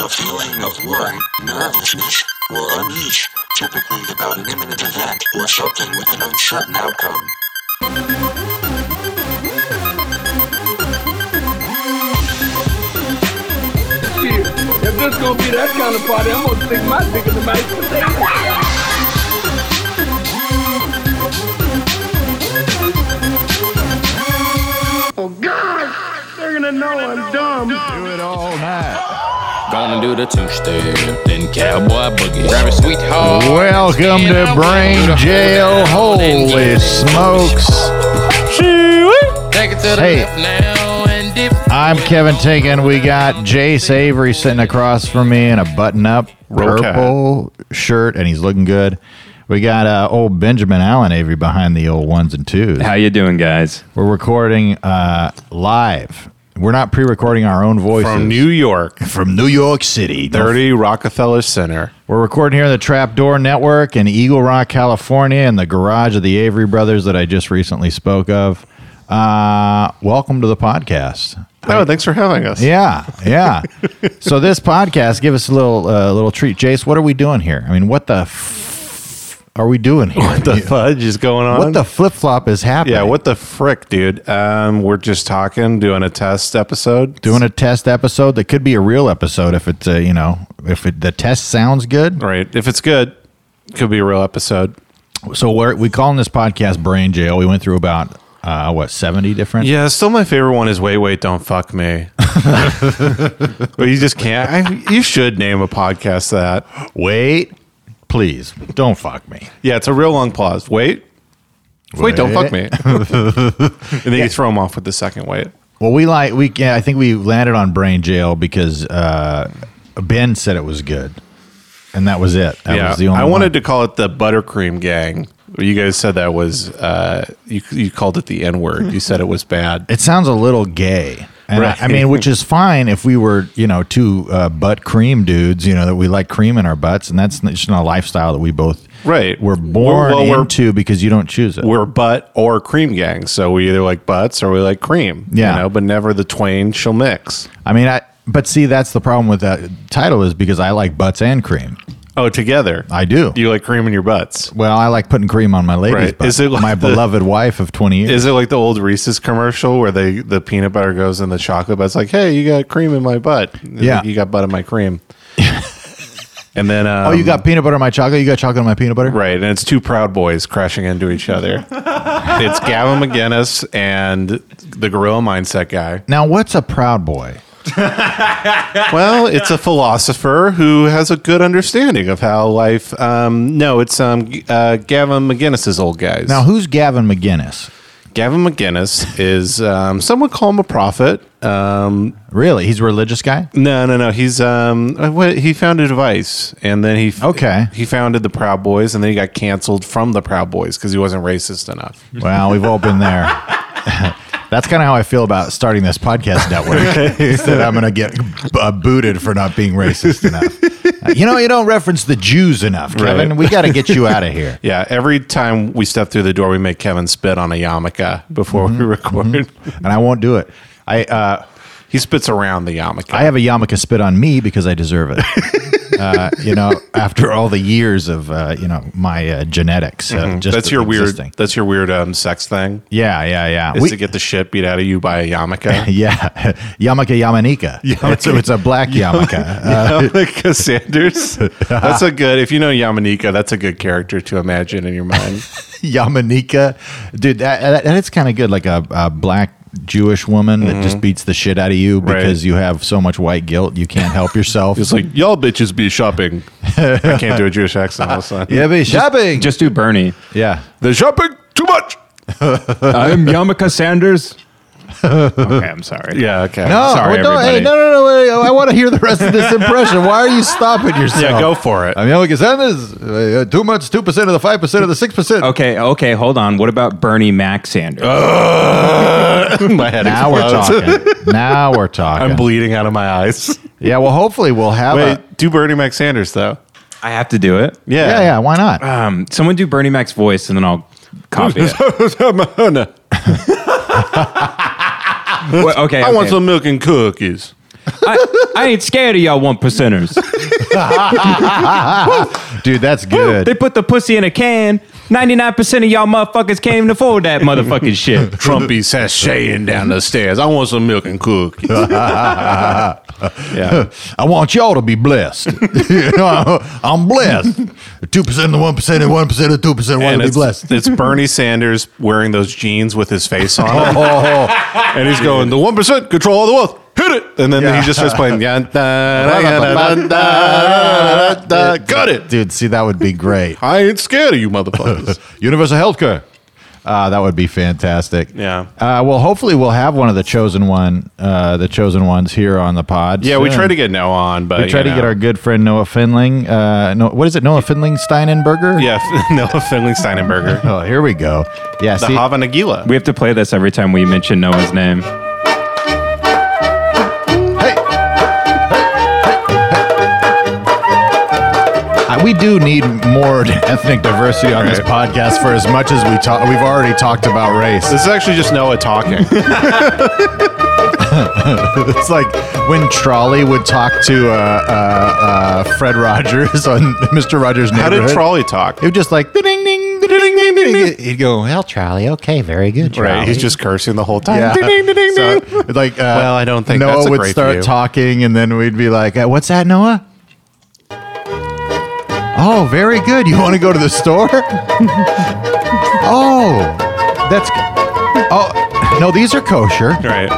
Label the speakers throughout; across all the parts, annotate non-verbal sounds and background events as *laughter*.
Speaker 1: A feeling of worry, nervousness, will unleash, typically about an imminent event or something with an uncertain outcome.
Speaker 2: Shit, if this gonna be that kind of party, I'm gonna stick my dick in the mashed potato. Oh God, they're gonna know I'm dumb.
Speaker 3: Do it all night.
Speaker 4: Gonna do the two step, then cowboy boogie. Grab a sweetheart.
Speaker 3: Welcome to Brain Jail. Holy smokes.
Speaker 4: Take it to the
Speaker 3: Hey.
Speaker 4: left now and dip.
Speaker 3: I'm Kevin Tinkin. We got Jace Avery sitting across from me in a button-up
Speaker 5: Roll Tide.
Speaker 3: purple shirt, and he's looking good. We got uh, old Benjamin Allen Avery behind the old ones and twos.
Speaker 6: How you doing, guys?
Speaker 3: We're recording uh, live. We're not pre-recording our own voices
Speaker 5: From New York,
Speaker 3: from New York City. No
Speaker 5: 30 Rockefeller Center.
Speaker 3: We're recording here in the Trapdoor Network in Eagle Rock, California, in the garage of the Avery brothers that I just recently spoke of. Uh, welcome to the podcast.
Speaker 5: Oh, thanks for having us.
Speaker 3: Yeah,
Speaker 5: *laughs*
Speaker 3: yeah. so this podcast, give us a little uh, little treat, Jace. What are we doing here? I mean, what the f- are we doing here? What
Speaker 5: The fudge is going on.
Speaker 3: what the flip flop is happening?
Speaker 5: Yeah, what the frick, dude? Um, we're just talking, doing a test episode.
Speaker 3: doing a test episode that could be a real episode if it's uh, you know if it, the test sounds good.
Speaker 5: right. If it's good, could be a real episode.
Speaker 3: So we're we calling this podcast Brain Jail. We went through about uh, what seventy different.
Speaker 5: Yeah, still my favorite one is wait, wait, don't fuck *laughs* me. but you just can't. I, you should name a podcast that.
Speaker 3: Wait, please don't fuck me.
Speaker 5: Yeah, it's a real long pause. Wait, wait, don't fuck me. and *laughs* then you throw them off with the second wait.
Speaker 3: Well, we like we. Yeah, I think we landed on Brain Jail because uh, Ben said it was good, and that was it. That
Speaker 5: yeah,
Speaker 3: was the only.
Speaker 5: I wanted
Speaker 3: one.
Speaker 5: to call it the buttercream gang. You guys said that was uh, you. You called it the N word. You said it was bad.
Speaker 3: It sounds a little gay. And
Speaker 5: Right.
Speaker 3: I, I mean, which is fine if we were, you know, two uh, butt cream dudes, you know, that we like cream in our butts, and that's just not a lifestyle that we both
Speaker 5: Right.
Speaker 3: were born
Speaker 5: Well, we're-
Speaker 3: into because you don't choose it.
Speaker 5: We're butt or cream gang, so we either like butts or we like cream.
Speaker 3: Yeah.
Speaker 5: you know, but never the twain shall mix.
Speaker 3: I mean, I but see, that's the problem with that title is because I like butts and cream.
Speaker 5: Oh, together.
Speaker 3: I do.
Speaker 5: You like cream in your butts.
Speaker 3: well, I like putting cream on my lady's
Speaker 5: Right.
Speaker 3: butt.
Speaker 5: Is it like
Speaker 3: my
Speaker 5: the-
Speaker 3: beloved wife of twenty years?
Speaker 5: Is it like the old Reese's commercial where they the peanut butter goes in the chocolate? But it's like, hey, you got cream in my butt. It's
Speaker 3: Yeah.
Speaker 5: like, you got butt in my cream. *laughs* and then, um,
Speaker 3: oh, you got peanut butter in my chocolate. You got chocolate in my peanut butter.
Speaker 5: Right, and it's two proud boys crashing into
Speaker 3: *laughs*
Speaker 5: each other. it's Gavin McGinnis and the Gorilla Mindset guy.
Speaker 3: Now, what's a proud boy?
Speaker 5: Well, it's a philosopher who has a good understanding of how life. Um, no, it's um, uh, Gavin McGinnis's old guys.
Speaker 3: Now, who's Gavin McGinnis?
Speaker 5: Gavin McGinnis is um, some would call him a prophet. Um,
Speaker 3: Really, he's a religious
Speaker 5: *laughs*
Speaker 3: guy.
Speaker 5: no, no, no. He's um, uh, what, he founded Vice, and then he f-
Speaker 3: Okay.
Speaker 5: he founded the Proud Boys, and then he got canceled from the Proud Boys because he wasn't racist enough.
Speaker 3: Well, we've all been there. *laughs* That's kind of how I feel about starting this podcast
Speaker 5: *laughs*
Speaker 3: network. is that I'm going to get uh, booted for not being racist enough.
Speaker 5: *laughs*
Speaker 3: Uh, you know, you don't reference the Jews enough, Kevin.
Speaker 5: Right.
Speaker 3: We got to get you out of here.
Speaker 5: *laughs* Yeah, every time we step through the door, we make Kevin spit on a yarmulke before
Speaker 3: Mm-hmm.
Speaker 5: we record. *laughs*
Speaker 3: And I won't do it. I uh,
Speaker 5: He spits around the yarmulke.
Speaker 3: I have a yarmulke spit on me because I deserve it.
Speaker 5: *laughs*
Speaker 3: uh, you know, after all the years of uh, you know my uh, genetics, uh, just
Speaker 5: Mm-hmm. that's your weird.
Speaker 3: existing.
Speaker 5: That's your weird um, sex thing.
Speaker 3: Yeah, yeah, yeah.
Speaker 5: Is
Speaker 3: We-
Speaker 5: to get the shit beat out of you by a
Speaker 3: *laughs*
Speaker 5: yarmulke. Uh,
Speaker 3: Yeah, Yamaka Yamanika.
Speaker 5: *laughs*
Speaker 3: It's, it's a black Yamaka. Uh,
Speaker 5: Yarmulke Sanders. That's a good. If you know Yamanika, that's a good character to imagine in your mind.
Speaker 3: Yamanika, dude, that, that, that is kind of good. Like a, a black Jewish woman that just beats the shit out of you because
Speaker 5: Mm-hmm. Right.
Speaker 3: you have so much white guilt you can't help yourself.
Speaker 5: *laughs* It's like y'all bitches be shopping. I can't do a Jewish accent all of a
Speaker 3: *laughs*
Speaker 5: sudden.
Speaker 3: yeah, but shopping.
Speaker 6: Just do Bernie.
Speaker 3: yeah,
Speaker 5: The shopping too much.
Speaker 6: *laughs* I'm Yamaka
Speaker 5: *laughs*
Speaker 6: Sanders. okay, I'm sorry.
Speaker 5: Yeah. Okay.
Speaker 3: No,
Speaker 6: Sorry,
Speaker 3: well, don't- hey,
Speaker 6: everybody.
Speaker 3: no, no, no, wait, I want to hear the rest of this impression. Why are you stopping yourself?
Speaker 5: *laughs* Yeah. Go for it.
Speaker 3: I mean, like I said, there's uh, too much, two percent of the five percent of the six percent. *laughs*
Speaker 6: Okay, okay, hold on. What about Bernie Mac Sanders?
Speaker 5: Uh, *laughs* my head
Speaker 3: Now we're
Speaker 5: explodes.
Speaker 3: talking. *laughs* Now we're talking.
Speaker 5: *laughs* I'm bleeding out of my eyes.
Speaker 3: yeah, well, hopefully we'll have
Speaker 5: Wait,
Speaker 3: a.
Speaker 5: do Bernie Mac Sanders though.
Speaker 6: I have to do it.
Speaker 3: Yeah, yeah. Why not?
Speaker 5: Ah.
Speaker 6: Um, someone do Bernie Mac's voice, and then I'll copy
Speaker 5: *laughs*
Speaker 6: it.
Speaker 5: Mona,
Speaker 6: Well, okay,
Speaker 5: I want
Speaker 6: okay.
Speaker 5: some milk and cookies.
Speaker 6: I, I ain't scared of y'all one
Speaker 5: *laughs*
Speaker 6: percenters.
Speaker 3: Dude, that's good.
Speaker 6: They put the pussy in a can. Ninety nine percent of y'all motherfuckers can't even afford that motherfucking
Speaker 5: *laughs*
Speaker 6: shit.
Speaker 5: Trumpy sashaying down the stairs. I want some milk and
Speaker 3: *laughs*
Speaker 5: cookies. *laughs* yeah.
Speaker 3: I want y'all to be
Speaker 5: *laughs*
Speaker 3: blessed. *laughs* you know, I'm blessed. Two percent of one percent and one percent of two percent want
Speaker 5: And
Speaker 3: to be
Speaker 5: it's,
Speaker 3: blessed.
Speaker 5: it's Bernie Sanders wearing those jeans with his
Speaker 3: *laughs*
Speaker 5: face on it. *laughs*
Speaker 3: Oh,
Speaker 5: and he's going, the 1% control all the wealth. Hit it. And then
Speaker 3: Yeah.
Speaker 5: he just starts playing. "Yeah, da, da, da, da, da, da, da, Got it.
Speaker 3: dude, see that would be great.
Speaker 5: I ain't scared of you motherfuckers.
Speaker 3: Universal healthcare. Uh, that would be fantastic.
Speaker 5: Yeah.
Speaker 3: Uh, well, hopefully we'll have one of the chosen one, uh, the chosen ones here on the pod.
Speaker 5: Yeah, we
Speaker 3: soon.
Speaker 5: try to get Noah on, but
Speaker 3: We try
Speaker 5: you
Speaker 3: to get
Speaker 5: know.
Speaker 3: our good friend Noah Finling. Uh, no, what is it? Noah Finling Steinenberger.
Speaker 5: *laughs* yeah *laughs* Noah Finley Steinenberger,
Speaker 3: *laughs* Oh, here we go. Yeah.
Speaker 5: the
Speaker 3: see,
Speaker 5: Hava Nagila.
Speaker 6: We have to play this every time we mention Noah's name.
Speaker 3: I- we do need more *laughs* ethnic diversity on this podcast. For as much as we talk, we've already talked about race. *laughs*
Speaker 5: This is actually just Noah talking.
Speaker 3: It's like when Trolley would talk to uh, uh, uh, Fred Rogers *laughs* on Mr. Rogers'
Speaker 5: How
Speaker 3: Neighborhood.
Speaker 5: did Trolley talk?
Speaker 3: He would just like ding ding ding ding ding ding. ding. He'd go, "Well, Trolley, okay, very good, Trolley."
Speaker 5: Right, he's just cursing the whole time.
Speaker 3: Yeah.
Speaker 5: Ding, ding, ding, ding,
Speaker 3: So,
Speaker 5: ding.
Speaker 3: like, uh,
Speaker 5: Well, I don't think
Speaker 3: Noah
Speaker 5: that's a
Speaker 3: would
Speaker 5: great
Speaker 3: start
Speaker 5: view.
Speaker 3: talking, and then we'd be like, uh, "What's that, Noah?" Oh, very good. You want to go to the store? *laughs* oh, that's. Oh, no, these are kosher.
Speaker 5: Right.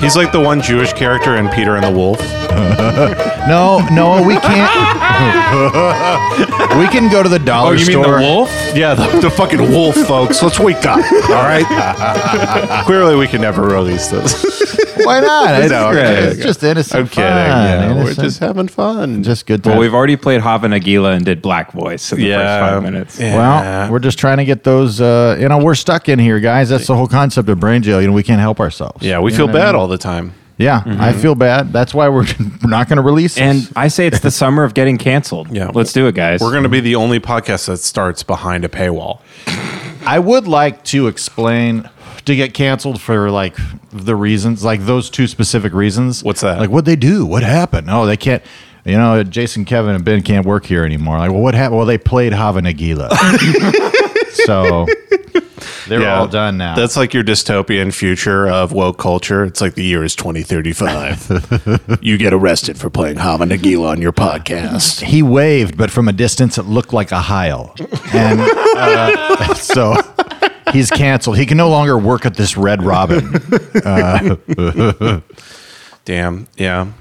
Speaker 5: *laughs* He's like the one Jewish character in Peter and the Wolf.
Speaker 3: No, no, we
Speaker 5: *laughs*
Speaker 3: can't. we can go to the
Speaker 5: Oh,
Speaker 6: Oh,
Speaker 3: dollar store.
Speaker 6: wolf?
Speaker 5: Yeah, the, the fucking wolf, folks. Let's wake up. *laughs* All right. Clearly, we can never release this. *laughs*
Speaker 3: Why not? It's,
Speaker 5: No, I'm
Speaker 3: it's
Speaker 5: kidding.
Speaker 3: just innocent.
Speaker 5: I'm kidding.
Speaker 3: fun,
Speaker 5: yeah, we're
Speaker 3: innocent.
Speaker 5: just having fun.
Speaker 3: just good.
Speaker 6: Well,
Speaker 3: times.
Speaker 6: we've already played Hava Nagila and did Black Voice in the
Speaker 5: Yeah.
Speaker 6: first five minutes.
Speaker 5: Yeah.
Speaker 3: Well, we're just trying to get those. Uh, you know, we're stuck in here, guys. That's the whole concept of brain jail. You know, we Mm-hmm. can't help ourselves.
Speaker 5: yeah, we
Speaker 3: You
Speaker 5: feel
Speaker 3: know what I
Speaker 5: bad
Speaker 3: mean?
Speaker 5: all the time.
Speaker 3: Yeah, I feel bad. That's why we're *laughs* not going to release. this.
Speaker 6: And I say it's the summer of getting canceled.
Speaker 5: Yeah.
Speaker 6: Let's do it, guys.
Speaker 5: We're going to be the only podcast that starts behind a paywall.
Speaker 3: I would like to explain to get canceled for like the reasons, like those two specific reasons.
Speaker 5: What's that?
Speaker 3: Like what they do? What happened? Oh, they can't. You know, Jason, Kevin, and Ben can't work here anymore. Like, well, what happened? Well, they played Hava *laughs* Nagila, so they're
Speaker 5: Yeah.
Speaker 3: all done now.
Speaker 5: That's like your dystopian future of woke culture. It's like the year is 2035. *laughs* you get arrested for playing Hava Nagila on your podcast.
Speaker 3: he waved, but from a distance, it looked like a Heil. And uh, *laughs* so he's canceled. He can no longer work at this Red Robin.
Speaker 5: Damn. Yeah.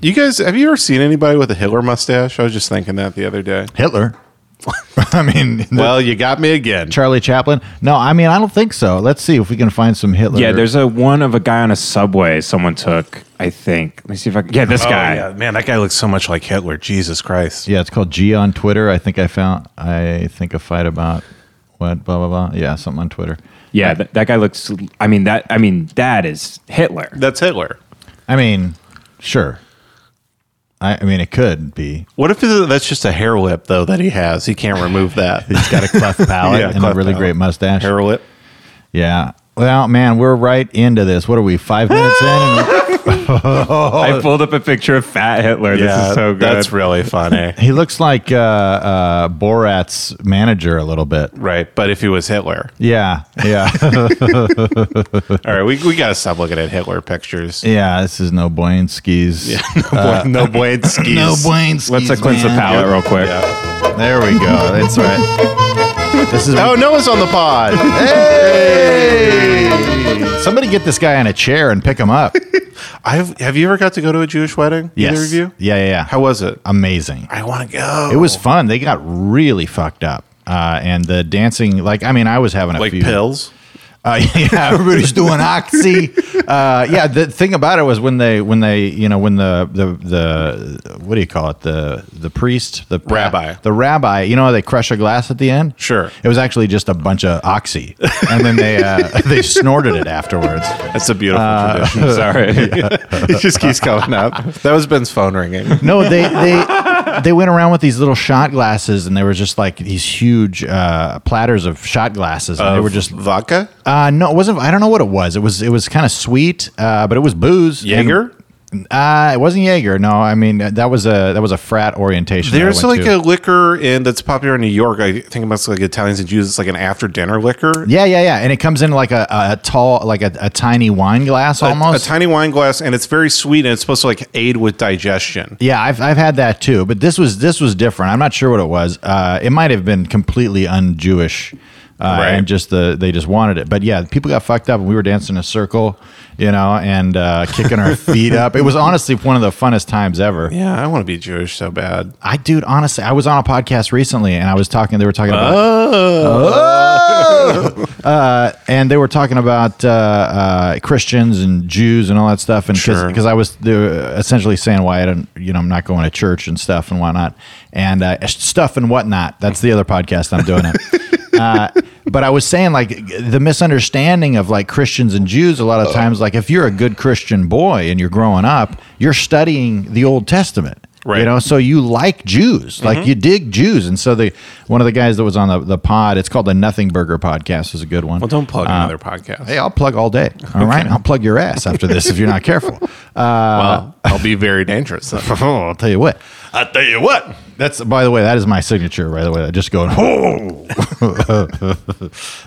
Speaker 5: You guys, have you ever seen anybody with a Hitler mustache? I was just thinking that the other day.
Speaker 3: Hitler. *laughs* I mean,
Speaker 5: Well, you got me again.
Speaker 3: Charlie Chaplin. No, I mean, I don't think so. Let's see if we can find some Hitler.
Speaker 6: yeah, there's a one of a guy on a subway someone took, I think. Let me see if I can. Yeah, this
Speaker 5: Oh,
Speaker 6: guy.
Speaker 5: yeah. Man, that guy looks so much like Hitler. Jesus Christ.
Speaker 3: Yeah, it's called G on Twitter. I think I found. I think a fight about what blah blah blah. Yeah, something on Twitter.
Speaker 6: Yeah, that, that guy looks. I mean that. I mean that is Hitler.
Speaker 5: That's Hitler.
Speaker 3: I mean, sure. I, I mean, it could be.
Speaker 5: What if it- that's just a hair whip, though, that he has? He can't remove that.
Speaker 3: He's got a
Speaker 5: *laughs*
Speaker 3: cleft palate
Speaker 5: Yeah,
Speaker 3: and
Speaker 5: cleft
Speaker 3: a really
Speaker 5: palate.
Speaker 3: great mustache.
Speaker 5: hair whip?
Speaker 3: Yeah. Well, man, we're right into this. What are we? Five minutes in. And
Speaker 5: *laughs*
Speaker 6: I pulled up a picture of fat Hitler. this is so good.
Speaker 5: Oh. That's really funny.
Speaker 3: he looks like uh, uh, Borat's manager a little bit.
Speaker 5: right. But if he was Hitler.
Speaker 3: Yeah. Yeah. *laughs*
Speaker 5: All right. We, we got to stop looking at Hitler pictures.
Speaker 3: yeah. This is no Boyinski's.
Speaker 5: *laughs*
Speaker 3: *laughs*
Speaker 5: no blade skis.
Speaker 3: No Boyinski's.
Speaker 6: Let's uh, cleanse the
Speaker 3: man.
Speaker 6: palate real quick.
Speaker 3: There we go. That's right. This is
Speaker 5: Oh, Noah's on
Speaker 3: *laughs*
Speaker 5: the pod.
Speaker 3: hey! Somebody get this guy on a chair and pick him
Speaker 5: *laughs*
Speaker 3: up.
Speaker 5: I've, have you ever got to go to a Jewish wedding? Either of you?
Speaker 3: Yeah, yeah, yeah.
Speaker 5: How was it?
Speaker 3: amazing.
Speaker 5: I want to go.
Speaker 3: It was fun. They got really fucked up. Uh, and the dancing, like, I mean, I was having a
Speaker 5: like
Speaker 3: few.
Speaker 5: pills.
Speaker 3: Uh, *laughs* yeah,
Speaker 5: *laughs*
Speaker 3: everybody's doing oxy. Uh, yeah, the thing about it was when they, when they, you know, when the the the what do you call it? The the priest, the
Speaker 5: Rabbi.
Speaker 3: the rabbi. You know, how they crush a glass at the end.
Speaker 5: Sure.
Speaker 3: it was actually just a bunch of oxy, and then they uh, *laughs* they snorted it afterwards.
Speaker 5: That's a beautiful tradition. *laughs* Sorry. it just keeps coming up. That was Ben's phone ringing.
Speaker 3: No, they they they went around with these little shot glasses, and there was just like these huge uh, platters of shot glasses, and they were just
Speaker 5: vodka?
Speaker 3: Uh, no, it wasn't. I don't know what it uh, was. It was it was kind of sweet, uh, but it was booze. and-
Speaker 5: Jaeger?
Speaker 3: Uh, it wasn't Jaeger. No, I mean uh, that was a that was a frat orientation. that I
Speaker 5: There's
Speaker 3: went
Speaker 5: like
Speaker 3: to.
Speaker 5: a liquor and that's popular in New York. I think amongst like Italians and Jews. It's like an after dinner liquor.
Speaker 3: yeah, yeah, yeah, and it comes in like a, a tall, like a, a tiny wine glass
Speaker 5: A-
Speaker 3: almost.
Speaker 5: a tiny wine glass, and it's very sweet, and it's supposed to like aid with digestion.
Speaker 3: Yeah, I've, I've had that too, but this was this was different. I'm not sure what it was. Uh, it might have been completely un-Jewish, uh,
Speaker 5: Right.
Speaker 3: and just the they just wanted it. But yeah, people got fucked up, and we were dancing in a circle, you know, and uh, kicking our feet up. It was honestly one of the funnest times ever.
Speaker 5: Yeah, I want to be Jewish so bad.
Speaker 3: I dude, honestly, I was on a podcast recently, and I was talking. They were talking
Speaker 5: Oh,
Speaker 3: about Oh. and they were talking about uh, uh, Christians and Jews and all that stuff, and because
Speaker 5: Sure.
Speaker 3: I was they were essentially saying why I don't, you know, I'm not going to church and stuff and whatnot, and uh, stuff and whatnot. That's the other podcast I'm doing
Speaker 5: *laughs*
Speaker 3: it. Uh, but I was saying like the misunderstanding of like Christians and Jews a lot of times like if you're a good Christian boy and you're growing up you're studying the Old Testament you
Speaker 5: Right. Mm-hmm.
Speaker 3: know so you like Jews, like you dig Jews, and so the one of the guys that was on the, the pod, it's called the Nothing Burger podcast, is a good one.
Speaker 5: Well, don't plug another podcast.
Speaker 3: Hey, I'll plug all
Speaker 5: *laughs*
Speaker 3: day. All right, I'll plug your ass after this if you're not careful. *laughs*
Speaker 5: well, I'll be very dangerous. then.
Speaker 3: Oh, *laughs* I'll tell you what.
Speaker 5: I tell you what.
Speaker 3: That's by the way, that is my signature. By the way, I just going. Oh.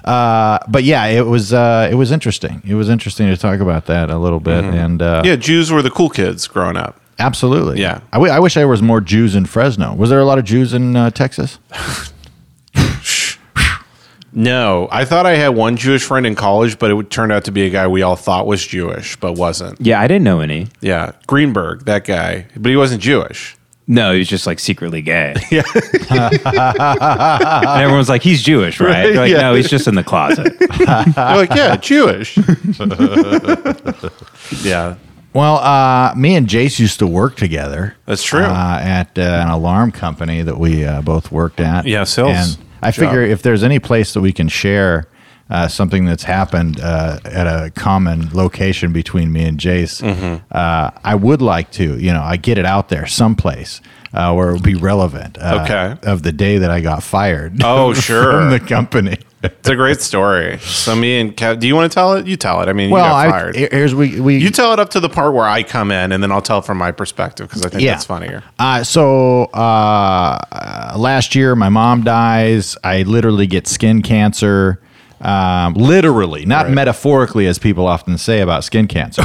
Speaker 3: uh, *laughs* but yeah, it was uh, it was interesting. It was interesting to talk about that a little bit, and uh,
Speaker 5: Mm-hmm. Yeah, Jews were the cool kids growing up.
Speaker 3: absolutely,
Speaker 5: Yeah.
Speaker 3: I wi- I wish there was more Jews in Fresno. Was there a lot of Jews in uh, Texas?
Speaker 5: No, I thought I had one Jewish friend in college, but it would- turned out to be a guy we all thought was Jewish, but wasn't.
Speaker 6: Yeah, I didn't know any.
Speaker 5: Yeah, Greenberg, that guy, but he wasn't Jewish.
Speaker 6: No, he was just like secretly gay.
Speaker 5: *laughs*
Speaker 6: Yeah. and everyone's like, he's Jewish, right?
Speaker 5: Right,
Speaker 6: You're
Speaker 5: *laughs*
Speaker 6: like,
Speaker 5: yeah.
Speaker 6: no, he's just in the closet.
Speaker 5: They're like, *laughs* yeah, Jewish. yeah,
Speaker 3: Well, uh, me and Jace used to work together.
Speaker 5: That's true.
Speaker 3: Uh, at uh, an alarm company that we uh, both worked at.
Speaker 5: Yeah, sales
Speaker 3: And I
Speaker 5: job.
Speaker 3: figure if there's any place that we can share uh, something that's happened uh, at a common location between me and Jace,
Speaker 5: Mm-hmm.
Speaker 3: uh, I would like to, you know, I get it out there someplace uh, where it would be relevant. Uh,
Speaker 5: Okay.
Speaker 3: Of the day that I got fired.
Speaker 5: Oh,
Speaker 3: *laughs*
Speaker 5: sure.
Speaker 3: From the company.
Speaker 5: it's a great story. So me and Kev, do you want to tell it? You tell it. I mean,
Speaker 3: Well,
Speaker 5: you got
Speaker 3: I,
Speaker 5: fired.
Speaker 3: here's we we
Speaker 5: you tell it up to the part where I come in, and then I'll tell from my perspective because I think that's funnier.
Speaker 3: Uh, so uh, last year, my mom dies. I literally get skin cancer. Um, literally, not metaphorically, as people often say about skin cancer.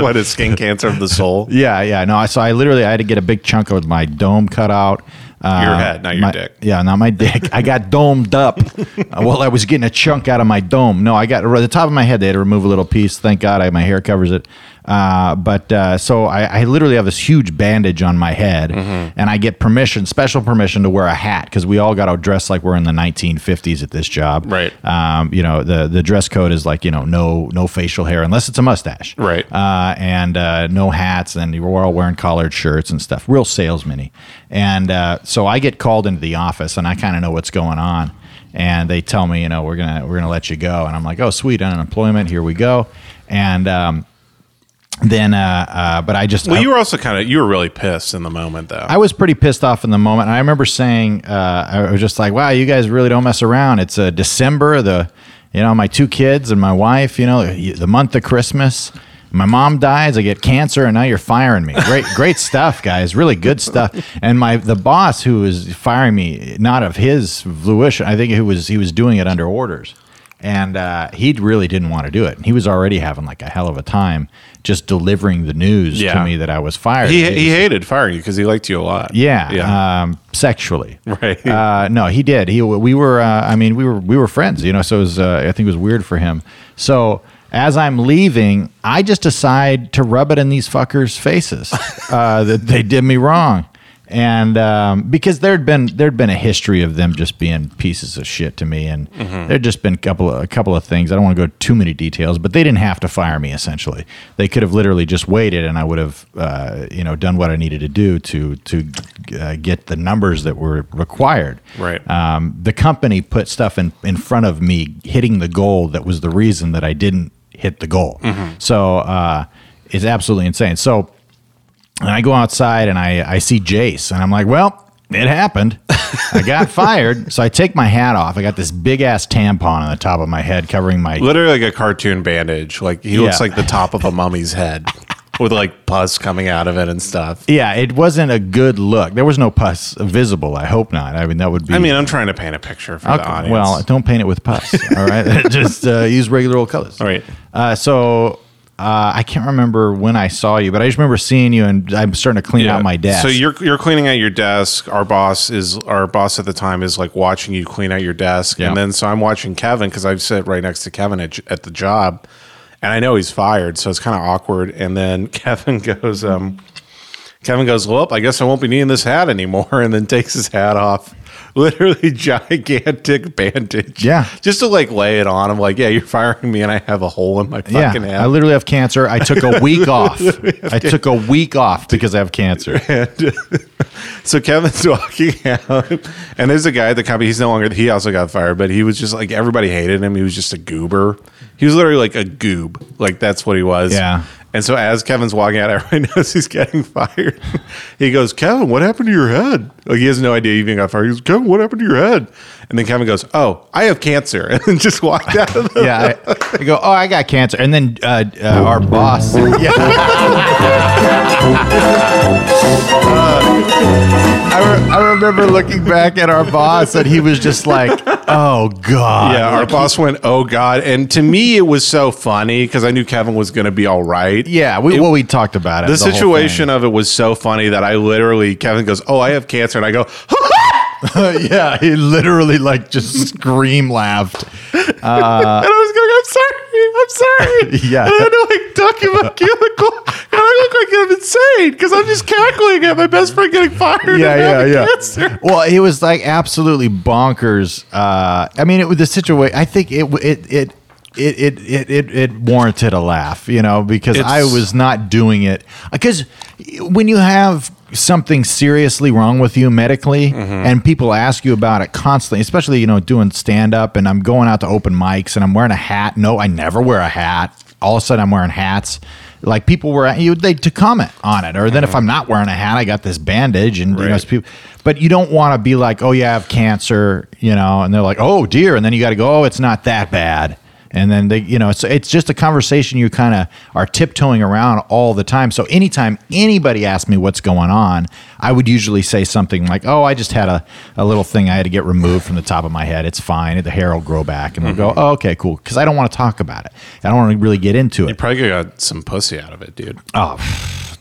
Speaker 5: what is skin cancer of the soul?
Speaker 3: *laughs* yeah, yeah. No, I so I literally I had to get a big chunk of my dome cut out. Uh,
Speaker 5: Your head, not your
Speaker 3: my-
Speaker 5: dick.
Speaker 3: Yeah, not my dick. I
Speaker 5: *laughs*
Speaker 3: got domed up uh, while I was getting a chunk out of my dome. No, I got the top of my head. They had to remove a little piece. Thank God, I my hair covers it. Uh, but uh, so I, I literally have this huge bandage on my head,
Speaker 5: Mm-hmm.
Speaker 3: and I get permission, special permission, to wear a hat because we all got to dress like we're in the 1950s at this job.
Speaker 5: Right.
Speaker 3: Um, you know the the dress code is like you know no no facial hair unless it's a mustache.
Speaker 5: Right.
Speaker 3: Uh, and uh, no hats, and you were all wearing collared shirts and stuff, real salesman And uh, so I get called into the office, and I kind of know what's going on. And they tell me, you know, we're gonna we're gonna let you go, and I'm like, oh sweet, unemployment, here we go. And um, then, uh, uh, but I just
Speaker 5: Well,
Speaker 3: I-
Speaker 5: you were also kind of you were really pissed in the moment, though.
Speaker 3: I was pretty pissed off in the moment. And I remember saying, uh, I was just like, wow, you guys really don't mess around. It's uh, December, the, you know, my two kids and my wife, you know, the month of Christmas. My mom dies, I get cancer, and now you're firing me. Great, *laughs* great stuff, guys. Really good stuff. And my the boss who was firing me, not of his volition, I think he was he was doing it under orders and uh, he really didn't want to do it. And he was already having like a hell of a time just delivering the news
Speaker 5: Yeah.
Speaker 3: to me that I was fired.
Speaker 5: he,
Speaker 3: It
Speaker 5: he
Speaker 3: was-
Speaker 5: hated firing you because he liked you a lot.
Speaker 3: yeah,
Speaker 5: yeah.
Speaker 3: Um, sexually.
Speaker 5: *laughs* Right.
Speaker 3: Uh, no, he did. He we were. Uh, I mean, we were we were friends. You know, so it was. Uh, I think it was weird for him. So as I'm leaving, I just decide to rub it in these fuckers' faces *laughs* uh, that they did me wrong, and um, because there'd been there'd been a history of them just being pieces of shit to me, and there'd just been a couple of, a couple of things. I don't want to go too many details, but they didn't have to fire me. Essentially, they could have literally just waited, and I would have uh, you know done what I needed to do to to uh, get the numbers that were required.
Speaker 5: Right.
Speaker 3: Um, the company put stuff in in front of me hitting the goal that was the reason that I didn't hit the goal.
Speaker 5: Mm-hmm.
Speaker 3: So uh, it's absolutely insane. So and I go outside and I I see Jace and I'm like, well. it happened. I
Speaker 5: *laughs*
Speaker 3: got fired. So I take my hat off. I got this big ass tampon on the top of my head covering my.
Speaker 5: Literally like a cartoon bandage. Like he looks
Speaker 3: Yeah.
Speaker 5: like the top of a
Speaker 3: *laughs*
Speaker 5: mummy's head with like pus coming out of it and stuff.
Speaker 3: Yeah, it wasn't a good look. There was no pus visible. I hope not. I mean, that would be.
Speaker 5: I mean, I'm trying to paint a picture for the
Speaker 3: Okay,
Speaker 5: audience.
Speaker 3: well, don't paint it with pus. All right, *laughs* just uh, use regular old colors.
Speaker 5: All *laughs* right.
Speaker 3: Uh, so uh, I can't remember when I saw you, but I just remember seeing you, and I'm starting to clean out my desk.
Speaker 5: So you're you're cleaning out your desk. Our boss is our boss at the time is like watching you clean out your desk,
Speaker 3: Yeah.
Speaker 5: and then so I'm watching Kevin because I sit right next to Kevin at, j- at the job, and I know he's fired, so it's kind of awkward. And then *laughs* Kevin goes, um, Kevin goes, well, I guess I won't be needing this hat anymore, and then takes his hat off. *laughs* Literally gigantic bandage.
Speaker 3: Yeah.
Speaker 5: Just to like lay it on. I'm like, yeah, you're firing me and I have a hole in my fucking
Speaker 3: yeah,
Speaker 5: head.
Speaker 3: I literally have cancer. I took a week
Speaker 5: *laughs*
Speaker 3: off. I took a week off because I have cancer.
Speaker 5: *laughs* So Kevin's *laughs* walking out, and there's a guy at the company. He's no longer. He also got fired, but he was just like everybody hated him. He was just a goober. He was literally like a goob. Like that's what he was.
Speaker 3: Yeah.
Speaker 5: And so as Kevin's walking out, *laughs* everybody knows he's getting fired. he goes, Kevin, what happened to your head? Like he has no idea he even got fired. He goes, Kevin, what happened to your head? And then Kevin goes, Oh, I have cancer, *laughs* and then just walked out of the
Speaker 3: Yeah, I, I go. Oh, I got cancer, and then uh, uh, our
Speaker 5: *laughs*
Speaker 3: boss. Uh, Yeah, I, re- I remember looking back at our boss, and he was just like, "Oh God."
Speaker 5: *laughs* Yeah, our boss went, "Oh God!" And to me, it was so funny because I knew Kevin was going to be all right.
Speaker 3: Yeah, we,
Speaker 5: It-
Speaker 3: well, we talked about it.
Speaker 5: the,
Speaker 3: whole
Speaker 5: situation of it was so funny that I literally Kevin goes, "Oh, I have cancer," and I go,
Speaker 3: thing. *laughs* yeah, he literally like just scream laughed.
Speaker 5: and I was going, "I'm sorry, I'm
Speaker 3: *laughs*
Speaker 5: sorry."
Speaker 3: Yeah.
Speaker 5: and I had to like duck in my cubicle, and I look like I'm insane because I'm just cackling at my best friend getting fired. and having Cancer.
Speaker 3: Well, he was like absolutely bonkers. Uh, I mean, it was the situation. I think it w- it it. It, it, it, it, it warranted a laugh, you know, because I
Speaker 5: It's-
Speaker 3: was not doing it. Because when you have something seriously wrong with you medically and people ask you about it constantly, especially, you know, doing stand up and I'm going out to open mics and I'm wearing a hat. No, I never wear a hat. All of a sudden I'm wearing hats. Like people were, you they to comment on it. Or then if I'm not wearing a hat, I got this bandage and, you know,
Speaker 5: Right.
Speaker 3: it's people, but you don't want to be like, oh yeah, I have cancer, you know, and they're like, oh dear, and then you got to go, oh, it's not that bad, and then they, you know, it's it's just a conversation you kind of are tiptoeing around all the time. So anytime anybody asked me what's going on, I would usually say something like, oh, I just had a, a little thing I had to get removed from the top of my head. It's fine. The hair will grow back, and they'll go, oh, okay, cool, because I don't want to talk about it. I don't want to really get into it.
Speaker 5: Probably got some pussy out of it, dude.
Speaker 3: Oh,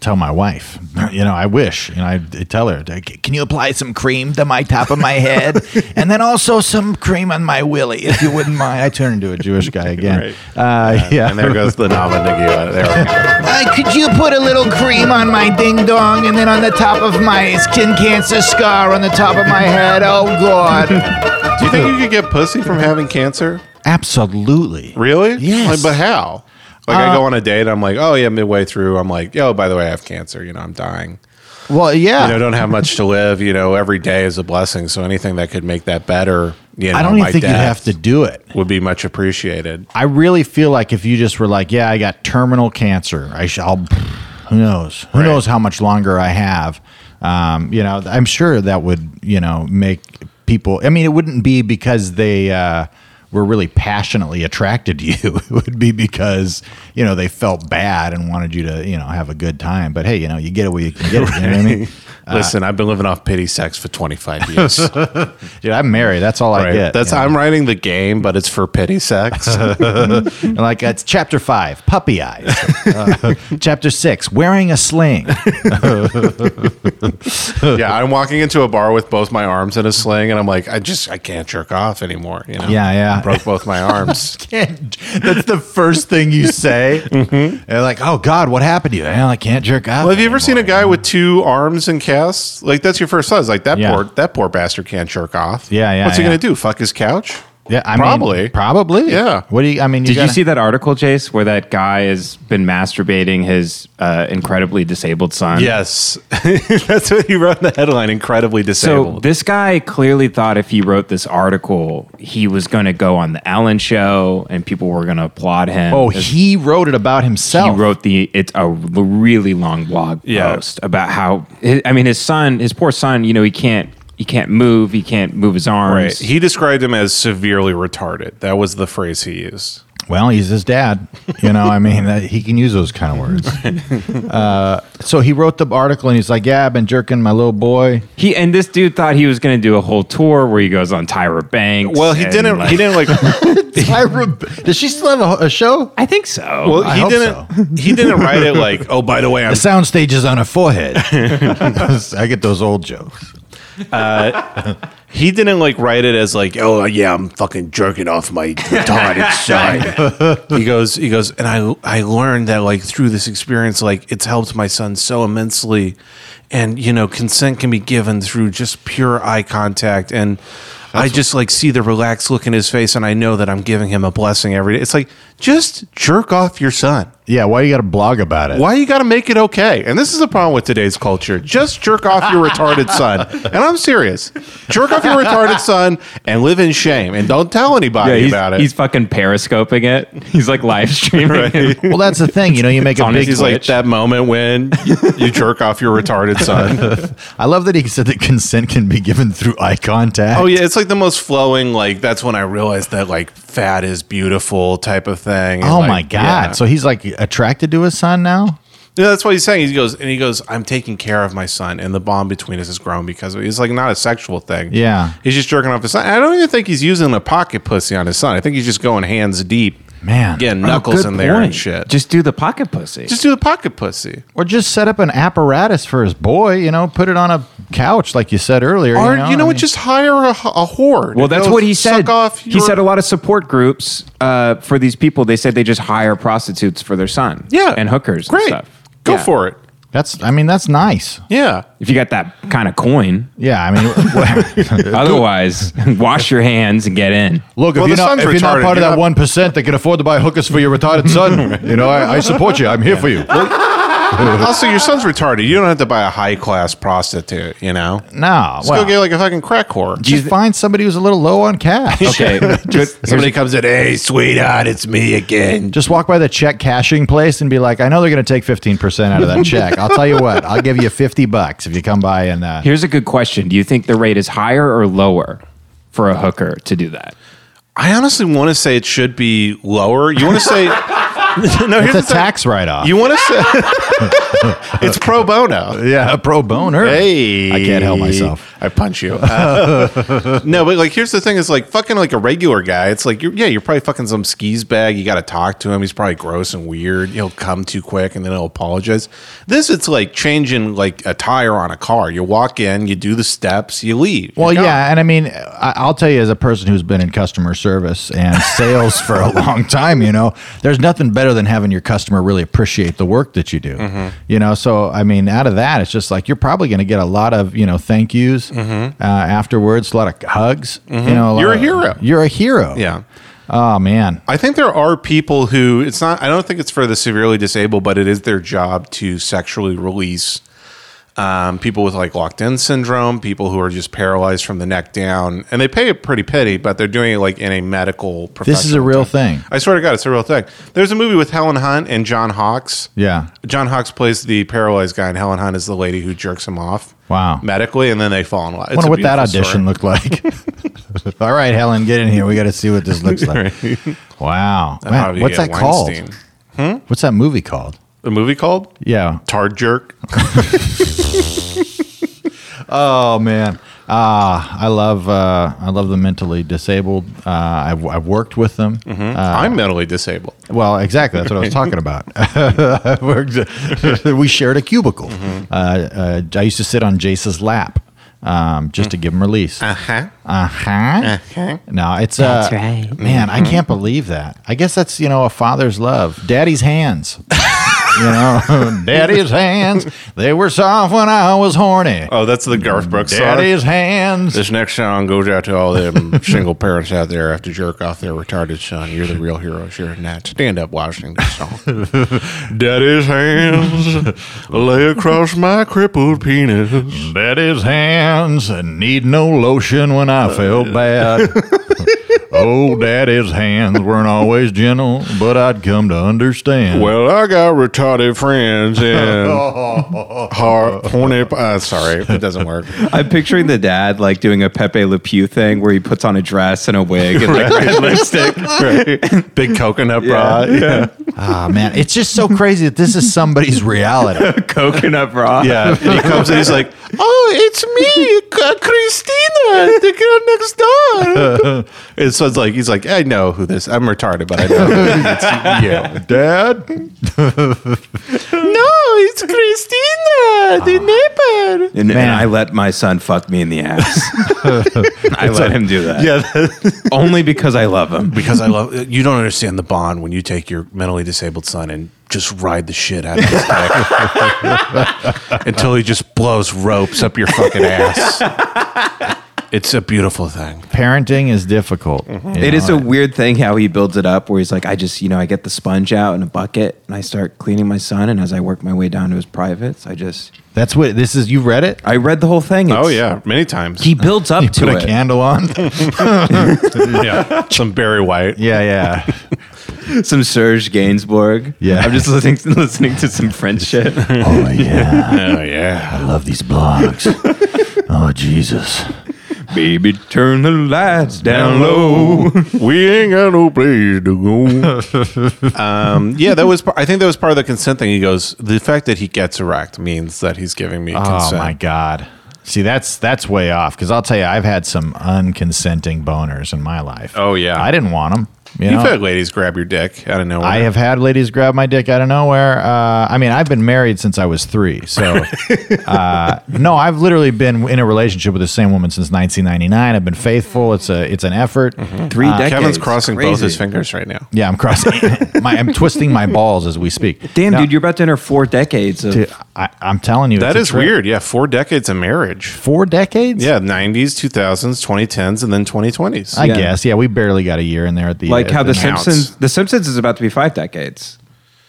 Speaker 3: tell my wife. You know, I wish. You know, I tell her, can you apply some cream to my top of my
Speaker 5: *laughs*
Speaker 3: head, and then also some cream on my willy, if you wouldn't mind. I turn into a Jewish
Speaker 5: *laughs*
Speaker 3: guy again. Uh, *laughs* yeah.
Speaker 5: And there goes the Nava Nagila. There we go.
Speaker 3: Uh, could you put a little cream on my ding dong, and then on the top of my skin cancer scar on the top of my head? Oh
Speaker 5: *laughs*
Speaker 3: God!
Speaker 5: Do you think you could get pussy from having cancer?
Speaker 3: Absolutely.
Speaker 5: Really?
Speaker 3: Yes. Uh,
Speaker 5: Like, but how? Like I go on a date, I'm like, oh yeah, midway through, I'm like, yo, by the way, I have cancer. You know, I'm dying.
Speaker 3: Well, yeah.
Speaker 5: You know, don't
Speaker 3: *laughs*
Speaker 5: have much to live. You know, every day is a blessing. So anything that could make that better, you know,
Speaker 3: I don't even
Speaker 5: my
Speaker 3: think you'd have
Speaker 5: death
Speaker 3: to do it.
Speaker 5: Would be much appreciated.
Speaker 3: I really feel like if you just were like, yeah, I got terminal cancer, I shall. Who knows? Who knows how much longer I have? Um, you know, I'm sure that would you know make people. I mean, it wouldn't be because they uh, were really passionately attracted to *laughs* you. It would be because you know they felt bad and wanted you to you know have a good time. But hey, you know, you get it where you can get it. You know what I
Speaker 5: *laughs*
Speaker 3: mean?
Speaker 5: Listen, I've been living off pity sex for *laughs* 25 years. right?
Speaker 3: Dude, I'm married. That's all I get.
Speaker 5: That's
Speaker 3: you know?
Speaker 5: I'm writing the game, but it's for pity *laughs* sex.
Speaker 3: And like it's chapter five, puppy
Speaker 5: *laughs*
Speaker 3: eyes. Uh, chapter six, wearing a sling.
Speaker 5: yeah, I'm walking into a bar with both my arms in a sling, and I'm like, I just I can't jerk off anymore. You know?
Speaker 3: Yeah, yeah.
Speaker 5: Broke both *laughs* my arms.
Speaker 3: can't. That's the first thing you say. They're like, "Oh God, what happened to you?" Well, I can't jerk off.
Speaker 5: Well, have you ever seen a guy with two arms and casts? Like that's your first thought. It's like that
Speaker 3: Yeah.
Speaker 5: poor that poor bastard can't jerk off.
Speaker 3: Yeah, yeah,
Speaker 5: What's he
Speaker 3: yeah.
Speaker 5: gonna do? Fuck his couch?
Speaker 3: Yeah, I mean,
Speaker 5: probably.
Speaker 3: probably.
Speaker 5: Yeah.
Speaker 3: What do you? I mean,
Speaker 6: Did you
Speaker 3: gotta-
Speaker 6: see that article, Jace, where that guy has been masturbating his uh, incredibly disabled son?
Speaker 5: Yes, *laughs* that's what he wrote in the headline. Incredibly
Speaker 6: So
Speaker 5: disabled.
Speaker 6: this guy clearly thought if he wrote this article, he was going to go on the Allen show and people were going to applaud him.
Speaker 3: Oh,
Speaker 6: As-
Speaker 3: he wrote it about
Speaker 6: he
Speaker 3: himself.
Speaker 6: wrote the it's a really long blog
Speaker 5: Yeah.
Speaker 6: post about how I mean his son, his poor son, you know, he can't he can't move. He can't move his arms.
Speaker 5: He described him as severely retarded. That was the phrase he used.
Speaker 3: Well, he's his dad. You know, I mean, that, he can use those kind of words. Uh, so he wrote the article and he's like, Yeah, I've been jerking my little boy.
Speaker 6: He and this dude thought he was going to do a whole tour where he goes on Tyra Banks.
Speaker 5: Well, he
Speaker 6: and,
Speaker 5: didn't.
Speaker 6: like-
Speaker 5: he didn't like.
Speaker 3: Tyra, does she still have a, a show?
Speaker 6: I think so.
Speaker 5: Well,
Speaker 3: I
Speaker 5: he
Speaker 3: hope
Speaker 5: didn't. He didn't write it like. Oh, by the way, I'm
Speaker 3: The sound stage is on her forehead. *laughs* I get those old jokes.
Speaker 5: he didn't like write it as like, oh yeah, I'm fucking jerking off my retarded son. he goes, he goes, and I I learned that like through this experience, like it's helped my son so immensely, and you know, consent can be given through just pure eye contact, and I just like see the relaxed look in his face, and I know that I'm giving him a blessing every day. It's like just jerk off your son.
Speaker 3: Yeah, why you got to blog about it?
Speaker 5: Why you got to make it okay? And this is the problem with today's culture. Just jerk off your retarded son. And I'm serious. Jerk off your retarded son and live in shame and don't tell anybody
Speaker 6: Yeah, he's,
Speaker 5: about it.
Speaker 6: he's fucking periscoping it. He's
Speaker 5: *laughs*
Speaker 6: like live streaming. it.
Speaker 3: Well, that's the thing. You know, you make a
Speaker 6: on
Speaker 3: big.
Speaker 5: He's like
Speaker 6: Twitch.
Speaker 5: that moment when you jerk off your retarded son.
Speaker 3: *laughs* I love that he said that *laughs* consent can be given through eye contact.
Speaker 5: Oh yeah, it's like the most flowing. Like that's when I realized that like fat is beautiful type of thing. And,
Speaker 3: Oh
Speaker 5: like,
Speaker 3: my God.
Speaker 5: yeah.
Speaker 3: So he's like attracted to his son now?
Speaker 5: Yeah, that's what he's saying. He goes and he goes, I'm taking care of my son, and the bond between us has grown because of it. it's like not a sexual thing.
Speaker 3: Yeah.
Speaker 5: he's just jerking off his son. I don't even think he's using a pocket pussy on his son. I think he's just going hands deep,
Speaker 3: Man.
Speaker 5: getting *laughs*
Speaker 6: Oh,
Speaker 5: knuckles
Speaker 6: good
Speaker 5: in there
Speaker 6: point.
Speaker 5: and shit. Just,
Speaker 6: Just do the pocket pussy.
Speaker 5: just do the pocket pussy.
Speaker 3: Or just set up an apparatus for his boy, you know, put it on a couch like you said earlier.
Speaker 5: Or
Speaker 3: know,
Speaker 5: you know,
Speaker 3: I
Speaker 5: what?
Speaker 3: mean-
Speaker 5: Just hire a, a whore.
Speaker 6: well, that's
Speaker 5: Go
Speaker 6: what he
Speaker 5: suck
Speaker 6: said.
Speaker 5: Off
Speaker 6: he
Speaker 5: your-
Speaker 6: said a lot of support groups uh, for these people. They said they just hire prostitutes for their son.
Speaker 5: yeah,
Speaker 6: and hookers.
Speaker 5: Great,
Speaker 6: and stuff.
Speaker 5: go
Speaker 6: Yeah.
Speaker 5: for it.
Speaker 3: that's, I mean, that's nice.
Speaker 5: Yeah,
Speaker 6: If you got that kind of coin,
Speaker 3: Yeah. *laughs* I mean,
Speaker 6: otherwise, *laughs* wash your hands and
Speaker 5: *laughs*
Speaker 6: get in.
Speaker 3: look,
Speaker 5: Well,
Speaker 3: if, you're
Speaker 5: the
Speaker 3: not,
Speaker 5: son's
Speaker 3: if you're not
Speaker 5: retarded,
Speaker 3: part of
Speaker 5: you're
Speaker 3: that
Speaker 5: not-
Speaker 3: 1% that can afford to buy hookers for your
Speaker 5: *laughs*
Speaker 3: retarded son, you know, I, I support you. I'm here for you.
Speaker 5: also your son's retarded. You don't have to buy a high class prostitute. You know,
Speaker 3: No.
Speaker 5: just
Speaker 3: Well,
Speaker 5: go get like a fucking crack whore.
Speaker 3: just find somebody who's a little low on cash.
Speaker 6: Okay, just,
Speaker 5: Somebody comes in, hey sweetheart, it's me again.
Speaker 3: Just walk by the check cashing place and be like, I know they're going to take 15% out of that check. I'll tell you what, I'll give you 50 bucks if you come by and, uh,
Speaker 6: Here's a good question. Do you think the rate is higher or lower for a hooker to do that?
Speaker 5: I honestly want to say it should be lower. You want to say *laughs* no?
Speaker 3: it's
Speaker 5: Here's the
Speaker 3: a
Speaker 5: thing.
Speaker 3: tax write off.
Speaker 5: You want to say *laughs* it's pro bono.
Speaker 3: Yeah, a pro boner.
Speaker 5: Hey,
Speaker 3: I can't help myself.
Speaker 5: I punch you. Uh, no, but like, here's the thing: is like fucking like a regular guy. It's like, you're, yeah, you're probably fucking some skis bag. You got to talk to him. He's probably gross and weird. He'll come too quick, and then he'll apologize. This, it's like changing like a tire on a car. You walk in, you do the steps, you leave.
Speaker 3: Well,
Speaker 5: You're
Speaker 3: yeah, and I mean, I- I'll tell you as a person who's been in customer service
Speaker 5: *laughs*
Speaker 3: and sales for a long time, you know, there's nothing better than having your customer really appreciate the work that you do.
Speaker 5: Mm-hmm.
Speaker 3: You know, so I mean, out of that, it's just like you're probably going to get a lot of you know thank yous uh, afterwards, a lot of hugs. You know, lot
Speaker 5: Mm-hmm. You're a
Speaker 3: of-
Speaker 5: hero.
Speaker 3: You're a hero.
Speaker 5: gone. yeah.
Speaker 3: Oh man.
Speaker 5: I think there are people who it's not. I don't think it's for the severely disabled, but it is their job to sexually release um, people with like locked-in syndrome, people who are just paralyzed from the neck down, and they pay a pretty penny, but they're doing it like in a medical.
Speaker 3: This is a
Speaker 5: professional
Speaker 3: real
Speaker 5: type-
Speaker 3: thing.
Speaker 5: I swear to God, it's a real thing. There's a movie with Helen Hunt and John Hawks.
Speaker 3: Yeah.
Speaker 5: John Hawks plays the paralyzed guy, and Helen Hunt is the lady who jerks him off.
Speaker 3: Wow.
Speaker 5: Medically, and then they fall in love. It's
Speaker 3: Wonder
Speaker 5: a
Speaker 3: what that
Speaker 5: beautiful
Speaker 3: audition
Speaker 5: story.
Speaker 3: looked like. *laughs* All right, Helen, get in here. We got to see what this
Speaker 5: *laughs*
Speaker 3: looks like. Wow. Man,
Speaker 5: Probably
Speaker 3: what's
Speaker 5: get
Speaker 3: that called?
Speaker 5: Weinstein.
Speaker 3: What's that movie called?
Speaker 5: The movie called
Speaker 3: Yeah.
Speaker 5: Tard Jerk.
Speaker 3: Uh, Oh man, ah, I love uh, I love the mentally disabled. Uh, I've, I've worked with them. Uh,
Speaker 5: I'm mentally disabled.
Speaker 3: Well, exactly. That's what I was talking about. *laughs* I worked- *laughs* we shared a cubicle. Uh, uh, I used to sit on Jace's lap um, just to give him release. Uh
Speaker 5: Huh?
Speaker 3: huh.
Speaker 5: Okay.
Speaker 3: No, it's uh,
Speaker 6: right.
Speaker 3: Man, I can't believe that. I guess that's you know a father's love, daddy's hands. you know, *laughs* daddy's hands. They were soft when I was horny.
Speaker 5: Oh, that's the Garth Brooks song.
Speaker 3: Daddy's hands.
Speaker 5: This next song goes out to all them *laughs* single parents out there after jerk off their retarded son. You're the real heroes. You're not. Stand up watching this song. *laughs* Daddy's hands lay across my crippled penis. *laughs*
Speaker 3: Daddy's hands and need no lotion when I felt bad. Oh, daddy's hands weren't always gentle, but I'd come to understand.
Speaker 5: Well, I got retarded friends *laughs* and hard horny. Uh, sorry, it doesn't work.
Speaker 6: I'm picturing the dad like doing a Pepe Le Pew thing where he puts on a dress and a wig and *laughs* like red lipstick.
Speaker 5: Right. *laughs* Big coconut bra. Yeah.
Speaker 3: Ah, man, it's just so crazy that this is somebody's *laughs* reality.
Speaker 6: coconut bra.
Speaker 5: Yeah, and he comes and he's like, "Oh, it's me, uh, Christina, the girl next door." *laughs* and so it's like he's like, "I know who this. I'm retarded, but I know *laughs* who it's you, Dad." no, it's Christina, the neighbor.
Speaker 6: And, and
Speaker 3: Man.
Speaker 6: I let my son fuck me in the ass.
Speaker 3: *laughs*
Speaker 6: I let him do that.
Speaker 5: Yeah,
Speaker 6: Only because I love him.
Speaker 5: because I love you. Don't understand the bond when you take your mentally disabled son and just ride the shit out of his neck *laughs* until he just blows ropes up your fucking *laughs* ass. It's a beautiful thing.
Speaker 3: Parenting is difficult.
Speaker 5: Mm-hmm.
Speaker 6: It is a weird thing how he builds it up where he's like, I just, you know, I get the sponge out in a bucket and I start cleaning my son. And as I work my way down to his privates, I just,
Speaker 3: That's what this is. You read it?
Speaker 6: I read the whole thing.
Speaker 5: Oh
Speaker 6: It's-
Speaker 5: yeah, many times.
Speaker 6: He builds up to
Speaker 3: Put a
Speaker 6: it.
Speaker 3: candle on.
Speaker 5: *laughs* yeah, some Barry White.
Speaker 3: yeah,
Speaker 5: *laughs*
Speaker 3: yeah.
Speaker 6: Some Serge Gainsbourg.
Speaker 3: Yeah.
Speaker 6: I'm just listening *laughs* to, listening to some French shit.
Speaker 5: *laughs*
Speaker 3: Oh yeah,
Speaker 5: Oh yeah.
Speaker 3: I love these blogs.
Speaker 5: *laughs*
Speaker 3: Oh Jesus.
Speaker 6: Baby, turn the lights down low.
Speaker 5: we ain't got no place to go. *laughs* um, yeah, that was. par- I think that was part of the consent thing. He goes, the fact that he gets erect means that he's giving me consent.
Speaker 3: Oh my god. See, that's that's way off. Because I'll tell you, I've had some unconsenting boners in my life.
Speaker 5: Oh, yeah.
Speaker 3: I didn't want them. You
Speaker 5: You've
Speaker 3: know?
Speaker 5: had ladies grab your dick out of nowhere.
Speaker 3: I have had ladies grab my dick out of nowhere. Uh, I mean, I've been married since I was three.
Speaker 5: *laughs*
Speaker 3: So, uh, no, I've literally been in a relationship with the same woman since 1999. I've been faithful. It's a it's an effort.
Speaker 5: Mm-hmm.
Speaker 6: Three
Speaker 3: Ah,
Speaker 6: decades.
Speaker 5: Kevin's crossing both
Speaker 6: Crazy.
Speaker 5: his fingers right now.
Speaker 3: Yeah, I'm crossing. *laughs* my, I'm twisting my balls as we speak.
Speaker 6: Damn,
Speaker 3: No,
Speaker 6: dude, you're about to enter four decades of.
Speaker 3: dude, I, I'm telling you,
Speaker 5: That
Speaker 3: it's a
Speaker 5: is
Speaker 3: trip.
Speaker 5: weird. Yeah, four decades of marriage.
Speaker 3: Four decades.
Speaker 5: Yeah, nineties, two thousands, twenty tens, and then twenty twenties.
Speaker 3: I
Speaker 6: Yeah.
Speaker 3: guess. Yeah, we barely got a year in there at the
Speaker 6: like
Speaker 3: at
Speaker 6: how the
Speaker 3: the-
Speaker 5: counts.
Speaker 6: Simpsons, the Simpsons is about to be five decades.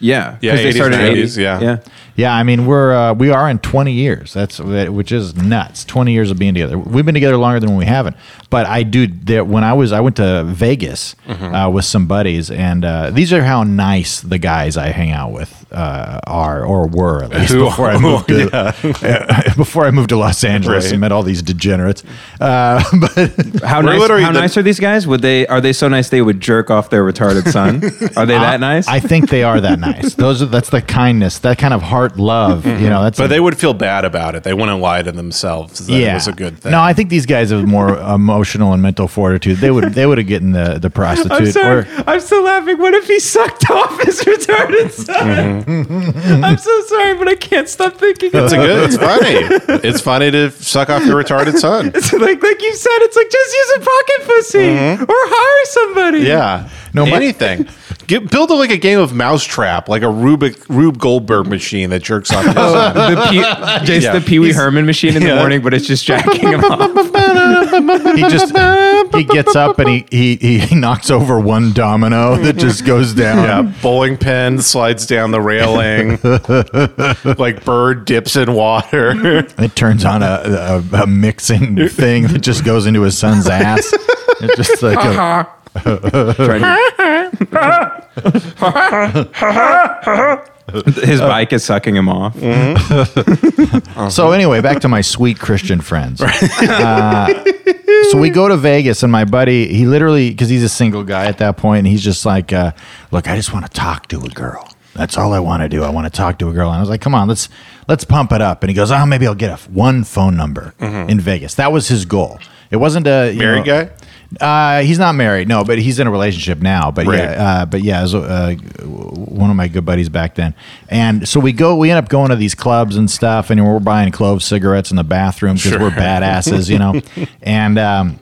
Speaker 6: Yeah, 'cause
Speaker 5: Yeah, 80s, 90s,
Speaker 6: 80s,
Speaker 5: yeah.
Speaker 6: yeah.
Speaker 5: *laughs*
Speaker 3: Yeah, I mean we're uh, we are in 20 years. That's which is nuts. 20 years of being together. We've been together longer than we haven't. But I do there when I was I went to Vegas
Speaker 5: Mm-hmm.
Speaker 3: uh, with some buddies, and uh, these are how nice the guys I hang out with uh, are or were at least
Speaker 5: Who
Speaker 3: before I
Speaker 5: are- *laughs*
Speaker 3: moved to *laughs* before I moved to Los Angeles
Speaker 5: Right.
Speaker 3: and met all these degenerates. Uh, *laughs* but
Speaker 6: How
Speaker 5: We're
Speaker 6: nice?
Speaker 5: literally
Speaker 6: how
Speaker 5: the-
Speaker 6: nice are these guys? Would they? Are they so nice they would jerk off their retarded
Speaker 5: *laughs*
Speaker 6: son? are they that nice?
Speaker 3: I think they are that nice. Those are that's the kindness, that kind of heart love. You know, that's
Speaker 5: Mm-hmm. but
Speaker 3: a-
Speaker 5: they would feel bad about it. They wouldn't lie to themselves. That it was a good thing.
Speaker 3: No, I think these guys have more *laughs* emotional and mental fortitude. They would they would have gotten the the prostitute.
Speaker 6: I'm sorry.
Speaker 3: or-
Speaker 6: I'm still laughing. What if he sucked off his *laughs* retarded son?
Speaker 3: Mm-hmm.
Speaker 6: I'm so sorry, but I can't stop thinking.
Speaker 5: it's a good. It's funny. It's funny to suck off your retarded son.
Speaker 6: It's *laughs* like like you said, it's like just use a pocket pussy or hire somebody.
Speaker 5: Mm-hmm. Yeah.
Speaker 3: No, my-
Speaker 5: anything. Get, build like a game of mousetrap, like a Rubik Rube Goldberg machine that jerks
Speaker 3: *laughs*
Speaker 5: off.
Speaker 6: the
Speaker 5: *laughs*
Speaker 6: P- just
Speaker 5: Yeah.
Speaker 6: the Pee Wee Herman machine in the
Speaker 5: Yeah.
Speaker 6: morning, but it's just jacking
Speaker 5: *laughs*
Speaker 6: him off.
Speaker 3: he just he gets up and he, he *laughs* he knocks over one domino that just goes down.
Speaker 5: *laughs* yeah, bowling pin slides down
Speaker 3: *laughs*
Speaker 5: the railing, like bird dips in water.
Speaker 3: It turns on a, a a mixing thing that just goes into his son's ass. It's just like
Speaker 5: Uh-huh.
Speaker 3: a,
Speaker 6: *laughs* His bike is sucking him off.
Speaker 3: so anyway, back to my sweet Christian
Speaker 5: *laughs*
Speaker 3: friends. Uh, so we go to Vegas, and my buddy, he literally, because he's a single guy at that point, and he's just like, uh, "Look, I just want to talk to a girl. That's all I want to do. I want to talk to a girl." And I was like, "Come on, let's let's pump it up." And he goes, "Oh, maybe I'll get a f- one phone number in Vegas." That was his goal. It wasn't a you
Speaker 5: Mm-hmm. Married
Speaker 3: know-
Speaker 5: guy?
Speaker 3: Uh, he's not married, no, but he's in a relationship now. But
Speaker 5: Right.
Speaker 3: yeah, uh, but yeah, it was, uh, one of my good buddies back then, and so we go, we end up going to these clubs and stuff, and we're buying clove cigarettes in the bathroom because we're badasses, you
Speaker 5: *laughs*
Speaker 3: know, and um,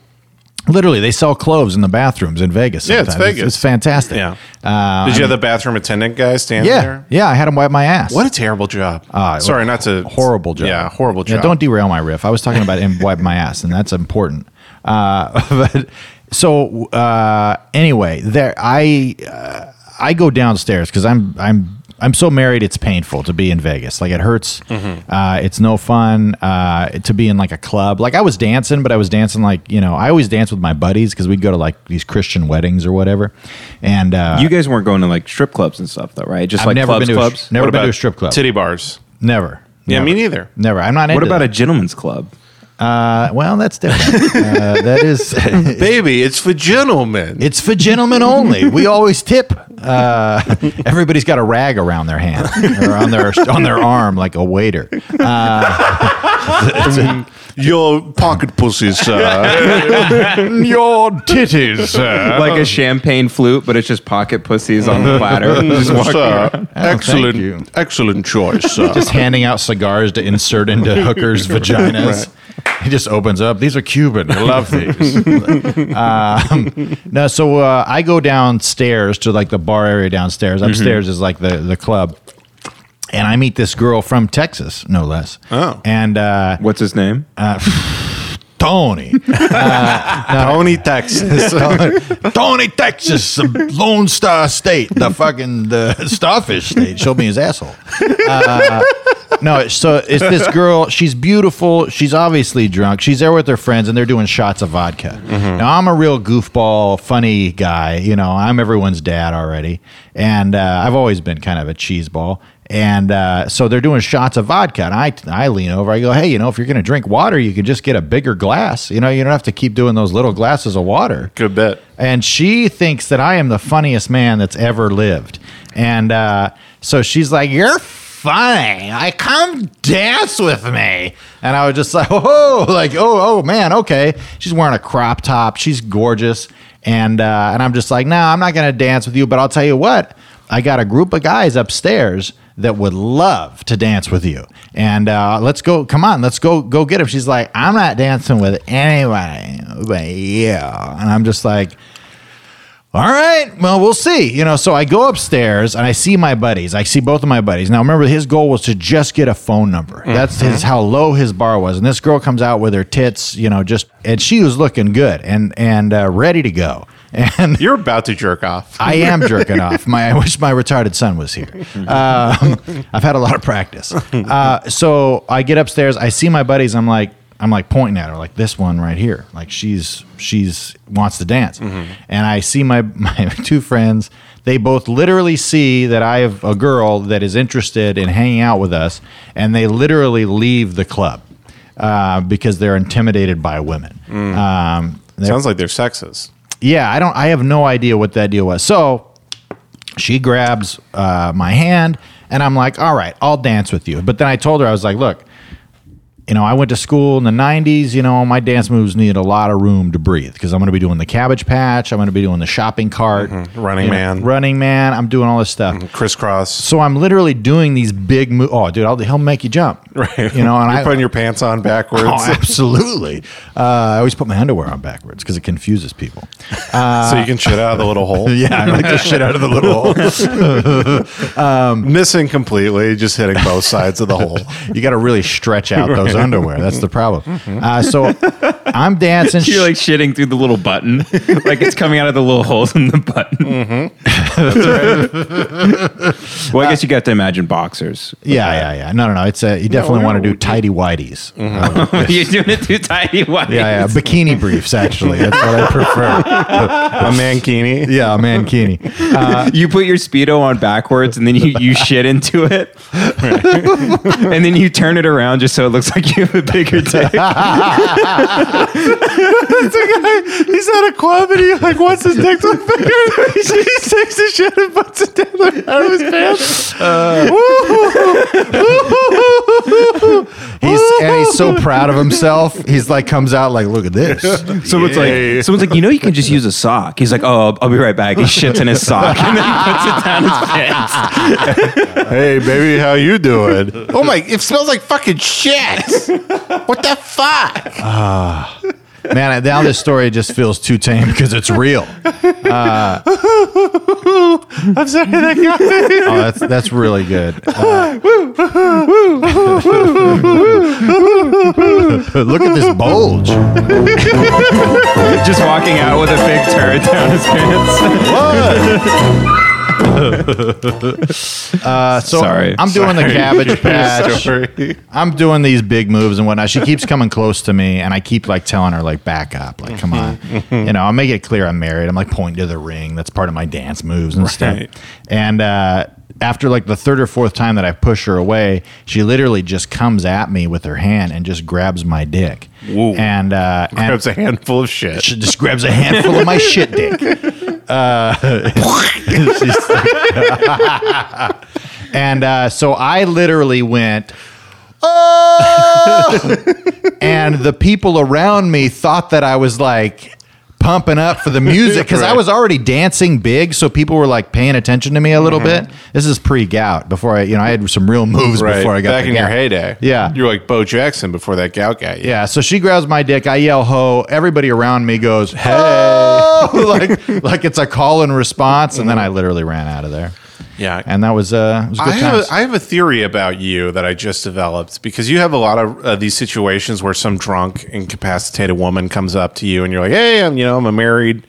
Speaker 3: literally they sell cloves in the bathrooms in Vegas.
Speaker 5: Yeah, it's
Speaker 3: sometimes.
Speaker 5: Vegas.
Speaker 3: It's, fantastic.
Speaker 5: Yeah.
Speaker 3: uh,
Speaker 5: Did you have the bathroom attendant guy standing
Speaker 3: yeah,
Speaker 5: there?
Speaker 3: yeah. I had him wipe my ass.
Speaker 5: What a terrible job.
Speaker 3: Ah,
Speaker 5: Sorry, not to
Speaker 3: horrible job.
Speaker 5: Yeah, horrible
Speaker 3: Yeah,
Speaker 5: job.
Speaker 3: don't derail my riff. I was talking about him *laughs* wipe my ass, and that's important. Uh, *laughs* but so uh, anyway, there I uh, I go downstairs because I'm I'm I'm so married. It's painful to be in Vegas. Like it hurts.
Speaker 5: Mm-hmm.
Speaker 3: Uh, it's no fun uh, to be in like a club. Like I was dancing, but I was dancing like you know I always dance with my buddies because we'd go to like these Christian weddings or whatever. And uh,
Speaker 6: you guys weren't going to like strip clubs and stuff though, right? Just
Speaker 3: I've
Speaker 6: like
Speaker 3: never
Speaker 6: clubs,
Speaker 3: been to a-
Speaker 6: clubs.
Speaker 3: never
Speaker 5: What
Speaker 3: been to
Speaker 5: about
Speaker 3: a strip club.
Speaker 5: Titty bars.
Speaker 3: Never.
Speaker 5: Yeah,
Speaker 3: never.
Speaker 5: me neither.
Speaker 3: Never. I'm not.
Speaker 6: what about a gentleman's club?
Speaker 3: a? Well, that's different. uh, that is. *laughs*
Speaker 5: Baby, it's for gentlemen.
Speaker 3: It's for gentlemen only. We always tip. Uh, *laughs* everybody's got a rag around their hand or on their on their arm, like a waiter. Uh, *laughs*
Speaker 5: Mm, Your pocket pussy, sir.
Speaker 3: *laughs* Your
Speaker 5: *laughs*
Speaker 3: titties, sir.
Speaker 6: like a champagne flute, but it's just pocket pussies on
Speaker 3: *laughs*
Speaker 6: the platter. Just walking around.
Speaker 5: sir. excellent,
Speaker 3: Oh, you.
Speaker 5: excellent choice, sir.
Speaker 3: Just handing out cigars to insert into hookers' vaginas. He just opens up. These are Cuban. I love these. um, no, so uh, I go downstairs to like the bar area downstairs. Upstairs is like the the club, and I meet this girl from Texas, no less.
Speaker 5: Oh.
Speaker 3: and uh,
Speaker 6: What's his name?
Speaker 3: Tony.
Speaker 5: Tony Texas.
Speaker 3: *laughs* Tony, Texas, the Lone Star State, the fucking the starfish state. Show me his asshole. Uh, no, it's- so it's this girl. She's beautiful. She's obviously drunk. She's there with her friends, and they're doing shots of vodka. Now I'm a real goofball, funny guy. You know, I'm everyone's dad already, and uh, I've always been kind of a cheeseball. And uh, so they're doing shots of vodka, and I I lean over. I go, hey, you know, if you're gonna drink water, you can just get a bigger glass. You know, you don't have to keep doing those little glasses of water
Speaker 5: Good bet.
Speaker 3: and she thinks that I am the funniest man that's ever lived. And uh, so she's like, "You're funny. I come dance with me." And I was just like, *laughs* "Oh, like oh, oh man, okay." She's wearing a crop top. She's gorgeous, and uh, and I'm just like, "No, I'm not gonna dance with you." But I'll tell you what, I got a group of guys upstairs that would love to dance with you. And uh, let's go. Come on, let's go. Go get him. She's like, I'm not dancing with anybody, but yeah. And I'm just like, all right. Well, we'll see. You know, so I go upstairs and I see my buddies. I see both of my buddies. Now, remember, his goal was to just get a phone number. That's his how low his bar was. And this girl comes out with her tits, you know, just and she was looking good and and uh, ready to go. *laughs* And
Speaker 5: You're about to jerk off.
Speaker 3: I am jerking off. My I wish my retarded son was here. Um, I've had a lot of practice. Uh, so I get upstairs. I see my buddies. I'm like I'm like pointing at her like this one right here. Like she's she's wants to dance. And I see my *laughs* my two friends. They both literally see that I have a girl that is interested in hanging out with us, and they literally leave the club uh, because they're intimidated by women. Um, they're-
Speaker 5: Sounds like they're sexist.
Speaker 3: yeah, I don't. I have no idea what that deal was. So she grabs uh, my hand, and I'm like, "All right, I'll dance with you." But then I told her I was like, "Look, you know, I went to school in the '90s. You know, my dance moves need a lot of room to breathe because I'm going to be doing the Cabbage Patch, I'm going to be doing the shopping cart,
Speaker 5: Mm-hmm. Running
Speaker 3: you know,
Speaker 5: Man. Mm-hmm.
Speaker 3: Running Man. I'm doing all this stuff.
Speaker 5: Crisscross.
Speaker 3: So I'm literally doing these big moves. Oh, dude, I'll, he'll make you jump,
Speaker 5: *laughs* Right.
Speaker 3: You know, and
Speaker 5: You're
Speaker 3: I
Speaker 5: putting your pants on backwards.
Speaker 3: *laughs* Oh, absolutely. Uh, I always put my underwear on backwards because it confuses people.
Speaker 5: *laughs* so you can shit out of the little hole.
Speaker 3: *laughs* Yeah, I like the shit out of the little
Speaker 5: *laughs* Missing completely, just hitting both sides of the
Speaker 3: *laughs*
Speaker 5: hole.
Speaker 3: You got to really stretch out those underwear. That's the problem.
Speaker 5: Mm-hmm.
Speaker 3: Uh, so I'm
Speaker 5: *laughs*
Speaker 3: dancing.
Speaker 6: You're like shitting through the little button, *laughs* like it's coming out of the little holes in the button. *laughs* well, I guess you got to imagine boxers. *laughs*
Speaker 3: yeah, yeah, yeah. No, no, no. It's a, you definitely want to do tidy whities.
Speaker 5: Mm-hmm.
Speaker 3: Uh,
Speaker 6: You're doing it too tidy. Why?
Speaker 3: yeah, yeah.
Speaker 5: *laughs*
Speaker 3: Bikini briefs, actually. That's what I prefer.
Speaker 5: A mankini.
Speaker 3: Yeah, a mankini.
Speaker 6: You put your speedo on backwards, and then you, you shit into it, and then you turn it around just so it looks like you have a bigger dick.
Speaker 5: He's at a club and he like wants his dick to look bigger. he takes his shit and puts it down the- out of his pants. *laughs*
Speaker 3: He's, and he's so proud of himself. He's like, comes out like, look at this.
Speaker 6: Someone's
Speaker 5: Yeah.
Speaker 6: like, someone's like, you know, you can just use a sock. He's like, oh, I'll, I'll be right back. He shits in his sock, and then he puts it down his pants.
Speaker 5: *laughs* hey, baby, how you doing? oh my! It smells like fucking shit.
Speaker 3: *laughs*
Speaker 5: what the fuck?
Speaker 3: Man, now this story just feels too tame because it's real.
Speaker 5: Uh, *laughs* I'm sorry, that got me.
Speaker 3: Oh, that's that's really good. Uh,
Speaker 5: *laughs*
Speaker 3: *laughs* Look at this
Speaker 6: *laughs*
Speaker 3: bulge.
Speaker 6: Just walking out with a big turd down his pants.
Speaker 3: Uh, so
Speaker 6: Sorry.
Speaker 3: I'm doing the
Speaker 6: *laughs*
Speaker 3: cabbage patch.
Speaker 5: *laughs* Sorry.
Speaker 3: I'm doing these big moves and whatnot. She keeps coming close to me, and I keep like telling her, like, back up, like, come
Speaker 5: *laughs*
Speaker 3: on. you know, I'll make it clear I'm married. I'm like pointing to the ring. That's part of my dance moves and
Speaker 5: Right.
Speaker 3: stuff. And uh, after like the third or fourth time that I push her away, she literally just comes at me with her hand and just grabs my dick.
Speaker 5: Whoa.
Speaker 3: And uh, and-
Speaker 5: Grabs a handful of shit.
Speaker 3: she just grabs a handful of my shit
Speaker 5: *laughs*
Speaker 3: dick. Uh, *laughs* it's just like- *laughs* and uh, so I literally went,
Speaker 5: *laughs*
Speaker 3: oh! and the people around me thought that I was like pumping up for the music because I
Speaker 5: Right.
Speaker 3: was already dancing big. So people were like paying attention to me a little
Speaker 5: Mm-hmm.
Speaker 3: bit. This is pre gout before I, you know, I had some real moves before I got
Speaker 5: back
Speaker 3: the
Speaker 5: in your
Speaker 3: gout.
Speaker 5: heyday.
Speaker 3: Yeah.
Speaker 5: you were like Bo Jackson before that gout guy.
Speaker 3: Yeah, so she grabs my dick. I yell "ho!" Everybody around me goes "hey!" *laughs* like like it's a call and response, and then I literally ran out of there.
Speaker 5: yeah.
Speaker 3: And that was uh, it was good
Speaker 5: I have,
Speaker 3: times.
Speaker 5: a, I have a theory about you that I just developed because you have a lot of uh, these situations where some drunk, incapacitated woman comes up to you and you're like, "Hey, I'm you know I'm a married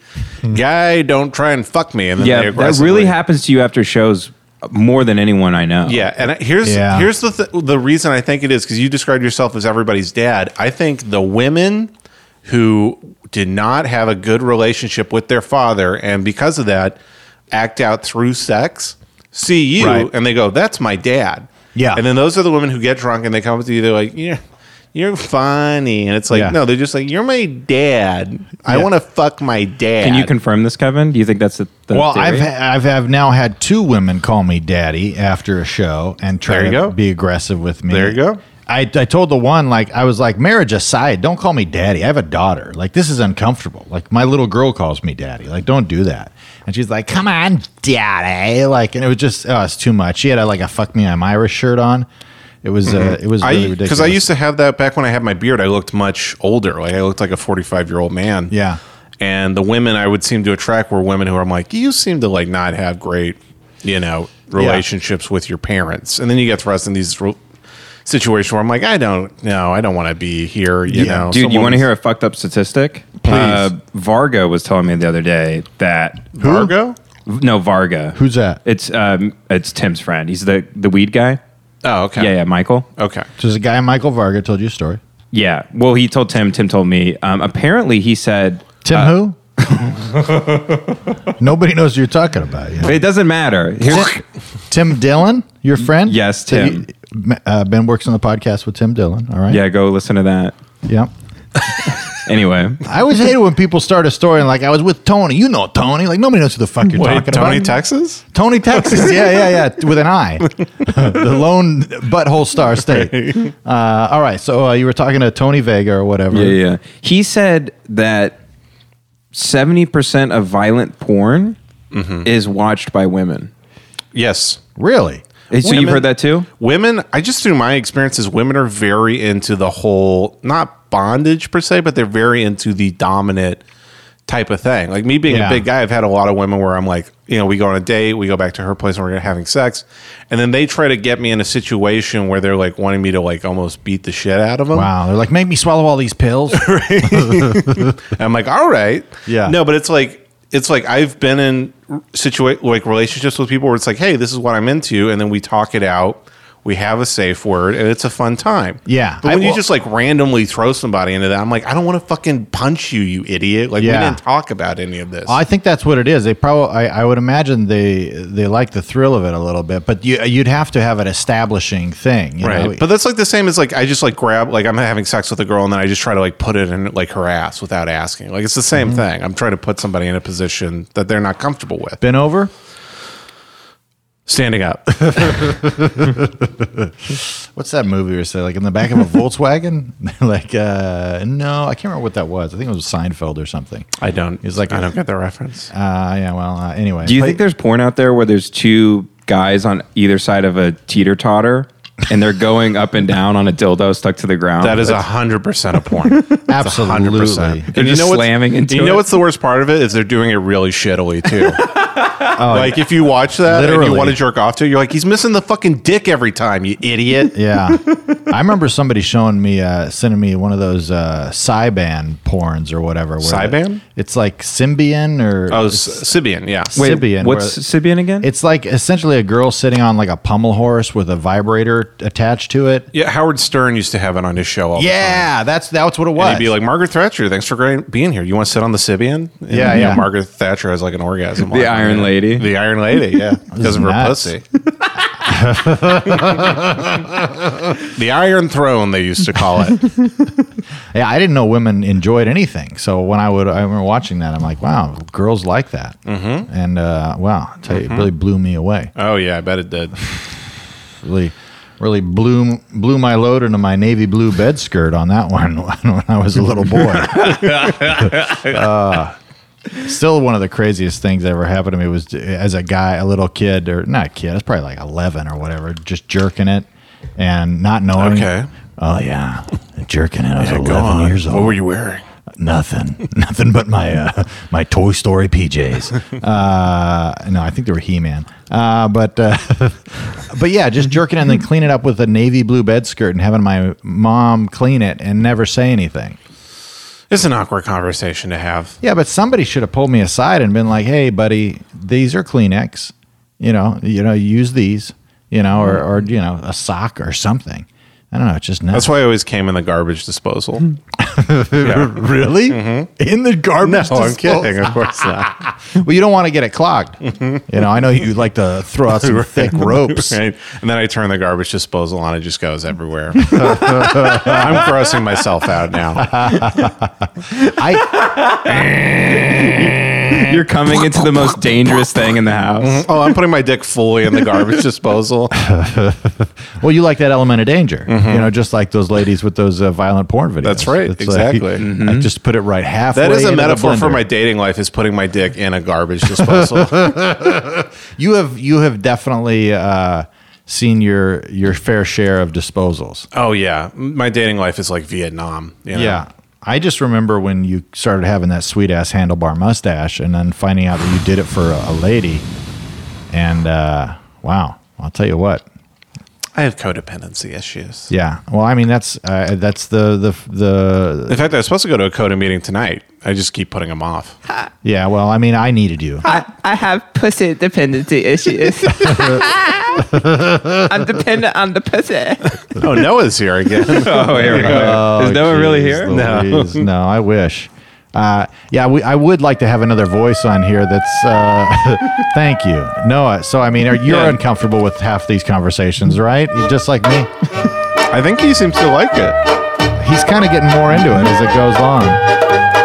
Speaker 5: guy. Don't try and fuck me." And then they
Speaker 6: yeah, that
Speaker 5: aggressively-
Speaker 6: really happens to you after shows more than anyone I know.
Speaker 5: Yeah, and I- here's
Speaker 3: Yeah.
Speaker 5: here's the th- the reason I think it is because you described yourself as everybody's dad. I think the women who did not have a good relationship with their father, and because of that, act out through sex, see you,
Speaker 3: Right.
Speaker 5: and they go, "That's my dad."
Speaker 3: Yeah.
Speaker 5: and then those are the women who get drunk and they come up to you. They're like, "Yeah." You're funny, and it's like
Speaker 3: Yeah.
Speaker 5: no, they're just like you're my dad. I
Speaker 3: Yeah.
Speaker 5: want to fuck my dad.
Speaker 6: Can you confirm this, Kevin? Do you think that's the, the
Speaker 3: well, I've,
Speaker 6: theory?
Speaker 3: ha- I've I've now had two women call me daddy after a show and try
Speaker 5: There
Speaker 3: to
Speaker 5: you go.
Speaker 3: be aggressive with me.
Speaker 5: There you go.
Speaker 3: I, I told the one like I was like marriage aside, don't call me daddy. I have a daughter. Like this is uncomfortable. Like my little girl calls me daddy. Like don't do that. And she's like, come on, daddy. Like and it was just oh, it's too much. She had a, like a fuck me I'm Irish shirt on. It was uh, it was really
Speaker 5: Mm-hmm. I
Speaker 3: ridiculous.
Speaker 5: because I used to have that back when I had my beard. I looked much older. Like I looked like a forty-five year old man.
Speaker 3: Yeah.
Speaker 5: And the women I would seem to attract were women who I'm like, you seem to like not have great, you know, relationships with your parents. And then you get thrust in these re- situations where I'm like, I don't know, I don't want to be here. You
Speaker 3: Yeah.
Speaker 5: know,
Speaker 6: Dude, you
Speaker 5: Someone-
Speaker 6: want to hear a fucked up statistic? Please. Varga was telling me the other day that
Speaker 5: Vargo?
Speaker 6: No, Varga.
Speaker 3: Who's that?
Speaker 6: It's um, it's Tim's friend. He's the the weed guy.
Speaker 5: Oh, okay.
Speaker 6: Yeah, yeah, Michael.
Speaker 5: Okay.
Speaker 3: So there's a guy Michael Varga told you a story.
Speaker 6: Yeah. Well, he told Tim. Tim told me. Um, apparently, he said
Speaker 5: Uh,
Speaker 3: Tim
Speaker 5: *laughs*
Speaker 3: who? Nobody knows who you're talking about. You know?
Speaker 6: it doesn't matter. Here's,
Speaker 3: Tim Dillon, your friend?
Speaker 6: Yes, Tim.
Speaker 3: So you- uh, ben works on the podcast with Tim Dillon. All right.
Speaker 6: *laughs* yeah, go listen to that.
Speaker 3: Yep.
Speaker 6: Anyway,
Speaker 3: I always hate it when people start a story and like I was with Tony. You know Tony. Like nobody knows who the fuck you're
Speaker 5: Wait,
Speaker 3: talking
Speaker 5: Tony
Speaker 3: about.
Speaker 5: Texas?
Speaker 3: Tony
Speaker 6: *laughs*
Speaker 3: Texas. Yeah, yeah, yeah. With an I. the lone butthole star state. Uh, all right. So uh, you were talking to Tony Vega or whatever.
Speaker 6: yeah, yeah. He said that seventy percent of violent porn
Speaker 5: Mm-hmm.
Speaker 6: is watched by women.
Speaker 5: Yes.
Speaker 3: Really?
Speaker 6: Hey, So you've
Speaker 5: Women-
Speaker 6: heard that too?
Speaker 5: Women, I just through my experiences, women are very into the whole not bondage per se, but they're very into the dominant type of thing. Like me being
Speaker 3: Yeah.
Speaker 5: a big guy, I've had a lot of women where I'm like, you know, we go on a date, we go back to her place and we're having sex. And then they try to get me in a situation where they're like wanting me to like almost beat the shit out of them.
Speaker 3: Wow. They're like, make me swallow all these
Speaker 6: *laughs*
Speaker 3: pills.
Speaker 5: And I'm like, all right.
Speaker 3: Yeah.
Speaker 5: No, but it's like, it's like I've been in situa- like relationships with people where it's like, hey, this is what I'm into. And then we talk it out. We have a safe word and it's a fun time.
Speaker 3: Yeah.
Speaker 5: But when
Speaker 3: I-
Speaker 5: you
Speaker 3: well-
Speaker 5: just like randomly throw somebody into that, I'm like, I don't want to fucking punch you, you idiot. Like,
Speaker 3: Yeah.
Speaker 5: we didn't talk about any of this.
Speaker 3: I think that's what it is. They probably, I, I would imagine they they like the thrill of it a little bit, but you you'd have to have an establishing thing, you know?
Speaker 5: But that's like the same as like I just like grab like I'm having sex with a girl and then I just try to like put it in like her ass without asking. Like it's the same
Speaker 3: Mm-hmm.
Speaker 5: thing. I'm trying to put somebody in a position that they're not comfortable with.
Speaker 3: Been over? *laughs*
Speaker 5: Standing up.
Speaker 3: What's that movie or say like in the back *laughs* of a Volkswagen? like uh no, I can't remember what that was. I think it was Seinfeld or something.
Speaker 5: I don't.
Speaker 3: He's like-
Speaker 5: I don't get the reference.
Speaker 3: Uh yeah, well, uh, anyway.
Speaker 6: Do you
Speaker 3: But-
Speaker 6: think there's porn out there where there's two guys on either side of a teeter totter and they're going up and down on a dildo stuck to the ground.
Speaker 5: That is
Speaker 6: That's-
Speaker 5: hundred percent of
Speaker 6: *laughs*
Speaker 5: porn.
Speaker 3: Absolutely.
Speaker 6: They're just
Speaker 5: what's-
Speaker 6: slamming into
Speaker 5: You know
Speaker 6: it.
Speaker 5: what's the worst part of it is they're doing it really shittily
Speaker 6: *laughs*
Speaker 5: too.
Speaker 6: Oh,
Speaker 5: like if you watch that and
Speaker 3: Literally.
Speaker 5: you want to jerk off to, it, you're like, he's missing the fucking dick every time, you
Speaker 6: *laughs*
Speaker 5: idiot.
Speaker 3: *laughs* Yeah, I remember somebody showing me, uh, sending me one of those uh, Cyban porns or whatever. where
Speaker 5: Cyban?
Speaker 3: It's like Symbian or
Speaker 5: Oh,
Speaker 3: it's
Speaker 5: S- Sibian, yeah.
Speaker 6: Wait,
Speaker 3: Sibian,
Speaker 6: What's
Speaker 3: where-
Speaker 6: Sibian again?
Speaker 3: It's like essentially a girl sitting on like a pommel horse with a vibrator attached to it.
Speaker 5: Yeah, Howard Stern used to have it on his show. All
Speaker 3: Yeah, that's that's what it
Speaker 5: the time.
Speaker 3: was.
Speaker 5: And he'd be like, Margaret Thatcher, thanks for great being here. You want to sit on the Sibian? And,
Speaker 3: Yeah,
Speaker 5: you know,
Speaker 3: yeah.
Speaker 5: Margaret Thatcher has like
Speaker 3: *laughs*
Speaker 5: an orgasm.
Speaker 6: The
Speaker 5: like,
Speaker 6: Iron
Speaker 5: uh,
Speaker 6: Lady.
Speaker 5: The Iron Lady, yeah. Because of her
Speaker 3: nuts.
Speaker 5: pussy. *laughs* the Iron Throne, they used to call
Speaker 3: *laughs*
Speaker 5: it.
Speaker 3: yeah, I didn't know women enjoyed anything. So when I would, I remember watching that, I'm like, wow, girls like that. Mm-hmm. And uh, wow, I tell you, it really blew me away.
Speaker 5: Oh, yeah, I bet it did.
Speaker 3: Really, really blew blew my load into my navy blue bed skirt on that *laughs* one when I was a little boy.
Speaker 5: *laughs*
Speaker 3: Uh, Still, one of the craziest things that ever happened to me was uh, as a guy, a little kid, or not kid, I was probably like 11 or whatever, just jerking it and not knowing.
Speaker 5: Okay.
Speaker 3: Oh, yeah. Jerking it. I was 11 years old.
Speaker 5: What were you wearing?
Speaker 3: Nothing, *laughs* nothing but my uh, my Toy Story
Speaker 5: *laughs*
Speaker 3: PJs. Uh, no, I think they were He Man. Uh, but uh, *laughs* but yeah, just jerking it and then clean it up with a navy blue bed skirt and having my mom clean it and never say anything.
Speaker 5: It's an awkward conversation to have.
Speaker 3: Yeah, but somebody should have pulled me aside and been like, "Hey, buddy, these are Kleenex. You know, you know, use these. You know, or or you know, a sock or something. I don't know. It's just nuts.
Speaker 5: That's why I always came in the garbage disposal.
Speaker 3: Hmm.
Speaker 5: no,
Speaker 3: *laughs* really in the garbage.
Speaker 5: Mm-hmm. Oh, I'm
Speaker 3: disposal?
Speaker 5: kidding. Of course
Speaker 3: *laughs*
Speaker 5: not.
Speaker 3: Well, you don't want to get it clogged. You know, I know you like to throw
Speaker 5: *laughs*
Speaker 3: out some thick ropes.
Speaker 5: Mm-hmm. Right? And then I turn the garbage disposal on. It just goes everywhere. *laughs* I'm grossing myself out now.
Speaker 3: I
Speaker 6: You're coming into the most dangerous thing in the house.
Speaker 5: Oh, I'm putting my dick fully in
Speaker 3: *laughs*
Speaker 5: the garbage disposal.
Speaker 3: well, you like that element of danger. You know, just like those ladies with those uh, violent porn videos.
Speaker 5: Mm-hmm. That's right,
Speaker 3: It's
Speaker 5: exactly. Mm-hmm.
Speaker 3: Like, I just put it right halfway.
Speaker 5: That is a
Speaker 3: into the
Speaker 5: metaphor for
Speaker 3: blender.
Speaker 5: my dating life is putting my dick in a garbage
Speaker 3: *laughs*
Speaker 5: disposal.
Speaker 3: You have you have definitely uh, seen your your fair share of disposals.
Speaker 5: oh yeah. My dating life is like Vietnam. you know?
Speaker 3: Yeah. I just remember when you started having that sweet ass handlebar mustache and then finding out that you did it for a, a lady. And uh, wow, I'll tell you what,
Speaker 5: I have codependency issues.
Speaker 3: Yeah. Well, I mean, that's uh, that's the the the
Speaker 5: In fact, I was supposed to go to a CODA meeting tonight. I just keep putting
Speaker 3: *laughs*
Speaker 5: them off.
Speaker 3: yeah. Well, I mean, I needed you.
Speaker 7: I, I have pussy dependency issues. I'm dependent on the pussy.
Speaker 5: Oh, Noah's here
Speaker 3: *laughs*
Speaker 5: again.
Speaker 6: Oh, here we go. is no one really here?
Speaker 3: No. no, I wish. Uh, yeah, we, I would like to have another voice on here. That's uh, *laughs* thank you, Noah. So, I mean, are, you're
Speaker 5: Yeah.
Speaker 3: uncomfortable with half these conversations, right? You're just like me.
Speaker 5: I think he seems to like it.
Speaker 3: He's kind of getting more into it as it goes on.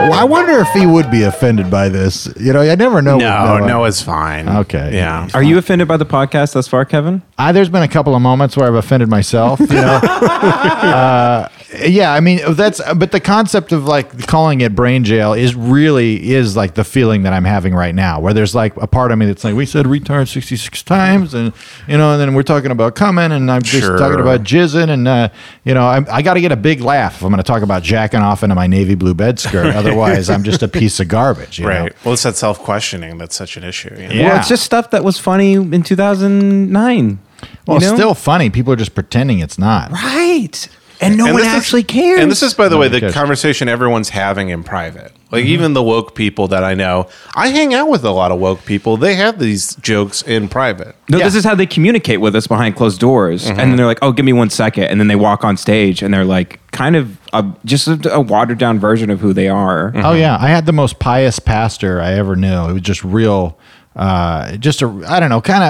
Speaker 3: Well, I wonder if he would be offended by this. You know, I never know. with
Speaker 5: *laughs* No,
Speaker 3: Oh, Noah.
Speaker 5: Noah's fine.
Speaker 3: Okay.
Speaker 5: Yeah.
Speaker 6: Are you offended by the podcast thus far, Kevin?
Speaker 3: I, there's been a couple of moments where I've offended myself. You
Speaker 5: *laughs*
Speaker 3: know, uh, yeah. I mean, that's but the concept of like calling it brain jail is really is like the feeling that I'm having right now, where there's like a part of me that's like, we said return 66 times, and you know, and then we're talking about coming, and I'm just
Speaker 5: Sure.
Speaker 3: talking about jizzing, and uh, you know, I, I got to get a big laugh if I'm going to talk about jacking off into my navy blue bed skirt. Otherwise, I'm just a piece of garbage. You
Speaker 5: Right.
Speaker 3: Know?
Speaker 5: Well, it's that self questioning that's such an issue. you know?
Speaker 3: Yeah.
Speaker 6: Well, it's just stuff that was funny in 2009.
Speaker 3: Well,
Speaker 6: you
Speaker 3: it's
Speaker 6: know?
Speaker 3: still funny. People are just pretending it's not.
Speaker 6: Right. And no
Speaker 5: And
Speaker 6: one
Speaker 5: this is-
Speaker 6: actually cares.
Speaker 5: And this is, by the way,
Speaker 3: one
Speaker 5: the
Speaker 3: cares.
Speaker 5: conversation everyone's having in private. Like even the woke people that I know, I hang out with a lot of woke people. They have these jokes in private.
Speaker 6: No, this is how they communicate with us behind closed doors. And then they're like, oh, give me one second. And then they walk on stage and they're like, kind of a, just a, a watered down version of who they are.
Speaker 5: Mm-hmm.
Speaker 3: Oh yeah, I had the most pious pastor I ever knew. It was just real, uh, just a I don't know, kind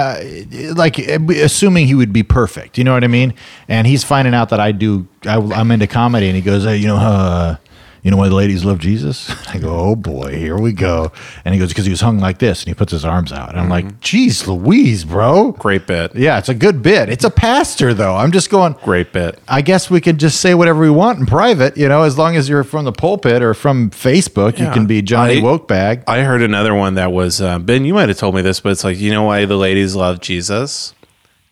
Speaker 3: of like assuming he would be perfect. You know what I mean? And he's finding out that I do. I, am into comedy, and he goes, "Hey, you know, uh, you know why the ladies love Jesus?" *laughs* I go, "Oh boy, here we go." And he goes, "Because he was hung like this," and he puts his arms out, and I'm like, "Jeez, Louise, bro."
Speaker 5: Mm-hmm. Great bit.
Speaker 3: Yeah, it's a good bit. It's a pastor though. I'm just going.
Speaker 5: Great bit.
Speaker 3: I guess we could just say whatever we want in private, you know, as long as you're from the pulpit or from Facebook, you
Speaker 5: Yeah.
Speaker 3: can be Johnny
Speaker 5: I-
Speaker 3: Wokebag.
Speaker 5: I heard another one that was uh, Ben. You might have told me this, but it's like you know why the ladies love Jesus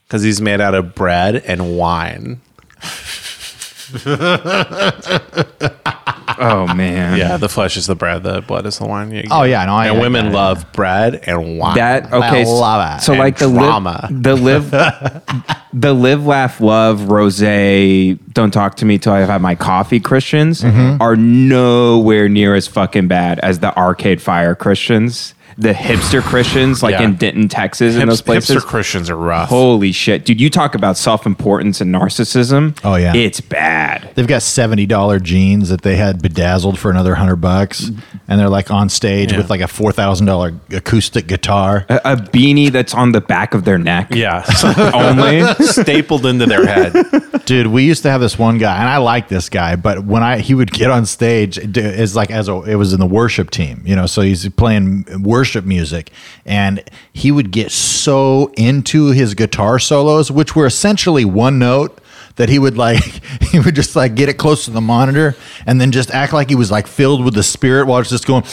Speaker 5: because he's made out of bread and wine.
Speaker 6: Oh man.
Speaker 5: Yeah, the flesh is the bread, the blood is the wine.
Speaker 3: Oh, yeah, no, I-
Speaker 5: and
Speaker 3: I-
Speaker 5: women
Speaker 3: I-
Speaker 5: love bread and wine.
Speaker 6: That okay. so-
Speaker 3: love it.
Speaker 6: So
Speaker 5: And
Speaker 6: like the
Speaker 5: drama.
Speaker 6: live, the live, the live, laugh, love, rose. Don't talk to me till I've had my coffee. Christians are nowhere near as fucking bad as the Arcade Fire Christians, the hipster Christians, like
Speaker 5: Yeah.
Speaker 6: in Denton, Texas, and
Speaker 5: Hips-
Speaker 6: those places.
Speaker 5: hipster Christians are rough.
Speaker 6: Holy shit, dude! You talk about self-importance and narcissism.
Speaker 3: Oh, yeah.
Speaker 6: it's bad.
Speaker 3: They've got seventy dollar jeans that they had bedazzled for another hundred bucks, and they're like on stage with like a four thousand dollar acoustic guitar.
Speaker 6: A, a beanie that's on the back of their neck.
Speaker 5: yeah,
Speaker 6: *laughs*
Speaker 5: *laughs*
Speaker 6: only.
Speaker 5: stapled into their head.
Speaker 3: *laughs* Dude, we used to have this one guy, and I like this guy, but when I he would get on stage, it is like as a it was in the worship team, you know, so he's playing worship music, and he would get so into his guitar solos, which were essentially one note. That he would like, *laughs* he would just like get it close to the monitor and then just act like he was like filled with the spirit while it's just going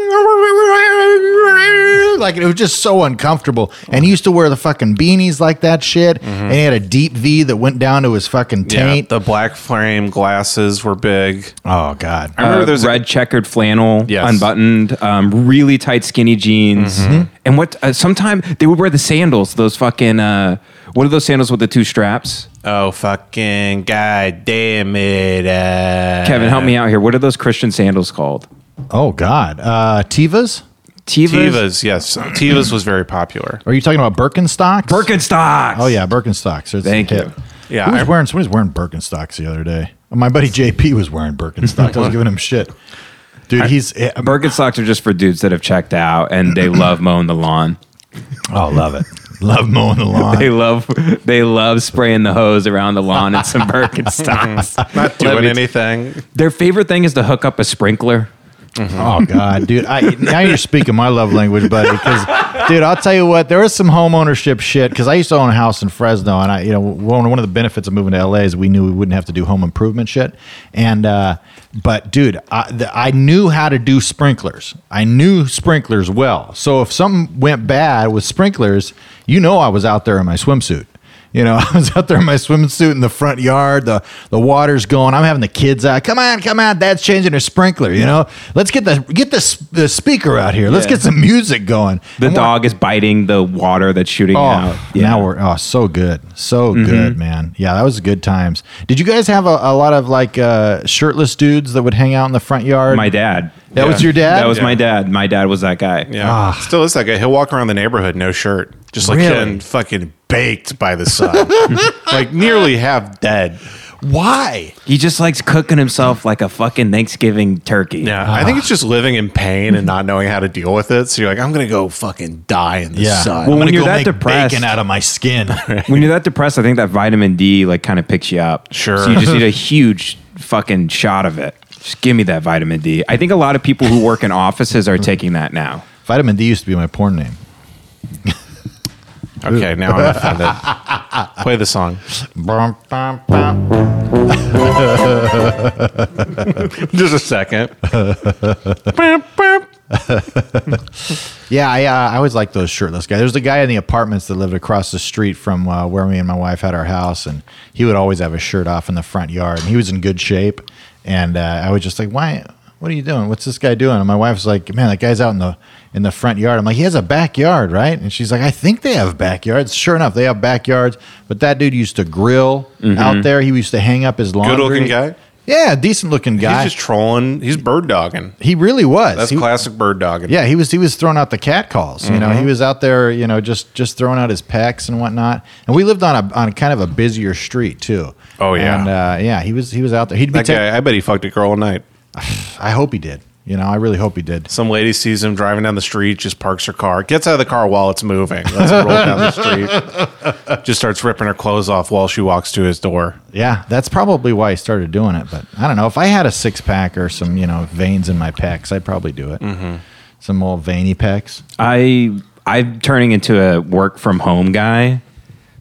Speaker 3: *laughs* like it was just so uncomfortable. And he used to wear the fucking beanies like that shit. And he had a deep V that went down to his fucking
Speaker 5: Mm-hmm. Yeah,
Speaker 3: taint.
Speaker 5: the black frame glasses were big.
Speaker 3: oh god.
Speaker 5: I remember
Speaker 6: uh,
Speaker 5: there's a-
Speaker 6: red checkered flannel,
Speaker 5: Yes.
Speaker 6: unbuttoned, um, really tight skinny jeans,
Speaker 3: Mm-hmm.
Speaker 6: and what? Uh, Sometimes they would wear the sandals. Those fucking uh, what are those sandals with the two straps?
Speaker 5: Oh fucking god damn it, uh,
Speaker 6: Kevin, help me out here. What are those Christian sandals called?
Speaker 3: Oh god. Uh Tivas?
Speaker 6: Tivas,
Speaker 5: Tivas, yes, Tivas was very popular.
Speaker 3: Are you talking about Birkenstocks?
Speaker 6: Birkenstocks.
Speaker 3: Oh yeah, Birkenstocks. It's
Speaker 6: Thank
Speaker 3: hip.
Speaker 6: you.
Speaker 5: Yeah,
Speaker 3: Who was
Speaker 5: I-
Speaker 3: wearing somebody was wearing Birkenstocks the other day. My buddy JP was wearing Birkenstocks.
Speaker 5: *laughs*
Speaker 3: I was giving him shit. Dude, he's eh,
Speaker 6: Birkenstocks are just for dudes that have checked out and they love mowing the lawn.
Speaker 3: Oh, love it. Love mowing
Speaker 5: *laughs*
Speaker 3: the lawn.
Speaker 6: They love they love spraying the hose around the lawn in
Speaker 3: *laughs*
Speaker 6: some Birkenstocks.
Speaker 5: Not doing anything.
Speaker 6: Their favorite thing is to hook up a sprinkler.
Speaker 3: Oh God, dude! I, now you're speaking my love language, buddy. Because, dude, I'll tell you what, there is some home ownership shit. Because I used to own a house in Fresno, and I, you know, one, one of the benefits of moving to LA is we knew we wouldn't have to do home improvement shit. And, uh, but, dude, I, the, I knew how to do sprinklers. I knew sprinklers well. So if something went bad with sprinklers, you know, I was out there in my swimsuit. You know, *laughs* I was out there in my swimsuit in the front yard. The the water's going. I'm having the kids out. Come on, come on. Dad's changing her sprinkler. You know, let's get the get the, s- the speaker out here. Let's
Speaker 6: Yeah.
Speaker 3: get some music going.
Speaker 6: The
Speaker 3: And we're-
Speaker 6: dog is biting the water that's shooting
Speaker 3: Oh,
Speaker 6: out. Mm-hmm.
Speaker 3: now we're oh so good, so good, man. Yeah, that was good times. Did you guys have a, a lot of like uh, shirtless dudes that would hang out in the front yard?
Speaker 6: my dad.
Speaker 3: That was your dad?
Speaker 6: That was
Speaker 5: Yeah.
Speaker 6: my dad. My dad was that guy.
Speaker 5: Yeah, Ah. still is that guy. He'll walk around the neighborhood no shirt, just like
Speaker 3: Really?
Speaker 5: getting fucking baked by the sun, like nearly half dead.
Speaker 3: Why?
Speaker 6: He just likes cooking himself like a fucking Thanksgiving turkey.
Speaker 5: Yeah, I think it's just living in pain and not knowing how to deal with it. So you're like, I'm gonna go fucking die in the
Speaker 3: Yeah.
Speaker 5: sun.
Speaker 6: Well,
Speaker 3: I'm
Speaker 6: when
Speaker 3: gonna
Speaker 6: you're
Speaker 3: go
Speaker 6: that
Speaker 3: make
Speaker 6: depressed-
Speaker 3: bacon out of my skin.
Speaker 6: *laughs* *laughs* When you're that depressed, I think that vitamin D like kind of picks you up.
Speaker 5: Sure.
Speaker 6: So you
Speaker 5: *laughs*
Speaker 6: just need a huge fucking shot of it. Just give me that vitamin D. I think a lot of people who work in offices are taking that now.
Speaker 3: Vitamin D used to be my porn name.
Speaker 5: okay, now I'm offended. Play the song.
Speaker 3: Bum, bum, bum.
Speaker 5: Just a second.
Speaker 3: Yeah, I, uh, I always like those shirtless guys. There's a guy in the apartments that lived across the street from uh, where me and my wife had our house, and he would always have his shirt off in the front yard. And he was in good shape, and uh, I was just like, "Why? What are you doing? What's this guy doing?" And my wife's like, "Man, that guy's out in the in the front yard." I'm like, "He has a backyard, right?" And she's like, "I think they have backyards." Sure enough, they have backyards. But that dude used to grill out there. He used to hang up his laundry.
Speaker 5: Mm-hmm. Good-looking guy?
Speaker 3: Yeah, decent looking guy.
Speaker 5: He's just trolling. He's bird dogging.
Speaker 3: he really was.
Speaker 5: That's
Speaker 3: He-
Speaker 5: classic bird dogging.
Speaker 3: yeah, he was he was throwing out the cat calls. You
Speaker 5: Mm-hmm.
Speaker 3: know, he was out there, you know, just just throwing out his pecs and whatnot. And we lived on a on kind of a busier street too.
Speaker 5: Oh, yeah.
Speaker 3: and uh, yeah, he was he was out there. He'd be.
Speaker 5: That
Speaker 3: ta-
Speaker 5: guy, I bet he fucked a girl all night.
Speaker 3: I hope he did. You know, I really hope he did.
Speaker 5: Some lady sees him driving down the street, just parks her car, gets out of the car while it's moving, lets it roll down the street, just starts ripping her clothes off while she walks to his door.
Speaker 3: Yeah, that's probably why he started doing it. But I don't know if I had a six pack or some you know veins in my pecs, I'd probably do it.
Speaker 5: Mm-hmm.
Speaker 3: Some old veiny pecs.
Speaker 6: I I'm turning into a work from home guy.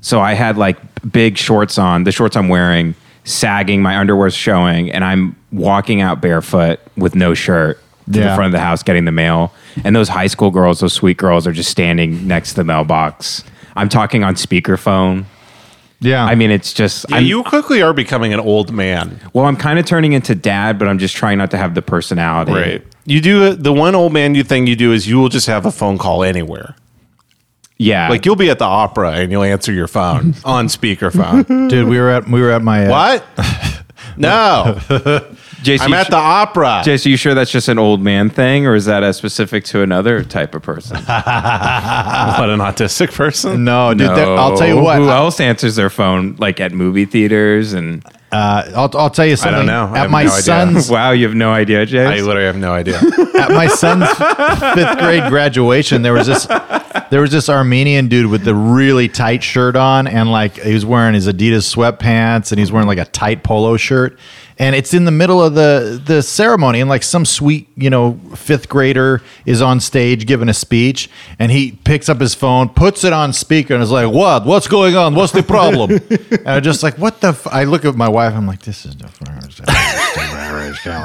Speaker 6: So I had like big shorts on, the shorts I'm wearing sagging, my underwear's showing, and I'm walking out barefoot with no shirt to
Speaker 3: Yeah.
Speaker 6: the front of the house getting the mail. And those high school girls, those sweet girls, are just standing next to the mailbox I'm talking on speakerphone.
Speaker 3: Yeah.
Speaker 6: I mean, it's just
Speaker 5: Yeah,
Speaker 6: I'm,
Speaker 5: you quickly are becoming an old man.
Speaker 6: well, I'm kind of turning into dad, but I'm just trying not to have the personality.
Speaker 5: You do the one old man you thing you do is you will just have a phone call anywhere.
Speaker 6: Yeah.
Speaker 5: Like you'll be at the opera and you'll answer your phone
Speaker 3: *laughs*
Speaker 5: on speakerphone.
Speaker 3: dude, we were at we were at my uh,
Speaker 5: what? No,
Speaker 6: Jason,
Speaker 5: I'm
Speaker 6: you
Speaker 5: at
Speaker 6: su-
Speaker 5: the opera.
Speaker 6: Jason, you sure that's just an old man thing, or is that a specific to another type
Speaker 3: *laughs*
Speaker 6: of person?
Speaker 5: What an autistic person.
Speaker 3: No, dude. that- I'll tell you
Speaker 6: No.
Speaker 3: what. uh,
Speaker 6: Who else answers their phone like at movie theaters and?
Speaker 3: I'll, I'll tell you something.
Speaker 5: know. I
Speaker 3: At
Speaker 5: have
Speaker 3: my
Speaker 5: no idea.
Speaker 3: son's
Speaker 6: *laughs* Wow, you have no idea,
Speaker 5: I
Speaker 6: Jason.
Speaker 5: literally have no idea.
Speaker 3: at my son's fifth grade graduation, there was this there was this Armenian dude with the really tight shirt on, and like he was wearing his Adidas sweatpants, and he's wearing like a tight polo shirt, and it's in the middle of the the ceremony, and like some sweet you know fifth grader is on stage giving a speech, and he picks up his phone, puts it on speaker, and is like, "What? What's going on? What's the problem?" and I'm just like, "What the?" F-? I look at my wife, I'm like, "This is different."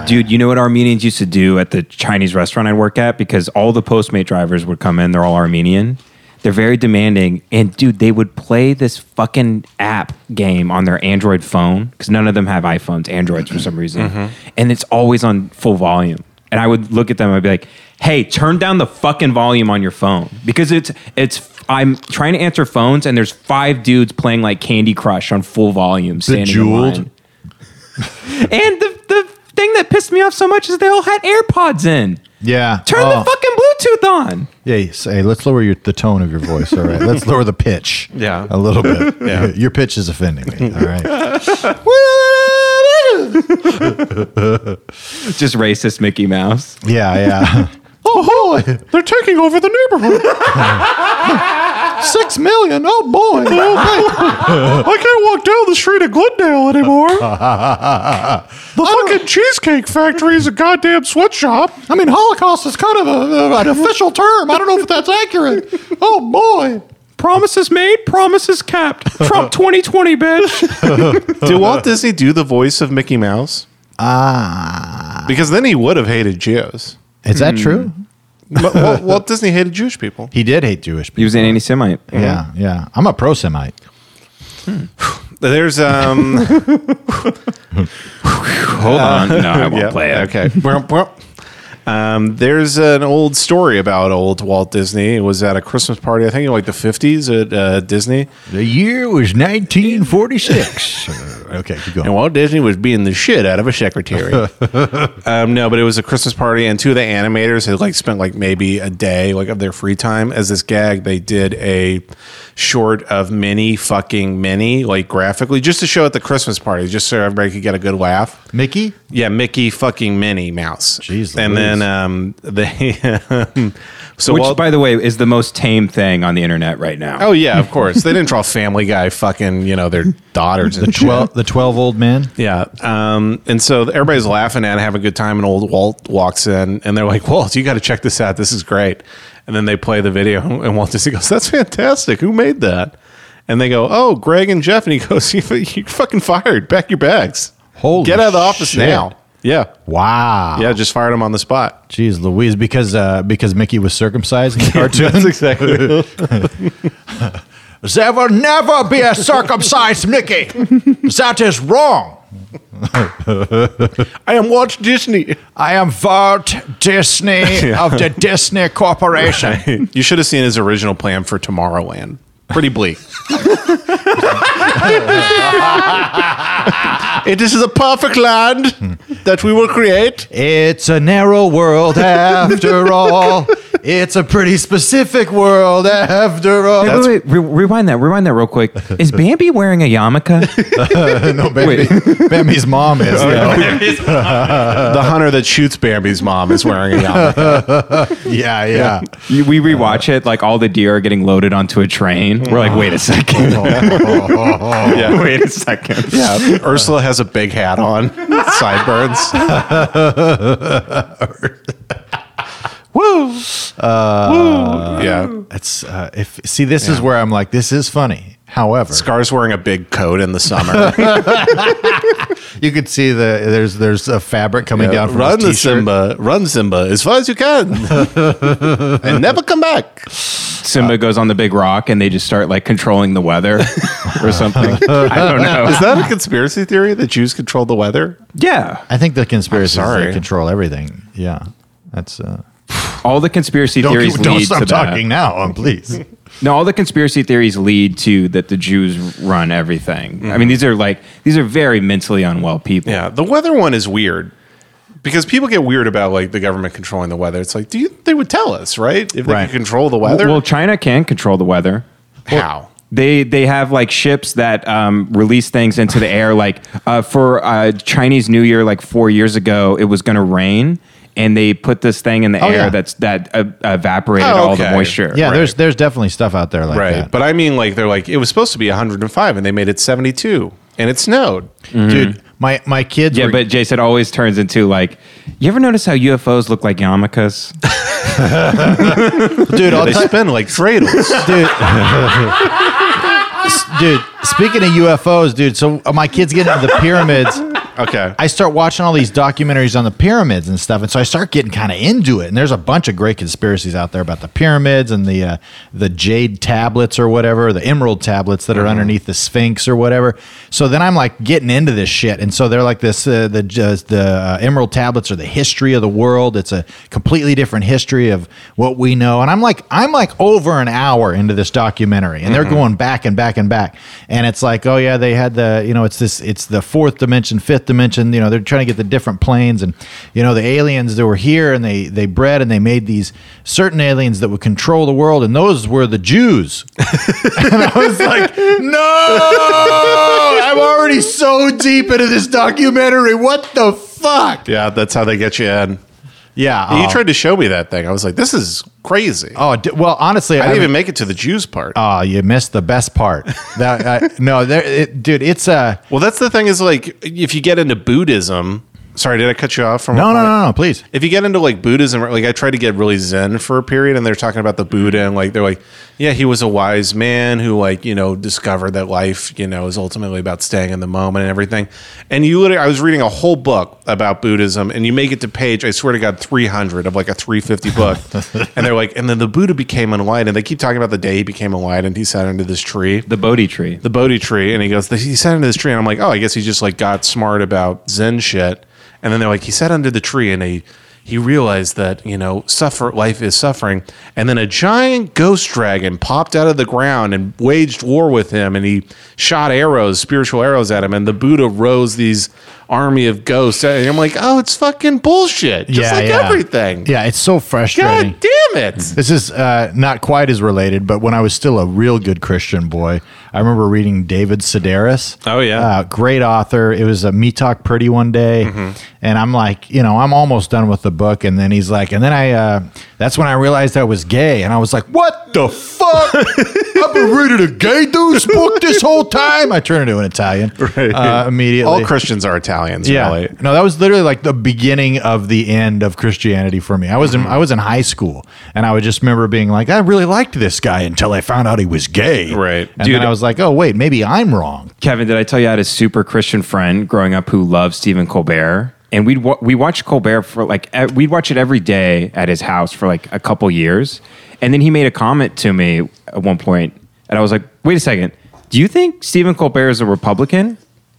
Speaker 6: Dude, you know what Armenians used to do at the Chinese restaurant I work at? Because all the Postmate drivers would come in, they're all Armenian. They're very demanding. And dude, they would play this fucking app game on their Android phone because none of them have iPhones, Androids for some reason. And it's always on full volume. And I would look at them and I'd be like, hey, turn down the fucking volume on your phone because it's, it's, I'm trying to answer phones and there's five dudes playing like Candy Crush on full volume. standing in
Speaker 3: Bejeweled?
Speaker 6: line. And the, the thing that pissed me off so much is they all had AirPods in.
Speaker 3: *laughs* yeah,
Speaker 6: Turn
Speaker 3: Oh.
Speaker 6: the fucking Bluetooth on.
Speaker 3: Yeah, you say, let's lower your, the tone of your voice. All right, let's lower the pitch.
Speaker 5: Yeah.
Speaker 3: a little bit.
Speaker 5: *laughs* Yeah.
Speaker 3: your pitch is offending me. All
Speaker 5: *laughs*
Speaker 3: right,
Speaker 6: It's just racist Mickey Mouse.
Speaker 3: yeah, yeah.
Speaker 5: Oh, holy. They're *laughs* taking over the *laughs* neighborhood.
Speaker 3: Six million. Oh boy. *laughs* Oh,
Speaker 5: I can't walk down the street at Glendale anymore. the fucking Cheesecake Factory is a goddamn sweatshop.
Speaker 3: boy. I mean, Holocaust is kind of a, an official term. I don't know if that's accurate. Oh boy.
Speaker 6: Promises made, promises kept.
Speaker 5: *laughs*
Speaker 6: Trump 2020, bitch.
Speaker 5: Did Walt Disney *laughs* do the voice of Mickey Mouse? Ah. Because then he would have hated Jews.
Speaker 3: Is
Speaker 5: Hmm.
Speaker 3: that true?
Speaker 5: But Walt, Walt Disney hated Jewish people.
Speaker 3: He did hate Jewish people.
Speaker 6: He was an anti Semite.
Speaker 3: Yeah, yeah. I'm a pro Semite.
Speaker 5: There's um
Speaker 6: Mm. Hold on. No, I won't
Speaker 5: yeah,
Speaker 6: play it.
Speaker 5: Okay. Brum, brum. um, there's an old story about old Walt Disney. It was at a Christmas party, I think in like the 50s at uh, Disney.
Speaker 3: The year was
Speaker 5: *laughs*
Speaker 3: 1946. okay, keep
Speaker 5: And
Speaker 3: going.
Speaker 5: Walt Disney was beating the shit out of a secretary. um, no, but it was a Christmas party, and two of the animators had like spent like maybe a day like of their free time as this gag. They did a short of mini fucking mini, like graphically, just to show at the Christmas party, just so everybody could get a good laugh.
Speaker 3: Mickey?
Speaker 5: Yeah, Mickey fucking Minnie Mouse.
Speaker 3: Jeez
Speaker 5: and
Speaker 3: Louise.
Speaker 5: then um, they *laughs* um, so
Speaker 6: Which,
Speaker 5: Walt-
Speaker 6: by the way, is the most tame thing on the internet right now.
Speaker 5: oh yeah, of course they didn't draw Family Guy fucking you know their daughters and
Speaker 6: *laughs*
Speaker 5: shit.
Speaker 3: Twelve, the 12 old men?
Speaker 5: Yeah. Um, and so everybody's laughing at it, having a good time. And old Walt walks in and they're like, Walt, you got to check this out. This is great. And then they play the video. *laughs* And Walt Disney goes, That's fantastic. Who made that? And they go, Oh, Greg and Jeff. And he *laughs* goes, you, You're fucking fired. Pack your bags.
Speaker 3: Holy
Speaker 5: Get out of the office
Speaker 3: shit.
Speaker 5: now. Yeah.
Speaker 3: Wow.
Speaker 5: Yeah. Just fired him on the
Speaker 3: *laughs*
Speaker 5: spot.
Speaker 3: Jeez Louise, because uh, because Mickey was circumcised
Speaker 5: *laughs*
Speaker 3: in the cartoon.
Speaker 5: exactly.
Speaker 3: there will never be a circumcised Mickey. That is wrong.
Speaker 5: I am Walt Disney.
Speaker 3: I am Walt Disney of the Disney
Speaker 5: *laughs*
Speaker 3: Corporation.
Speaker 5: *laughs* you should have seen his original plan for Tomorrowland. Pretty bleak. *laughs* it is the perfect land that we will *laughs* create.
Speaker 3: It's a narrow world
Speaker 5: *laughs*
Speaker 3: after all. It's a pretty specific world after all.
Speaker 6: Wait, wait, re- rewind that. Rewind that real *laughs* quick. Is Bambi wearing a yarmulke?
Speaker 3: no, Bambi, *laughs* Bambi's mom
Speaker 5: *laughs*
Speaker 3: is. Yeah,
Speaker 5: The hunter that shoots Bambi's mom is wearing a yarmulke.
Speaker 3: yeah. yeah.
Speaker 6: *laughs* You- we rewatch it. Like all the deer are getting loaded onto a train. We're like, wait a
Speaker 5: *laughs*
Speaker 6: second.
Speaker 5: *laughs* Yeah.
Speaker 6: wait a second.
Speaker 5: Yeah. Ursula has a big hat on, sideburns. Woo. Woo. Yeah.
Speaker 3: It's uh, if see this is where I'm like this is funny. However,
Speaker 5: Scar's wearing a big coat in the *laughs* summer.
Speaker 3: you could see the there's there's a fabric coming down from
Speaker 5: run
Speaker 3: his
Speaker 5: the
Speaker 3: t-shirt.
Speaker 5: *laughs* Simba, run Simba as far as you can, and never come back.
Speaker 6: *laughs* Simba goes on the big rock and they just start like controlling the weather *laughs* or something. I don't know.
Speaker 5: Is that a conspiracy theory that Jews control the weather?
Speaker 6: yeah.
Speaker 3: I think the conspiracy
Speaker 5: I'm sorry.
Speaker 3: they control everything. Yeah, that's. Uh,
Speaker 6: All the conspiracy
Speaker 3: don't
Speaker 6: theories
Speaker 3: keep- don't
Speaker 6: lead
Speaker 3: stop
Speaker 6: to that.
Speaker 3: talking now, um, *laughs* please.
Speaker 6: No, all the conspiracy theories lead to that the Jews run everything. I mean, these are like these are very mentally unwell people.
Speaker 5: Yeah, the weather one is weird because people get weird about like the government controlling the weather. It's like, do you? They would tell us, right? If they
Speaker 3: Right.
Speaker 5: could control the weather,
Speaker 6: Well, China can control the weather.
Speaker 5: how?
Speaker 6: They they have like ships that um, release things into the air. Like uh, for uh, Chinese New Year, like four years ago, it was going to rain, and they put this thing in the
Speaker 3: Oh,
Speaker 6: air
Speaker 3: yeah.
Speaker 6: that's that uh, evaporated
Speaker 5: Oh,
Speaker 6: all the
Speaker 5: okay.
Speaker 6: moisture.
Speaker 3: Yeah,
Speaker 5: Right.
Speaker 3: there's there's definitely stuff out there like
Speaker 5: Right,
Speaker 3: that.
Speaker 5: but I mean, like they're like it was supposed to be 105 and they made it 72 and it snowed. *laughs*
Speaker 3: dude, my my kids.
Speaker 6: yeah.
Speaker 3: were,
Speaker 6: But Jason always turns into like, you ever notice how UFOs look like yarmulkes?
Speaker 3: dude, I'll
Speaker 5: They
Speaker 3: tell-
Speaker 5: spin like *laughs* dreidels.
Speaker 3: dude. S- dude, speaking of UFOs, dude. So uh, my kids get into the pyramids.
Speaker 5: okay,
Speaker 3: I start watching all these documentaries on the pyramids and stuff, and so I start getting kind of into it. And there's a bunch of great conspiracies out there about the pyramids and the uh, the jade tablets or whatever, the emerald tablets
Speaker 6: Mm-hmm.
Speaker 3: that are underneath the Sphinx or whatever. So then I'm like getting into this shit, and so they're like this uh, the uh, the uh, emerald tablets are the history of the world. It's a completely different history of what we know, and I'm like I'm like over an hour into this documentary, and
Speaker 5: Mm-hmm.
Speaker 3: they're going back and back and back, and it's like oh yeah, they had the you know it's this it's the fourth dimension, fifth dimension. You know they're trying to get the different planes, and you know the aliens that were here and they they bred and they made these certain aliens that would control the world, and those were the
Speaker 5: *laughs*
Speaker 3: Jews. I was like, no, I'm already so deep into this documentary. What the fuck?
Speaker 5: yeah, that's how they get you in.
Speaker 3: Yeah.
Speaker 5: He
Speaker 3: oh.
Speaker 5: tried to show me that thing. I was like, this is crazy.
Speaker 3: Oh, d- well, honestly,
Speaker 5: I didn't even make it to the Jews part.
Speaker 3: Oh, you missed the best part. That I, *laughs* no, there, it, dude, it's uh, a
Speaker 5: well, that's the thing is like if you get into Buddhism. Sorry, did I cut you off from?
Speaker 3: no, no, no, no. Please,
Speaker 5: if you get into like Buddhism, or- like I tried to get really Zen for a period, and they're talking about the Buddha, and like they're like, yeah, he was a wise man who like you know discovered that life you know is ultimately about staying in the moment and everything. And you literally, I was reading a whole book about Buddhism, and you make it to page, I swear to God, three hundred of like a three fifty book, and they're like, and then the Buddha became enlightened. And they keep talking about the day he became enlightened. He sat under this tree
Speaker 6: The Bodhi tree.
Speaker 5: the Bodhi tree, and he goes, he sat under this tree, and I'm like, oh, I guess he just like got smart about Zen shit. And then they're like, he sat under the tree, and he he realized that you know suffer life is suffering. And then a giant ghost dragon popped out of the ground and waged war with him, and he shot arrows, spiritual arrows at him, and the Buddha rose these army of ghosts. And I'm like, oh, it's fucking bullshit, just like everything.
Speaker 3: Yeah, it's so
Speaker 5: God
Speaker 3: frustrating.
Speaker 5: damn it.
Speaker 3: This is uh, not quite as related, but when I was still a real good Christian boy, I remember reading David Sedaris.
Speaker 5: Oh, yeah.
Speaker 3: uh, great author. It was a Me Talk Pretty one day,
Speaker 5: Mm-hmm.
Speaker 3: and I'm like, you know, I'm almost done with the book, and then he's like, and then I, uh, that's when I realized I was gay, and I was like, what the fuck?
Speaker 5: *laughs*
Speaker 3: I've been reading a gay dude's book this whole time. I turned into an Italian *laughs* uh, immediately.
Speaker 5: All Christians are Italians, really.
Speaker 3: No, that was literally like the beginning of the end of Christianity for me. I was in
Speaker 6: Mm-hmm.
Speaker 3: I was in high school and I would just remember being like, I really liked this guy until I found out he was gay.
Speaker 5: Right.
Speaker 3: And
Speaker 6: Dude.
Speaker 3: then I was like, oh wait, maybe I'm wrong.
Speaker 6: Kevin, did I tell you I had a super Christian friend growing up who loved Stephen Colbert? And we'd wa- we watched Colbert for like e- we'd watch it every day at his house for like a couple years, and then he made a comment to me at one point, and I was like, "Wait a second, do you think Stephen Colbert is a Republican?"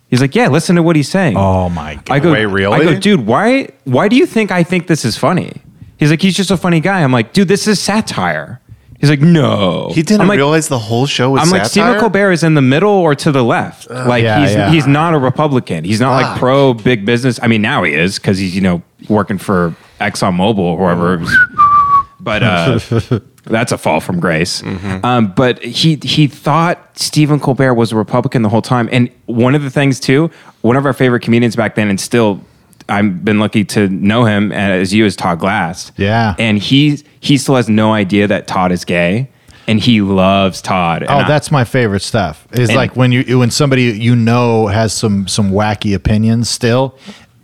Speaker 6: He's like, "Yeah, listen to what he's saying."
Speaker 3: Oh my god.
Speaker 6: I go,
Speaker 5: Wait, really?
Speaker 6: I go, dude, why why do you think I think this is funny? He's like, he's just a funny guy. I'm like, dude, this is satire. He's like, no,
Speaker 5: He didn't
Speaker 6: I'm like,
Speaker 5: realize the whole show was
Speaker 6: I'm like Stephen
Speaker 5: satire?
Speaker 6: Colbert is in the middle or to the left. like
Speaker 3: Uh, Yeah,
Speaker 6: he's
Speaker 3: yeah.
Speaker 6: he's not a Republican. He's not like
Speaker 5: Fuck.
Speaker 6: pro big business. I mean, now he is because he's you know working for ExxonMobil or whoever. but
Speaker 3: *laughs*
Speaker 6: uh, that's a fall from grace.
Speaker 3: Mm-hmm.
Speaker 6: Um, but he he thought Stephen Colbert was a Republican the whole time. And one of the things too, one of our favorite comedians back then, and still. I've been lucky to know him as you as Todd Glass.
Speaker 3: Yeah.
Speaker 6: and he he still has no idea that Todd is gay, and he loves Todd.
Speaker 3: Oh,
Speaker 6: And I-
Speaker 3: that's my favorite stuff. Is
Speaker 6: And-
Speaker 3: like when you when somebody you know has some some wacky opinions still,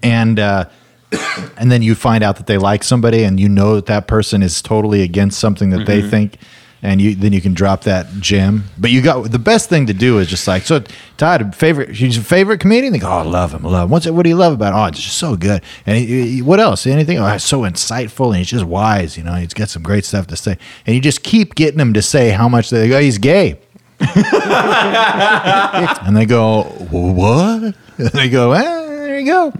Speaker 3: and uh, and
Speaker 6: Mm-hmm.
Speaker 3: then you find out that they like somebody, and you know that that person is totally against something that they think and you then you can drop that gem. But you got the best thing to do is just like so. Todd, favorite, he's your favorite comedian. They go, oh, I love him, I love him. What's it? What do you love about? Him? Oh, it's just so good. And he, he- what else? Anything? Oh, it's so insightful, and he's just wise. You know, he's got some great stuff to say. And you just keep getting him to say how much they go. he's gay. And they go, what? *laughs* And they go, eh, there you go.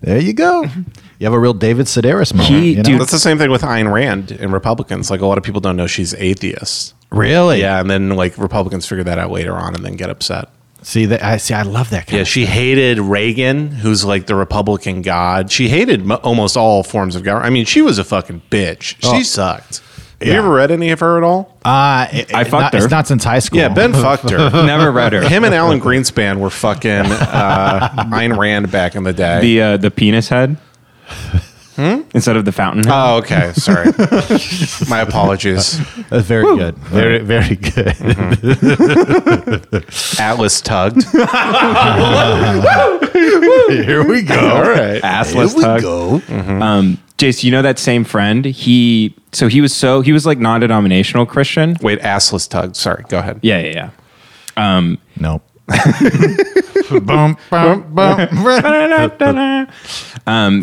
Speaker 3: There you go. You have a real David Sedaris moment.
Speaker 6: Mm-hmm. He-
Speaker 3: you know?
Speaker 6: dude,
Speaker 5: That's the same thing with Ayn Rand and Republicans. Like a lot of people don't know she's atheist.
Speaker 3: really?
Speaker 5: Yeah, and then like Republicans figure that out later on and then get upset.
Speaker 3: See that? I see. I love that. Kind
Speaker 5: Yeah,
Speaker 3: of
Speaker 5: she hated Reagan, who's like the Republican god. She hated mo almost all forms of government. I mean, she was a fucking bitch.
Speaker 3: Oh.
Speaker 5: She sucked. Have
Speaker 3: Yeah.
Speaker 5: you ever read any of her at all?
Speaker 3: Uh, it,
Speaker 6: I
Speaker 3: it-
Speaker 6: fucked
Speaker 3: not,
Speaker 6: her.
Speaker 3: It's not since high school. *laughs*
Speaker 5: Yeah, *laughs* Ben fucked her.
Speaker 6: Never read her.
Speaker 5: Him and Alan Greenspan were fucking uh, Ayn Rand back in the day.
Speaker 6: the uh, the penis head
Speaker 3: Hmm?
Speaker 6: instead of the fountain
Speaker 3: *laughs*
Speaker 6: head.
Speaker 5: oh, okay. *laughs* Sorry. My apologies.
Speaker 3: That's very good. Very, very good.
Speaker 5: Atlas *laughs* tugged.
Speaker 3: Here we go.
Speaker 5: All right.
Speaker 6: Assless
Speaker 3: Here
Speaker 6: tug.
Speaker 3: we go.
Speaker 6: Um, Jace, you know that same friend? He so he was so he was like non-denominational Christian.
Speaker 5: Wait, assless tugged. Sorry. Go ahead.
Speaker 6: Yeah, yeah,
Speaker 3: Nope. bum, bum, bum. *laughs*
Speaker 6: yeah.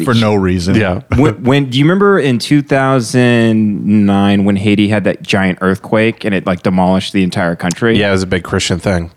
Speaker 3: For no reason.
Speaker 5: Yeah.
Speaker 6: when, when do you remember in 2009 when Haiti had that giant earthquake and it like demolished the entire country?
Speaker 5: Yeah, it was a big Christian thing.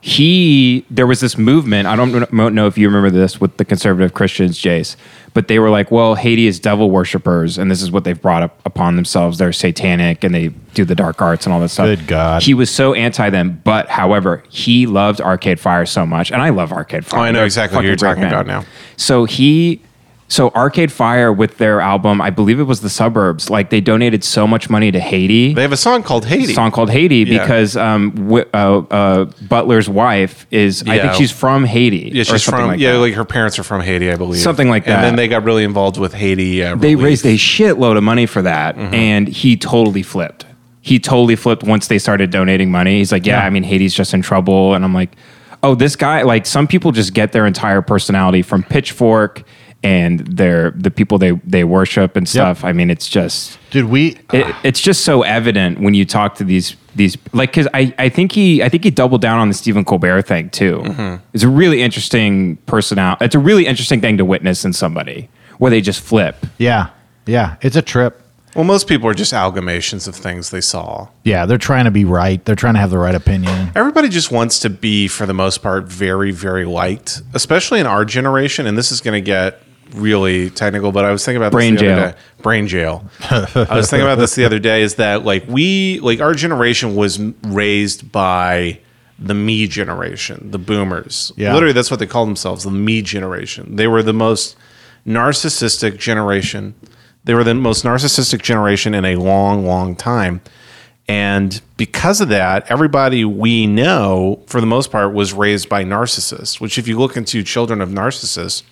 Speaker 6: he there was this movement. I don't kn- know if you remember this with the conservative Christians, Jace, but they were like, "Well, Haiti is devil worshippers, and this is what they've brought up upon themselves. They're satanic, and they do the dark arts and all that stuff."
Speaker 3: Good God.
Speaker 6: he was so anti them. But however, he loved Arcade Fire so much, and I love Arcade Fire.
Speaker 5: Oh, I know
Speaker 6: They're a
Speaker 5: exactly who
Speaker 6: fucking
Speaker 5: you're
Speaker 6: great
Speaker 5: talking
Speaker 6: band.
Speaker 5: about now.
Speaker 6: So he, so Arcade Fire with their album, I believe it was the Suburbs. Like they donated so much money to Haiti
Speaker 5: They have a song called Haiti.
Speaker 6: song called Haiti
Speaker 5: Yeah.
Speaker 6: because um, wi uh, uh, Butler's wife is, I think
Speaker 5: Yeah.
Speaker 6: she's from Haiti.
Speaker 5: Yeah,
Speaker 6: or
Speaker 5: she's
Speaker 6: something
Speaker 5: from
Speaker 6: like
Speaker 5: yeah,
Speaker 6: that.
Speaker 5: like her parents are from Haiti, I believe.
Speaker 6: Something like that.
Speaker 5: And then they got really involved with Haiti. Uh,
Speaker 6: they
Speaker 5: relief.
Speaker 6: raised a shitload of money for that,
Speaker 5: Mm-hmm.
Speaker 6: and he totally flipped. He totally flipped once they started donating money. He's like, yeah, I mean, Haiti's just in trouble, and I'm like, oh, this guy. Like, some people just get their entire personality from Pitchfork and their the people they they worship and stuff. I mean, it's just
Speaker 3: Dude, we.
Speaker 6: it, it's just so evident when you talk to these these like because I, I think he I think he doubled down on the Stephen Colbert thing too. It's a really interesting personality. It's a really interesting thing to witness in somebody where they just flip.
Speaker 3: Yeah. Yeah. It's a trip.
Speaker 5: Well, most people are just amalgamations of things they saw.
Speaker 3: Yeah. They're trying to be right. They're trying to have the right opinion.
Speaker 5: Everybody just wants to be, for the most part, very, very liked, especially in our generation. And this is going to get really technical, but I was thinking about
Speaker 6: Brain
Speaker 5: this the
Speaker 6: jail.
Speaker 5: Other day. Brain jail. I was thinking about this the other day. Is that like we, like our generation was m- raised by the me generation, the boomers.
Speaker 3: Yeah.
Speaker 5: Literally, that's what they called themselves, the me generation. They were the most narcissistic generation. They were the most narcissistic generation in a long, long time. And because of that, everybody we know, for the most part, was raised by narcissists, which, if you look into children of narcissists,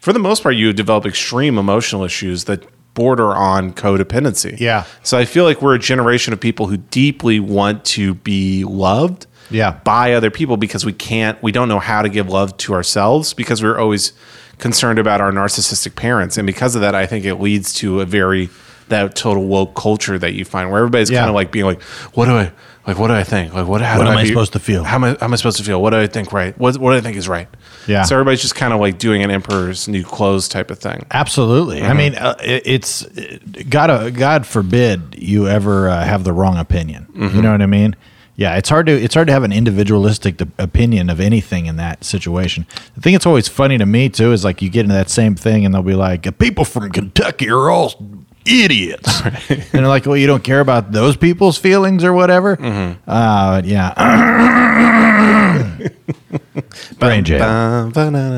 Speaker 5: for the most part, you develop extreme emotional issues that border on codependency.
Speaker 3: Yeah.
Speaker 5: So I feel like we're a generation of people who deeply want to be loved
Speaker 3: Yeah.
Speaker 5: by other people because we can't, we don't know how to give love to ourselves because we're always concerned about our narcissistic parents. And because of that, I think it leads to a very, that total woke culture that you find where everybody's
Speaker 3: Yeah.
Speaker 5: kind of like being like, what do I, like, what do I think? Like, what, how
Speaker 3: What
Speaker 5: do
Speaker 3: am I
Speaker 5: be-
Speaker 3: supposed to feel?
Speaker 5: How am I, how am I supposed to feel? What do I think right? What, what do I think is right?
Speaker 3: Yeah.
Speaker 5: So everybody's just kind of like doing an emperor's new clothes type of thing.
Speaker 3: Absolutely. I mean, uh, it, it's it, God. Uh, God forbid you ever uh, have the wrong opinion. You know what I mean? Yeah, it's hard to it's hard to have an individualistic d- opinion of anything in that situation. The thing that's always funny to me too is like you get into that same thing and they'll be like, "People from Kentucky are all idiots," and they're like, "Well, you don't care about those people's feelings or whatever." Uh, yeah. Brain jail.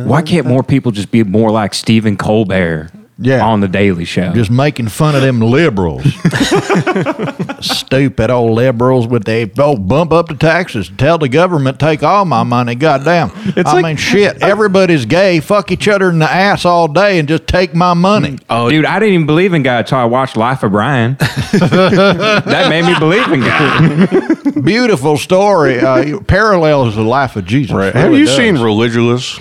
Speaker 6: Why can't more people just be more like Stephen Colbert?
Speaker 3: Yeah.
Speaker 6: on the Daily Show.
Speaker 3: just making fun of them liberals. Stupid old liberals with the oh bump up the taxes, tell the government take all my money. Goddamn! I mean, shit. Everybody's gay. Fuck each other in the ass all day and just take my money.
Speaker 6: oh, dude, I didn't even believe in God until I watched Life
Speaker 3: *laughs*
Speaker 6: of Brian. that made me believe in God.
Speaker 3: Beautiful story. Uh, it parallels the life of Jesus.
Speaker 5: Have
Speaker 3: Really
Speaker 5: you
Speaker 3: does. *laughs*
Speaker 5: seen Religious?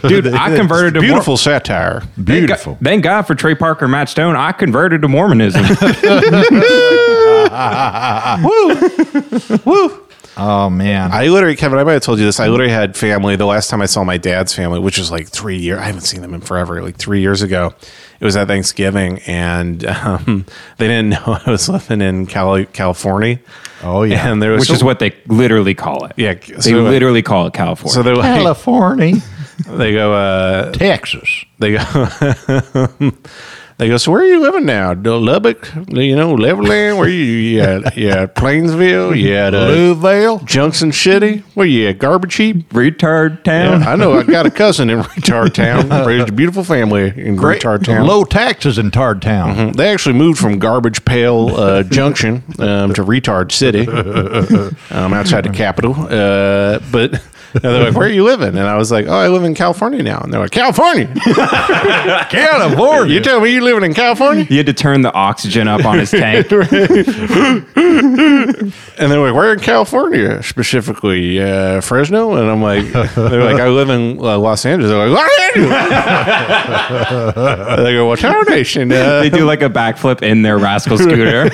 Speaker 6: Dude, I converted to
Speaker 5: Beautiful satire.
Speaker 6: Thank
Speaker 3: Beautiful.
Speaker 6: God, thank God for Trey Parker and Matt Stone. I converted to Mormonism.
Speaker 3: Oh man.
Speaker 5: I literally, Kevin, I might have told you this. I literally had family the last time I saw my dad's family, which was like three years. I haven't seen them in forever, like three years ago. It was at Thanksgiving, and um, *laughs* they didn't know I was living in Cali- California.
Speaker 3: Oh, yeah.
Speaker 5: and there was
Speaker 6: which is what they literally call it.
Speaker 5: Yeah,
Speaker 6: they
Speaker 5: so- uh,
Speaker 6: literally call it California.
Speaker 5: So they're
Speaker 3: *laughs*
Speaker 5: like,
Speaker 3: California,
Speaker 5: they go, uh,
Speaker 3: Texas.
Speaker 5: they go, they go. *laughs* So where are you living now? Lubbock, you know, Leverland. Where you? Yeah, yeah, Plainsville. Yeah, uh,
Speaker 3: Louisville.
Speaker 5: Junction City. Where you? At? Garbage heap.
Speaker 6: retard town.
Speaker 5: Yeah, I know. I got a cousin in *laughs* Retard Town. Raised a beautiful family in
Speaker 3: Great.
Speaker 5: Retard Town. Mm-hmm.
Speaker 3: Low taxes in Tard Town.
Speaker 5: They actually moved from Garbage Pail uh, Junction um, to
Speaker 3: *laughs*
Speaker 5: Retard City, um, outside the capital. Uh, but and they're like, "Where are you living?" And I was like, "Oh, I live in California now." And they're like, "California? *laughs*
Speaker 3: California.
Speaker 5: You tell me you're living in California?"
Speaker 6: You had to turn the oxygen up
Speaker 5: *laughs*
Speaker 6: on his tank.
Speaker 5: And they're like, "Where in California specifically? Uh, Fresno?" And I'm like, "They're like, I live in uh, Los Angeles." They're like, "Los Angeles." they go, "Well, tarnation." Uh,
Speaker 6: they do like a backflip in their rascal scooter.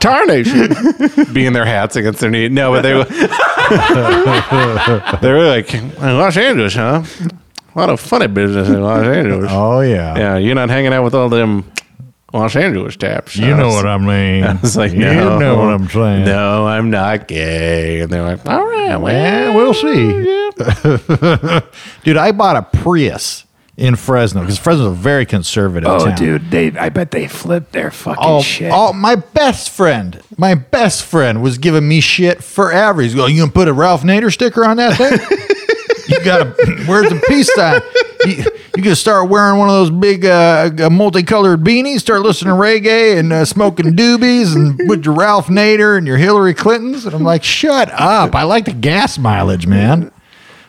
Speaker 5: tarnation being their hats against their knee. No, but they were *laughs* they were like "In Los Angeles, huh? A lot of funny business in Los Angeles.
Speaker 3: Oh yeah.
Speaker 5: Yeah, you're not hanging out with all them Los Angeles taps.
Speaker 3: You know what I mean.
Speaker 5: *laughs* I was like,
Speaker 3: you
Speaker 5: no,
Speaker 3: know what I'm saying.
Speaker 5: No, I'm not gay. And they're like, all right,
Speaker 3: Yeah,
Speaker 5: well,
Speaker 3: we'll see. dude, I bought a Prius in Fresno because Fresno's a very conservative town.
Speaker 6: they Oh, I bet they flipped their fucking
Speaker 3: Oh, oh, my best friend, my best friend was giving me shit forever. He's going, "You gonna put a Ralph Nader sticker on that
Speaker 6: *laughs*
Speaker 3: thing? you gotta, *clears throat* where's the peace sign? You, you gonna start wearing one of those big uh, uh, multicolored beanies? Start listening to reggae and uh, smoking doobies and with your Ralph Nader and your Hillary Clintons?" And I'm like, "Shut up! I like the gas mileage, man." *laughs*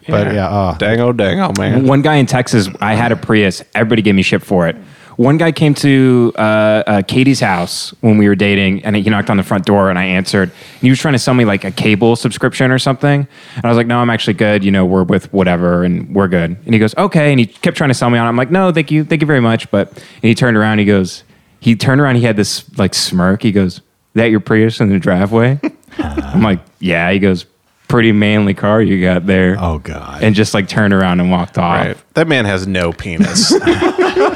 Speaker 3: But yeah, uh,
Speaker 5: dang oh, dang oh, man.
Speaker 6: One guy in Texas, I had a Prius. Everybody gave me shit for it. One guy came to uh, uh, Katie's house when we were dating, and he knocked on the front door, and I answered. And he was trying to sell me like a cable subscription or something, and I was like, "No, I'm actually good. You know, we're with whatever, and we're good." And he goes, "Okay," and he kept trying to sell me on. it. I'm like, "No, thank you, thank you very much." But and he turned around, he goes, he turned around, he had this like smirk. He goes, "That your Prius in the driveway?"
Speaker 3: *laughs*
Speaker 6: I'm like, "Yeah." He goes, "Pretty manly car you got there."
Speaker 3: oh god,
Speaker 6: and just like turned around and walked off.
Speaker 5: Right. That man has no *laughs* penis.
Speaker 3: *laughs*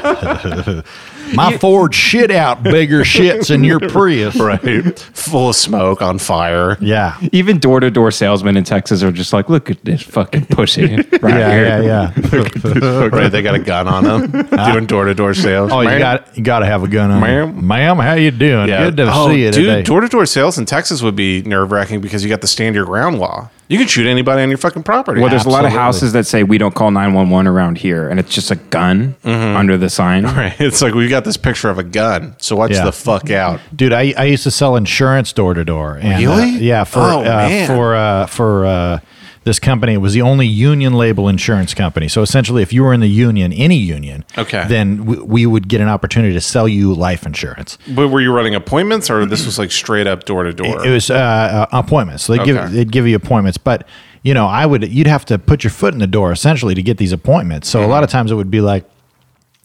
Speaker 3: my Ford shit out bigger shits than
Speaker 5: *laughs*
Speaker 3: your Prius,
Speaker 5: right. Full of smoke, on fire.
Speaker 3: Yeah,
Speaker 6: Even door to door salesmen in Texas are just like, look at
Speaker 3: *laughs*
Speaker 6: this fucking pussy right here.
Speaker 3: yeah, yeah, yeah.
Speaker 5: *laughs* right. They got a gun on *laughs* them, doing door to door sales.
Speaker 3: Oh, you
Speaker 5: Man.
Speaker 3: got you got to have a gun on.
Speaker 5: Ma'am? Oh,
Speaker 3: you. ma'am, how you doing? Good to see you today.
Speaker 5: dude. Door to door sales in Texas would be nerve wracking because you got the stand your ground law. You can shoot anybody on your fucking property.
Speaker 6: Well, there's a lot of
Speaker 3: Absolutely.
Speaker 6: houses that say we don't call 911 around here, and it's just a gun
Speaker 3: Mm-hmm.
Speaker 6: under the
Speaker 3: *laughs*
Speaker 6: sign.
Speaker 5: Right. *laughs* It's like we got this picture of a gun, so watch
Speaker 3: Yeah.
Speaker 5: the fuck out.
Speaker 3: Dude, I, I used to sell insurance door to door. and, uh,
Speaker 5: Really?
Speaker 3: yeah, for
Speaker 5: Oh,
Speaker 3: uh,
Speaker 5: man.
Speaker 3: for uh, for uh, this company, it was the only union label insurance company. So essentially, if you were in the union, any union,
Speaker 5: Okay.
Speaker 3: then we, we would get an opportunity to sell you life insurance.
Speaker 5: But were you running appointments, or this was like straight up door to door? *laughs*
Speaker 3: It was uh, uh, appointments. So they give
Speaker 5: Okay.
Speaker 3: they'd give you appointments, but you know, I would you'd have to put your foot in the door essentially to get these appointments. So a lot of times it would be like,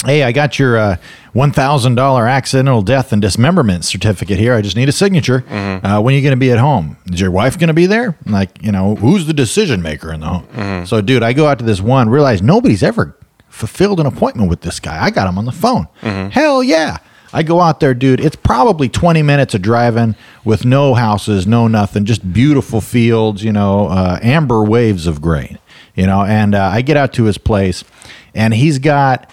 Speaker 3: "Hey, I got your uh, one thousand dollar accidental death and dismemberment certificate here. I just need a signature. Uh, when are you going to be at home? Is your wife going to be there? Like, you know, who's the decision maker in the home? So, dude, I go out to this one, realize nobody's ever fulfilled an appointment with this guy. I got him on the phone. Hell yeah. I go out there, dude. It's probably 20 minutes of driving with no houses, no nothing, just beautiful fields, you know, uh, amber waves of grain, you know. And uh, I get out to his place, and he's got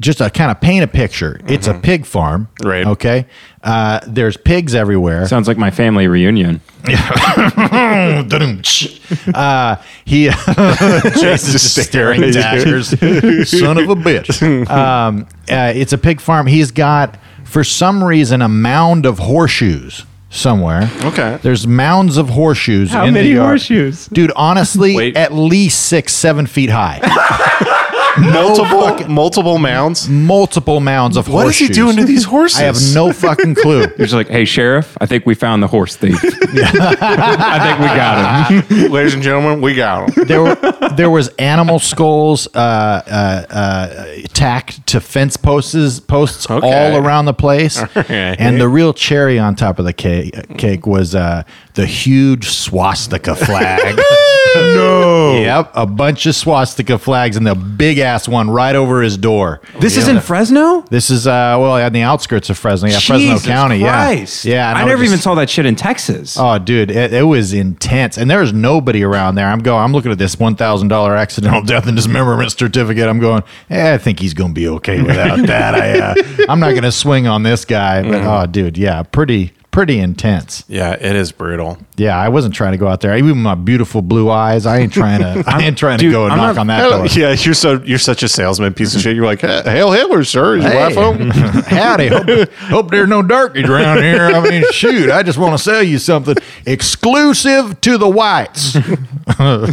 Speaker 3: just to kind of paint a picture. It's a pig farm,
Speaker 5: Mm-hmm. Right.
Speaker 3: Okay, uh, there's pigs everywhere. *laughs*
Speaker 6: Sounds like my family reunion.
Speaker 3: uh,
Speaker 5: *laughs*
Speaker 3: he *laughs* Jason's just staring daggers. Son of a
Speaker 5: *laughs*
Speaker 3: bitch. Um, uh, it's a pig farm. He's got, for some reason, a mound of horseshoes somewhere.
Speaker 5: Okay.
Speaker 3: There's mounds of horseshoes.
Speaker 7: How
Speaker 3: in the
Speaker 7: many
Speaker 3: yard.
Speaker 7: horseshoes?
Speaker 5: *laughs*
Speaker 3: Dude, honestly,
Speaker 5: Wait.
Speaker 3: at least six, seven feet high.
Speaker 5: multiple multiple mounds.
Speaker 3: multiple mounds of
Speaker 5: What is he
Speaker 3: horseshoes.
Speaker 5: doing to these horses?
Speaker 3: I have no fucking
Speaker 5: *laughs*
Speaker 3: clue.
Speaker 6: You're just like, hey, sheriff, I think we found the
Speaker 3: *laughs*
Speaker 6: horse thief. I think we got him.
Speaker 5: Ladies and gentlemen, we got *laughs* him.
Speaker 3: there
Speaker 6: *laughs*
Speaker 3: were there was animal skulls uh, uh, uh, tacked to fence posts posts
Speaker 5: Okay.
Speaker 3: all around the place,
Speaker 5: right.
Speaker 3: and the real cherry on top of the cake cake was uh, the huge swastika
Speaker 6: *laughs*
Speaker 3: flag. no, yep, a bunch of swastika flags and the big ass one right over his door.
Speaker 6: *laughs* This is in Fresno?
Speaker 3: This is uh well on the outskirts of Fresno, yeah, Fresno
Speaker 6: Jesus
Speaker 3: County,
Speaker 6: Christ.
Speaker 3: yeah, yeah. and
Speaker 6: I,
Speaker 3: would
Speaker 6: never
Speaker 3: just-
Speaker 6: even saw that shit in Texas.
Speaker 3: Oh, dude, it, it was intense, and there was nobody around there. I'm going. I'm looking at this one thousand dollar accidental *laughs* death and dismemberment certificate. I'm going. Eh, I think he's going to be okay
Speaker 6: *laughs*
Speaker 3: without that. I, uh, I'm not going to swing on this guy. But
Speaker 6: Mm.
Speaker 3: oh, dude, yeah, pretty, pretty intense.
Speaker 5: Yeah, it is brutal.
Speaker 3: Yeah, I wasn't trying to go out there. Even my beautiful blue eyes, I ain't trying to. I ain't trying to
Speaker 6: dude,
Speaker 3: go and
Speaker 6: I'm
Speaker 3: knock
Speaker 6: not-
Speaker 3: on that
Speaker 5: Hell,
Speaker 3: door.
Speaker 5: yeah, you're so you're such a salesman piece of shit. You're like, "Hey, hail Hitler, sir. Is your wife home?
Speaker 3: Howdy. Hope, hope there's no darkies around here. I mean, shoot, I just want to sell you something exclusive to the whites.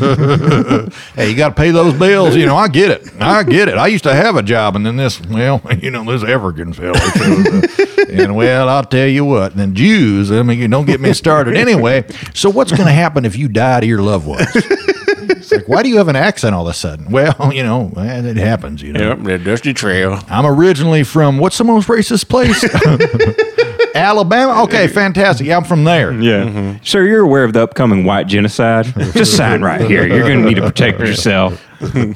Speaker 3: hey, you got to pay those bills. You know, I get it. I get it. I used to have a job, and then this, well, *laughs* you know, this African fellow. showed up. and well, I'll tell you what, then Jews, I mean, you don't get me started anyway. So, what's going to happen if you die to your loved ones? It's like, why do you have an accent all of a sudden? Well, you know, it happens, you know.
Speaker 5: the Dusty Trail.
Speaker 3: I'm originally from what's the most racist place? *laughs* Alabama. Okay, fantastic. Yeah, I'm from there.
Speaker 6: Yeah.
Speaker 3: Mm-hmm.
Speaker 6: Sir, you're aware of the upcoming white genocide? Just sign right here. You're going to need
Speaker 3: *laughs*
Speaker 6: to protect yourself.
Speaker 5: You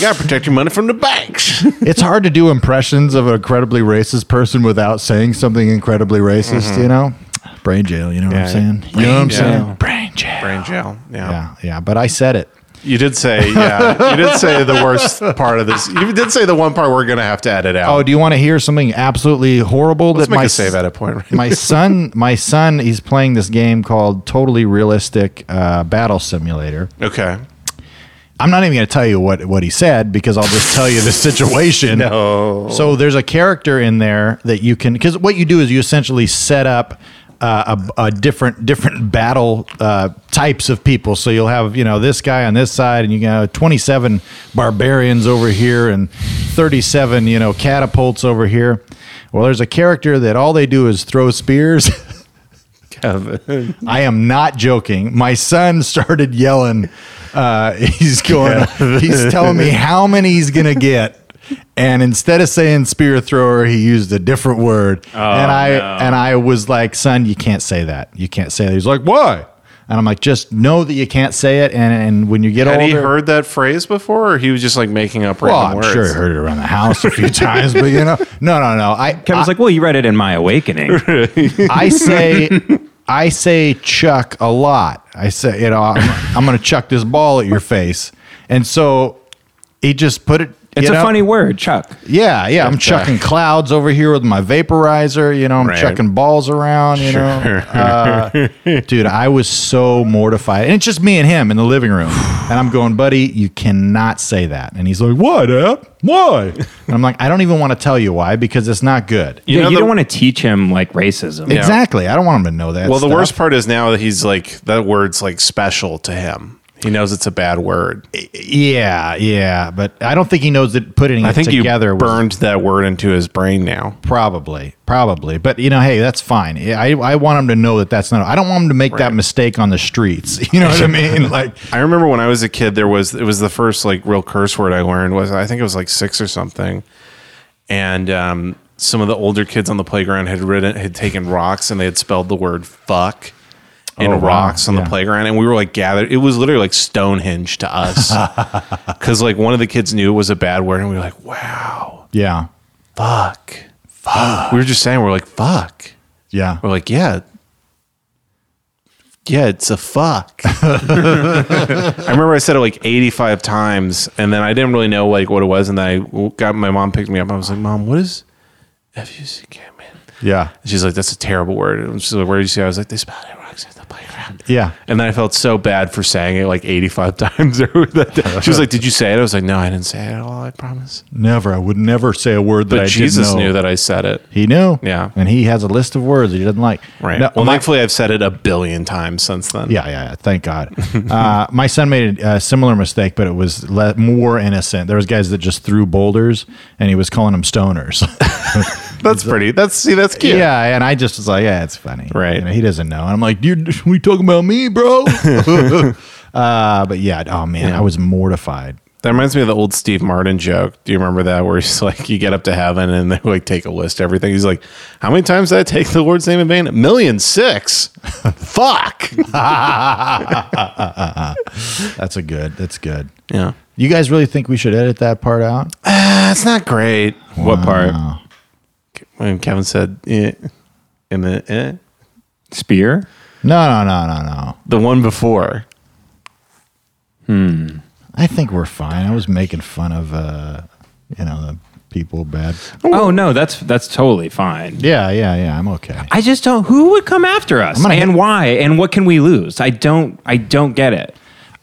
Speaker 5: gotta protect your money from the banks.
Speaker 3: It's hard to do impressions of an incredibly racist person without saying something incredibly racist, you know? Brain jail, you know what I'm saying? you know what I'm saying? Brain jail.
Speaker 5: Brain jail. Yeah.
Speaker 3: Yeah, yeah, but I said it.
Speaker 5: You did say, yeah. You did say the worst part of this. You did say the one part we're gonna have to edit out.
Speaker 3: Oh, do you want to hear something absolutely horrible
Speaker 5: Let's
Speaker 3: that
Speaker 5: make
Speaker 3: my
Speaker 5: a save at a point. Right?
Speaker 3: my son, my son, he's playing this game called Totally Realistic uh, Battle Simulator.
Speaker 5: okay.
Speaker 3: I'm not even going to tell you what, what he said because I'll just tell you the *laughs* situation. no. So there's a character in there that you can because what you do is you essentially set up uh, a, a different different battle uh, types of people. So you'll have you know this guy on this side, and you can have 27 barbarians over here and 37 you know catapults over here. Well, there's a character that all they do is throw spears. *laughs* I am not joking. My son started yelling. Uh, *laughs* he's going. He's telling me how many he's gonna get. And instead of saying spear thrower, he used a different word.
Speaker 5: Oh,
Speaker 3: and I and I was like, son, you can't say that. You can't say that. He's like, why? And I'm like, just know that you can't say it. And and when you get
Speaker 5: Had
Speaker 3: older,
Speaker 5: he heard that phrase before, or he was just like making up
Speaker 3: well,
Speaker 5: random
Speaker 3: I'm
Speaker 5: words?
Speaker 3: sure he heard it around the house a few *laughs* times. But you know, no, no, no. I
Speaker 6: Kevin's like, well, you read it in
Speaker 3: *laughs*
Speaker 6: My Awakening.
Speaker 5: *laughs*
Speaker 3: I say I say chuck a lot. I say, you know, I'm, I'm going to chuck this ball at your face. And so he just put it
Speaker 6: It's
Speaker 3: you
Speaker 6: a
Speaker 3: know?
Speaker 6: funny word, Chuck.
Speaker 3: Yeah, yeah, I'm chucking clouds over here with my vaporizer, you know, I'm
Speaker 5: uh, Right.
Speaker 3: chucking balls around, you know. Uh, dude, I was so mortified. And it's just me and him in the living room. And I'm going, "Buddy, you cannot say that." And he's like, "Why, Dad? Why?" And I'm like, "I don't even want to tell you why because it's not good."
Speaker 6: You yeah,
Speaker 5: know
Speaker 6: you
Speaker 5: the-
Speaker 6: don't want to teach him like racism.
Speaker 3: Exactly. I don't want him to know that.
Speaker 5: Well, the
Speaker 3: stuff.
Speaker 5: worst part is now that he's like that word's like special to him. He knows it's a bad word.
Speaker 3: Yeah, yeah, but I don't think he knows that putting
Speaker 5: I
Speaker 3: it
Speaker 5: think you
Speaker 3: together was-
Speaker 5: burned that word into his brain now.
Speaker 3: probably, probably. But you know, hey, that's fine. I I want him to know that that's not. I don't want him to make that mistake on the streets. *laughs* You know what I mean? Like,
Speaker 5: I remember when I was a kid, there was it was the first like real curse word I learned was I think it was like six or something, and um, some of the older kids on the playground had written had taken rocks and they had spelled the word fuck in
Speaker 3: Oh, wow.
Speaker 5: rocks on
Speaker 3: Yeah.
Speaker 5: the playground, and we were like gathered. It was literally like Stonehenge to
Speaker 3: *laughs*
Speaker 5: us because like one of the kids knew it was a bad word, and we were like, wow,
Speaker 3: yeah,
Speaker 5: fuck, fuck. We were just saying we we're like fuck.
Speaker 3: yeah.
Speaker 5: We're like yeah. Yeah, it's
Speaker 3: *laughs*
Speaker 5: a fuck. I remember I said it like 85 times, and then I didn't really know like what it was, and then I got my mom picked me up. I was like, "Mom, what is F U C K man?"
Speaker 3: Yeah.
Speaker 5: And she's like, that's a terrible word. And she's like, where did you see? it?" I was like, they spelled it wrong. It's the playground.
Speaker 3: Yeah.
Speaker 5: And then I felt so bad for saying it like 85 *laughs* times. through that day. she was like, did you say it? I was like, no, I didn't say it at all. I promise.
Speaker 3: Never. I would never say a word that
Speaker 5: But
Speaker 3: I
Speaker 5: Jesus
Speaker 3: didn't know.
Speaker 5: knew that I said it.
Speaker 3: He knew.
Speaker 5: Yeah.
Speaker 3: And he has a list of words that he doesn't like.
Speaker 5: Right.
Speaker 3: No,
Speaker 5: well,
Speaker 3: my-
Speaker 5: thankfully, I've said it a billion times since then.
Speaker 3: Yeah, yeah, yeah. Thank God. *laughs* uh, my son made a similar mistake, but it was le- more innocent. There was guys that just threw boulders, and he was calling them stoners. *laughs*
Speaker 5: That's pretty. That's see, that's cute.
Speaker 3: yeah. and I just was like, yeah, it's funny.
Speaker 5: Right.
Speaker 3: You know, he doesn't know. And I'm like, dude, we talking about me,
Speaker 5: *laughs*
Speaker 3: bro? *laughs* uh, but yeah, oh man, I was mortified.
Speaker 5: That reminds me of the old Steve Martin joke. Do you remember that where he's *laughs* like, you get up to heaven and they like take a list of everything. He's like, how many times did I take the Lord's name in vain? A million six. *laughs* Fuck.
Speaker 3: That's a good. That's good.
Speaker 5: Yeah.
Speaker 3: You guys really think we should edit that part out?
Speaker 5: That's Ah, not great. What part?
Speaker 3: Wow.
Speaker 5: When Kevin said, eh, in the, eh?
Speaker 6: Spear?
Speaker 3: No, no, no, no, no.
Speaker 5: the one before.
Speaker 3: I think we're fine. I was making fun of, uh, you know, the people bad.
Speaker 6: Oh no, that's that's totally fine.
Speaker 3: Yeah, yeah, yeah. I'm okay.
Speaker 6: I just don't. Who would come after us,
Speaker 3: gonna
Speaker 6: and
Speaker 3: hit-
Speaker 6: why, and what can we lose? I don't. I don't get it.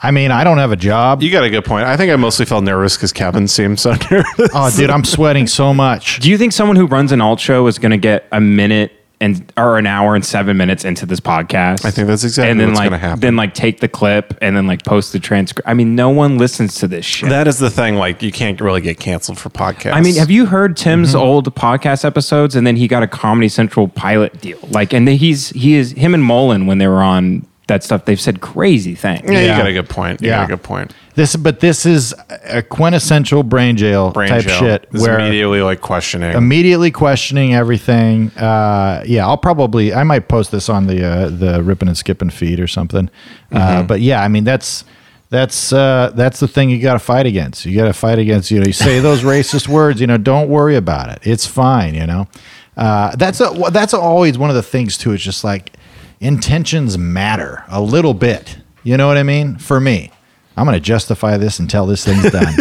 Speaker 3: I mean, I don't have a job.
Speaker 5: You got a good point. I think I mostly felt nervous because Kevin seemed so *laughs* nervous.
Speaker 3: oh, dude, I'm sweating so much.
Speaker 5: *laughs*
Speaker 6: Do you think someone who runs an alt show is going to get a minute and or an hour and seven minutes into this podcast?
Speaker 5: I think that's exactly
Speaker 6: and then
Speaker 5: what's
Speaker 6: like
Speaker 5: gonna happen.
Speaker 6: then like take the clip and then like post the transcript. I mean, no one listens to this shit.
Speaker 5: That is the thing. Like, you can't really get canceled for podcasts.
Speaker 6: I mean, have you heard Tim's old podcast episodes? And then he got a Comedy Central pilot deal. Like, and then he's he is him and Mullen when they were on that stuff. They've said crazy things.
Speaker 5: Yeah,
Speaker 3: Yeah.
Speaker 5: you got a good point. You
Speaker 3: Yeah.
Speaker 5: got a good point.
Speaker 3: This, but this is a quintessential brain jail
Speaker 5: Brain
Speaker 3: type
Speaker 5: jail
Speaker 3: shit.
Speaker 5: is
Speaker 3: where
Speaker 5: immediately like questioning.
Speaker 3: immediately questioning everything. Uh, yeah, I'll probably I might post this on the uh, the ripping and skipping feed or something. Uh, but yeah, I mean that's that's uh, that's the thing you got to fight against. You got to fight against you know you say those racist *laughs* words. You know, don't worry about it. It's fine. You know, uh, that's a, that's always one of the things too. It's just like intentions matter a little bit. You know what I mean? For me, I'm going to justify this until this thing's done.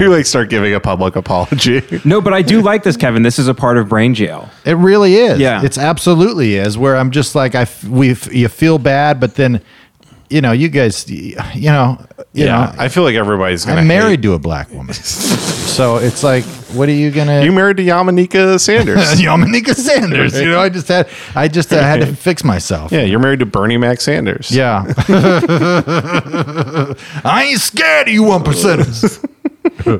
Speaker 5: you *laughs* like start giving a public apology.
Speaker 6: No, but I do like this, Kevin. This is a part of brain jail.
Speaker 3: It really is.
Speaker 6: Yeah.
Speaker 3: it's absolutely is. Where I'm just like I, f- we, f- you feel bad, but then, you know, you guys, y- you know, you
Speaker 5: *laughs*
Speaker 3: know,
Speaker 5: yeah, I feel like everybody's gonna.
Speaker 3: I'm married
Speaker 5: hate-
Speaker 3: to a black woman, so it's like, what are you gonna? *laughs*
Speaker 5: You married to Yamanika Sanders.
Speaker 3: You know, Monica Sanders. You know, I just had, I just uh, had
Speaker 5: *laughs*
Speaker 3: to fix myself.
Speaker 5: yeah, you're married to Bernie Mac Sanders.
Speaker 3: Yeah. *laughs* I ain't scared of you one percenters.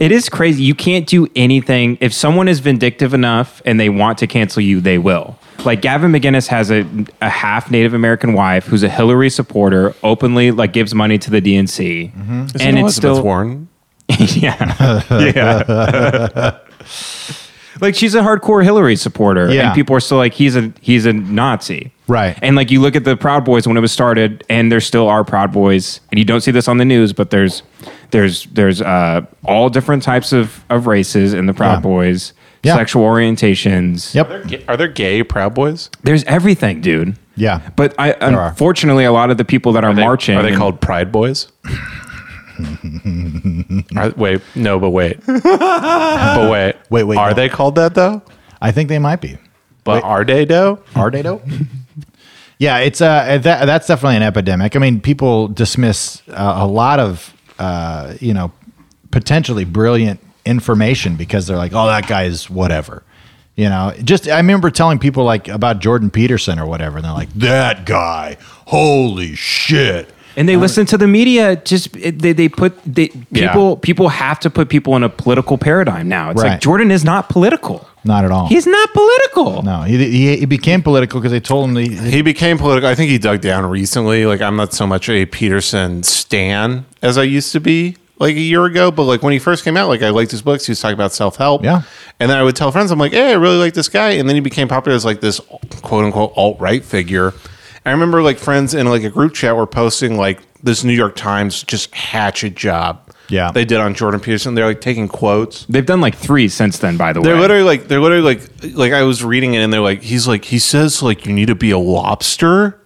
Speaker 6: It is crazy. You can't do anything. If someone is vindictive enough and they want to cancel you, they will. Like Gavin McGinnis has a, a half Native American wife who's a Hillary supporter, openly like gives money to the DNC, and it's still
Speaker 5: Warren.
Speaker 6: *laughs* yeah,
Speaker 3: *laughs*
Speaker 5: Yeah,
Speaker 6: like she's a hardcore Hillary supporter,
Speaker 3: Yeah.
Speaker 6: and people are still like he's a he's a Nazi,
Speaker 3: Right.
Speaker 6: And like you look at the Proud Boys when it was started, and there still are Proud Boys, and you don't see this on the news, but there's there's there's uh, all different types of of races in the Proud
Speaker 3: Yeah.
Speaker 6: Boys,
Speaker 3: Yeah.
Speaker 6: sexual orientations,
Speaker 3: Yep.
Speaker 5: are there gay Proud Boys?
Speaker 6: There's everything, dude.
Speaker 3: Yeah.
Speaker 6: But I
Speaker 3: are.
Speaker 6: unfortunately, a lot of the people that are,
Speaker 5: They-
Speaker 6: marching
Speaker 5: Are they called
Speaker 3: *laughs*
Speaker 5: Pride Boys? Are- wait, no,
Speaker 3: *laughs*
Speaker 5: but wait, but wait,
Speaker 3: Wait, wait,
Speaker 5: Are
Speaker 3: no.
Speaker 5: they called that though?
Speaker 3: I think they might be.
Speaker 5: But are they though?
Speaker 3: Are they though? yeah, it's uh that that's definitely an epidemic. I mean, people dismiss uh, a lot of uh, you know potentially brilliant information because they're like, oh, that guy's whatever. You know, just I remember telling people like about Jordan Peterson or whatever, and they're like, that guy, holy shit.
Speaker 6: and they listen to the media. Just it- they, they put they,
Speaker 5: Yeah.
Speaker 6: people people have to put people in a political paradigm now. It's
Speaker 3: Right.
Speaker 6: like Jordan is not political.
Speaker 3: Not at all.
Speaker 6: He's not political.
Speaker 3: no, he, he, he became political because they told him the,
Speaker 5: He became political. I think he dug down recently. Like I'm not so much a Peterson stan as I used to be like a year ago, but like when he first came out, like I liked his books. He was talking about self help.
Speaker 3: Yeah.
Speaker 5: And then I would tell friends, I'm like, hey, I really like this guy. And then he became popular as like this quote unquote alt right figure. I remember like friends in like a group chat were posting like this New York Times just hatchet job.
Speaker 3: Yeah.
Speaker 5: They did on Jordan Peterson. They're like taking quotes.
Speaker 6: They've done like three since then. By the
Speaker 5: They're
Speaker 6: way,
Speaker 5: literally like they're literally like like I was reading it and they're like he's like he says like you need to be a lobster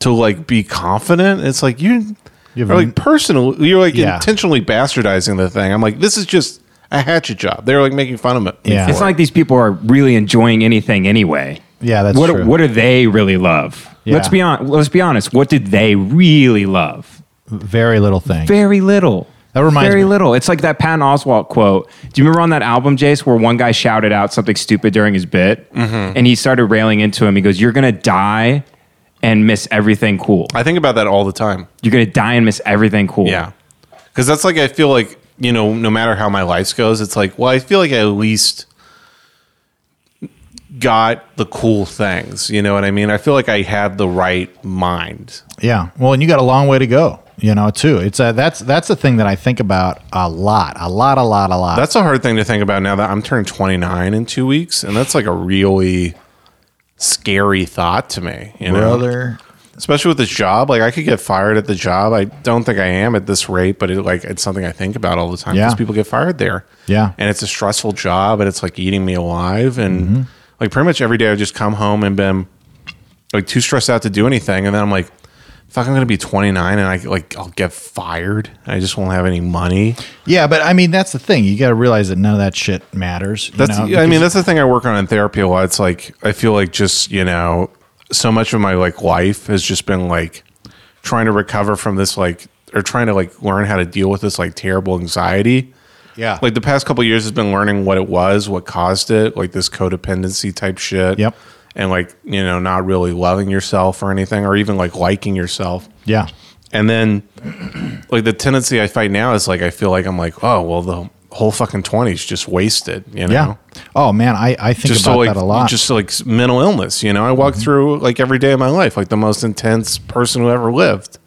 Speaker 5: to like be confident. It's like you
Speaker 3: You've-
Speaker 5: are like personal. You're like
Speaker 3: Yeah.
Speaker 5: intentionally bastardizing the thing. I'm like this is just a hatchet job. They were like making fun of it.
Speaker 3: Yeah.
Speaker 6: It's not like these people are really enjoying anything anyway.
Speaker 3: Yeah, that's
Speaker 6: what,
Speaker 3: true.
Speaker 6: What do they really love?
Speaker 3: Yeah.
Speaker 6: Let's be on. Let's be honest. What did they really love?
Speaker 3: Very little thing.
Speaker 6: Very little.
Speaker 3: That reminds
Speaker 6: Very
Speaker 3: me-
Speaker 6: little. It's like that Patton Oswalt quote. Do you remember on that album, Jace, where one guy shouted out something stupid during his bit,
Speaker 3: Mm-hmm.
Speaker 6: and he started railing into him. He goes, "You're gonna die and miss everything cool.
Speaker 5: I think about that all the time.
Speaker 6: You're gonna die and miss everything cool."
Speaker 5: Yeah. Because that's like, I feel like, you know, no matter how my life goes, it's like, well, I feel like I at least got the cool things. You know what I mean? I feel like I have the right mind.
Speaker 3: Yeah. Well, and you got a long way to go, you know, too. It's a, that's that's a thing that I think about a lot, a lot, a lot, a lot.
Speaker 5: That's a hard thing to think about now that I'm turning 29 in two weeks. And that's like a really scary thought to me. You know?
Speaker 3: brother.
Speaker 5: especially with this job like i could get fired at the job i don't think i am at this rate but it like it's something i think about all the time because
Speaker 3: Yeah.
Speaker 5: people get fired there
Speaker 3: Yeah.
Speaker 5: and it's a stressful job and it's like eating me alive and
Speaker 3: Mm-hmm.
Speaker 5: like pretty much every day i just come home and been like too stressed out to do anything and then i'm like fuck i'm gonna be 29 and i like i'll get fired i just won't have any money
Speaker 3: Yeah, but I mean, that's the thing. You got to realize that none of that shit matters. You
Speaker 5: That's
Speaker 3: know?
Speaker 5: I mean
Speaker 3: because-
Speaker 5: that's the thing I work on in therapy a lot. It's like I feel like just you know so much of my like life has just been like trying to recover from this like or trying to like learn how to deal with this like terrible anxiety.
Speaker 3: yeah,
Speaker 5: Like the past couple of years has been learning what it was, what caused it, like this codependency type shit.
Speaker 3: Yep.
Speaker 5: And like you know not really loving yourself or anything or even like liking yourself.
Speaker 3: yeah,
Speaker 5: And then, like the tendency I fight now is like I feel like I'm like, oh well, the whole fucking twenties just wasted, you know.
Speaker 3: yeah. Oh man, I I think
Speaker 5: Just
Speaker 3: about
Speaker 5: so like
Speaker 3: that a lot. Mm-hmm.
Speaker 5: just so, like s- mental illness, you know. I walk through like every day of my life like the most intense person who ever lived.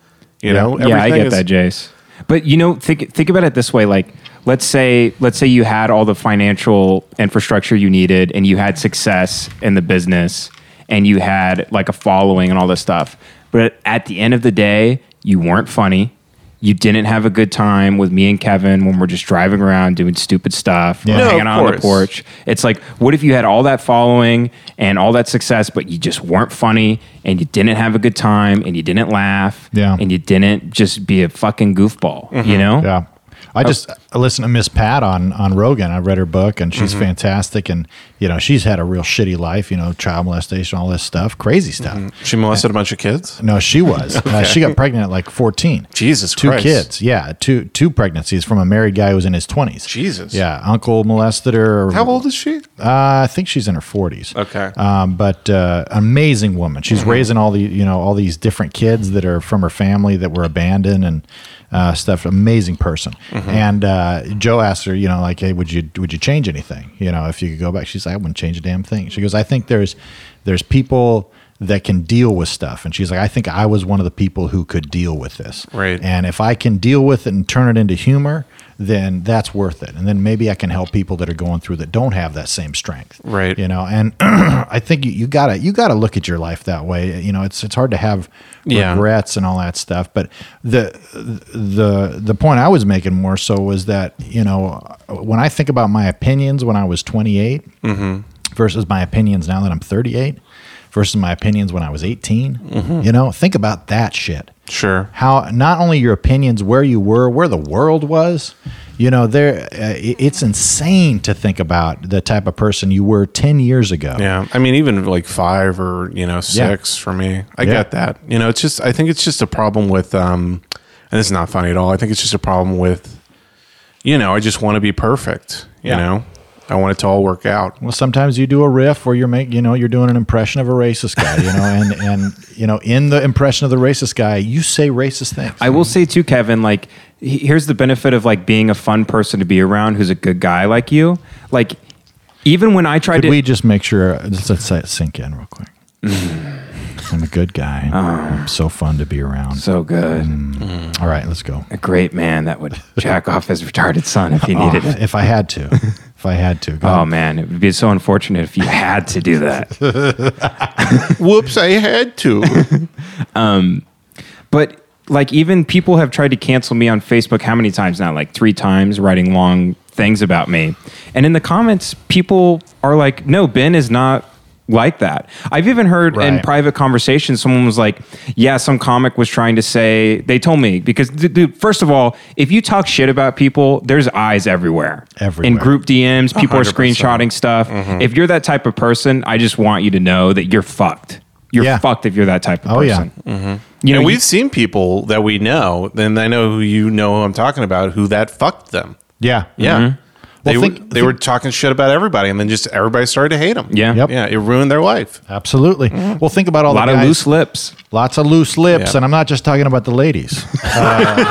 Speaker 5: You know,
Speaker 6: yeah, I
Speaker 5: Everything
Speaker 6: get
Speaker 5: is-
Speaker 6: that, Jace. But you know, think think about it this way: like, let's say let's say you had all the financial infrastructure you needed, and you had success in the business, and you had like a following and all this stuff. But at the end of the day, you weren't funny. You didn't have a good time with me and Kevin when we're just driving around doing stupid stuff, or
Speaker 3: No,
Speaker 6: hanging
Speaker 5: of
Speaker 6: out on the
Speaker 5: course.
Speaker 6: porch. It's like, what if you had all that following and all that success, but you just weren't funny and you didn't have a good time and you didn't laugh
Speaker 3: Yeah.
Speaker 6: and you didn't just be a fucking goofball, you know?
Speaker 3: Mm-hmm. Yeah. I just I listened to Miss Pat on on Rogan. I read her book and she's
Speaker 5: Mm-hmm.
Speaker 3: fantastic and you know, she's had a real shitty life, you know, child molestation, all this stuff, crazy stuff.
Speaker 5: She molested a bunch of kids.
Speaker 3: No, she
Speaker 5: *laughs*
Speaker 3: was. uh, she got pregnant at like 14.
Speaker 5: Jesus
Speaker 3: Two
Speaker 5: Christ.
Speaker 3: kids. Yeah, two two pregnancies from a married guy who was in his 20s.
Speaker 5: Jesus.
Speaker 3: Yeah, uncle molested her.
Speaker 5: How old is she?
Speaker 3: Uh, I think she's in her 40s.
Speaker 5: Okay.
Speaker 3: Um, but uh, amazing woman. She's raising all the you know all these different kids that are from her family that were abandoned and uh, stuff. Amazing person. And uh, Joe asked her, you know, like, hey, would you would you change anything? You know, if you could go back, she's like, I wouldn't change a damn thing. She goes, I think there's there's people that can deal with stuff, and she's like, I think I was one of the people who could deal with this.
Speaker 5: Right.
Speaker 3: And if I can deal with it and turn it into humor. Then that's worth it, and then maybe I can help people that are going through that don't have that same strength,
Speaker 5: Right.
Speaker 3: You know know and *clears throat* i think you, you gotta you gotta look at your life that way you know it's it's hard to have
Speaker 5: Yeah.
Speaker 3: regrets and all that stuff but the the the point i was making more so was that you know when i think about my opinions when i was 28
Speaker 5: Mm-hmm.
Speaker 3: versus my opinions now that i'm 38 versus my opinions when i was 18
Speaker 5: Mm-hmm.
Speaker 3: you know think about that shit
Speaker 5: Sure.
Speaker 3: how not only your opinions where you were where the world was you know there uh, it- it's insane to think about the type of person you were 10 years ago
Speaker 5: Yeah. I mean, even like five or, you know, six for me. I
Speaker 3: Yeah.
Speaker 5: get that. You know, it's just, I think it's just a problem with, um, and it's not funny at all. I think it's just a problem with, you know, I just want to be perfect. You
Speaker 3: Yeah.
Speaker 5: know, I want it to all work out.
Speaker 3: well sometimes you do a riff where you're make you know you're doing an impression of a racist guy you know and *laughs* and you know in the impression of the racist guy you say racist things
Speaker 6: I will say too, Kevin, like he- here's the benefit of like being a fun person to be around who's a good guy like you. Like even when I tried
Speaker 3: could
Speaker 6: to
Speaker 3: we just make sure let's let's let it sink in real quick i'm a good guy i'm so fun to be around
Speaker 6: *laughs* Mm. Um, so good.
Speaker 3: Mm. all right let's go
Speaker 6: A great man that
Speaker 3: *laughs*
Speaker 6: would jack off his retarded son if he needed it.
Speaker 3: if i had
Speaker 6: *laughs*
Speaker 3: to if i had to go
Speaker 6: Oh man, it would be so unfortunate if you had to do
Speaker 3: *laughs*
Speaker 6: that.
Speaker 5: Whoops, I had to.
Speaker 6: But like even people have tried to cancel me on Facebook how many times now? Like three times writing long things about me. And in the comments, people are like, no, Ben is not like that. I've even heard in
Speaker 3: Right.
Speaker 6: private conversations someone was like, "Yeah, some comic was trying to say." They told me because, d- dude, first of all, if you talk shit about people, there's eyes everywhere. In
Speaker 3: Everywhere.
Speaker 6: group DMs, people are screenshotting stuff.
Speaker 3: Mm-hmm.
Speaker 6: If you're that type of person, I just want you to know that you're fucked. You're
Speaker 3: Yeah.
Speaker 6: fucked if you're that type of
Speaker 3: Oh, yeah.
Speaker 6: person. You know,
Speaker 5: and
Speaker 6: you-
Speaker 5: we've seen people that we know, and I know who you know who I'm talking about, who that fucked them.
Speaker 3: Yeah.
Speaker 5: Yeah. They,
Speaker 3: Mm-hmm. Well,
Speaker 5: were-
Speaker 3: think-
Speaker 5: they were talking shit about everybody, and then just everybody started to hate them.
Speaker 6: Yeah. Yep.
Speaker 5: Yeah. It ruined their
Speaker 3: *laughs*
Speaker 5: life.
Speaker 3: Absolutely. Well, think about all
Speaker 6: Mm-hmm. a lot
Speaker 3: the
Speaker 6: of
Speaker 3: guys-
Speaker 6: loose lips.
Speaker 3: lots of loose lips,
Speaker 5: Yeah.
Speaker 3: and I'm not just talking about the ladies. Uh,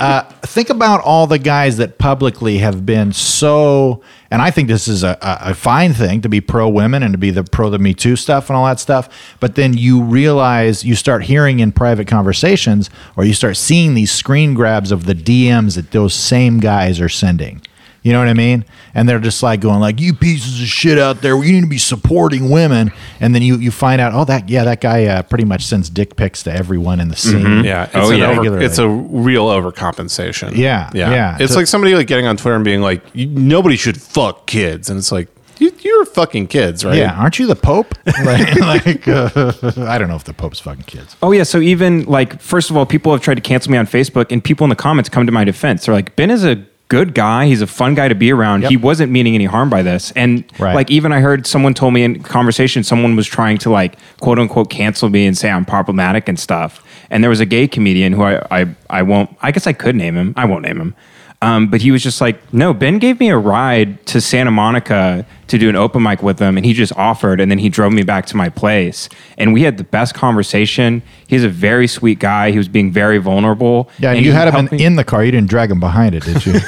Speaker 3: uh, think about all the guys that publicly have been so, and I think this is a, a, a fine thing to be pro women and to be the pro the Me Too stuff and all that stuff. But then you realize you start hearing in private conversations, or you start seeing these screen grabs of the DMs that those same guys are sending. You know what I mean? And they're just like going like, "You pieces of shit out there, you need to be supporting women." And then you you find out, oh that yeah, that guy uh, pretty much sends dick pics to everyone in the scene.
Speaker 5: Yeah. It's,
Speaker 6: Oh,
Speaker 5: an
Speaker 6: yeah.
Speaker 5: Over,
Speaker 3: Regularly.
Speaker 5: Mm-hmm. it's a real overcompensation.
Speaker 3: Yeah,
Speaker 5: Yeah.
Speaker 3: yeah.
Speaker 5: It's
Speaker 3: So-
Speaker 5: like somebody like getting on Twitter and being like, "You- nobody should fuck kids. And it's like, you, you're fucking kids, right?
Speaker 3: Yeah, aren't you the Pope? *laughs* like, like, uh, I don't know if the Pope's fucking kids.
Speaker 6: Oh yeah, so even like first of all, people have tried to cancel me on Facebook, and people in the comments come to my defense. They're like, "Ben is a good guy. He's a fun guy to be around.
Speaker 3: Yep.
Speaker 6: He wasn't meaning any harm by this." And
Speaker 3: Right.
Speaker 6: like even I heard someone told me in conversation, someone was trying to like quote unquote cancel me and say I'm problematic and stuff. And there was a gay comedian who I I, I won't. I guess I could name him. I won't name him. Um, but he was just like, no, Ben gave me a ride to Santa Monica to do an open mic with him, and he just offered, and then he drove me back to my place. And we had the best conversation. He's a very sweet guy. He was being very vulnerable.
Speaker 3: Yeah, and,
Speaker 6: he
Speaker 3: you had him
Speaker 6: helped
Speaker 3: in,
Speaker 6: me-
Speaker 3: in the car. You didn't drag him behind it, did you? *laughs*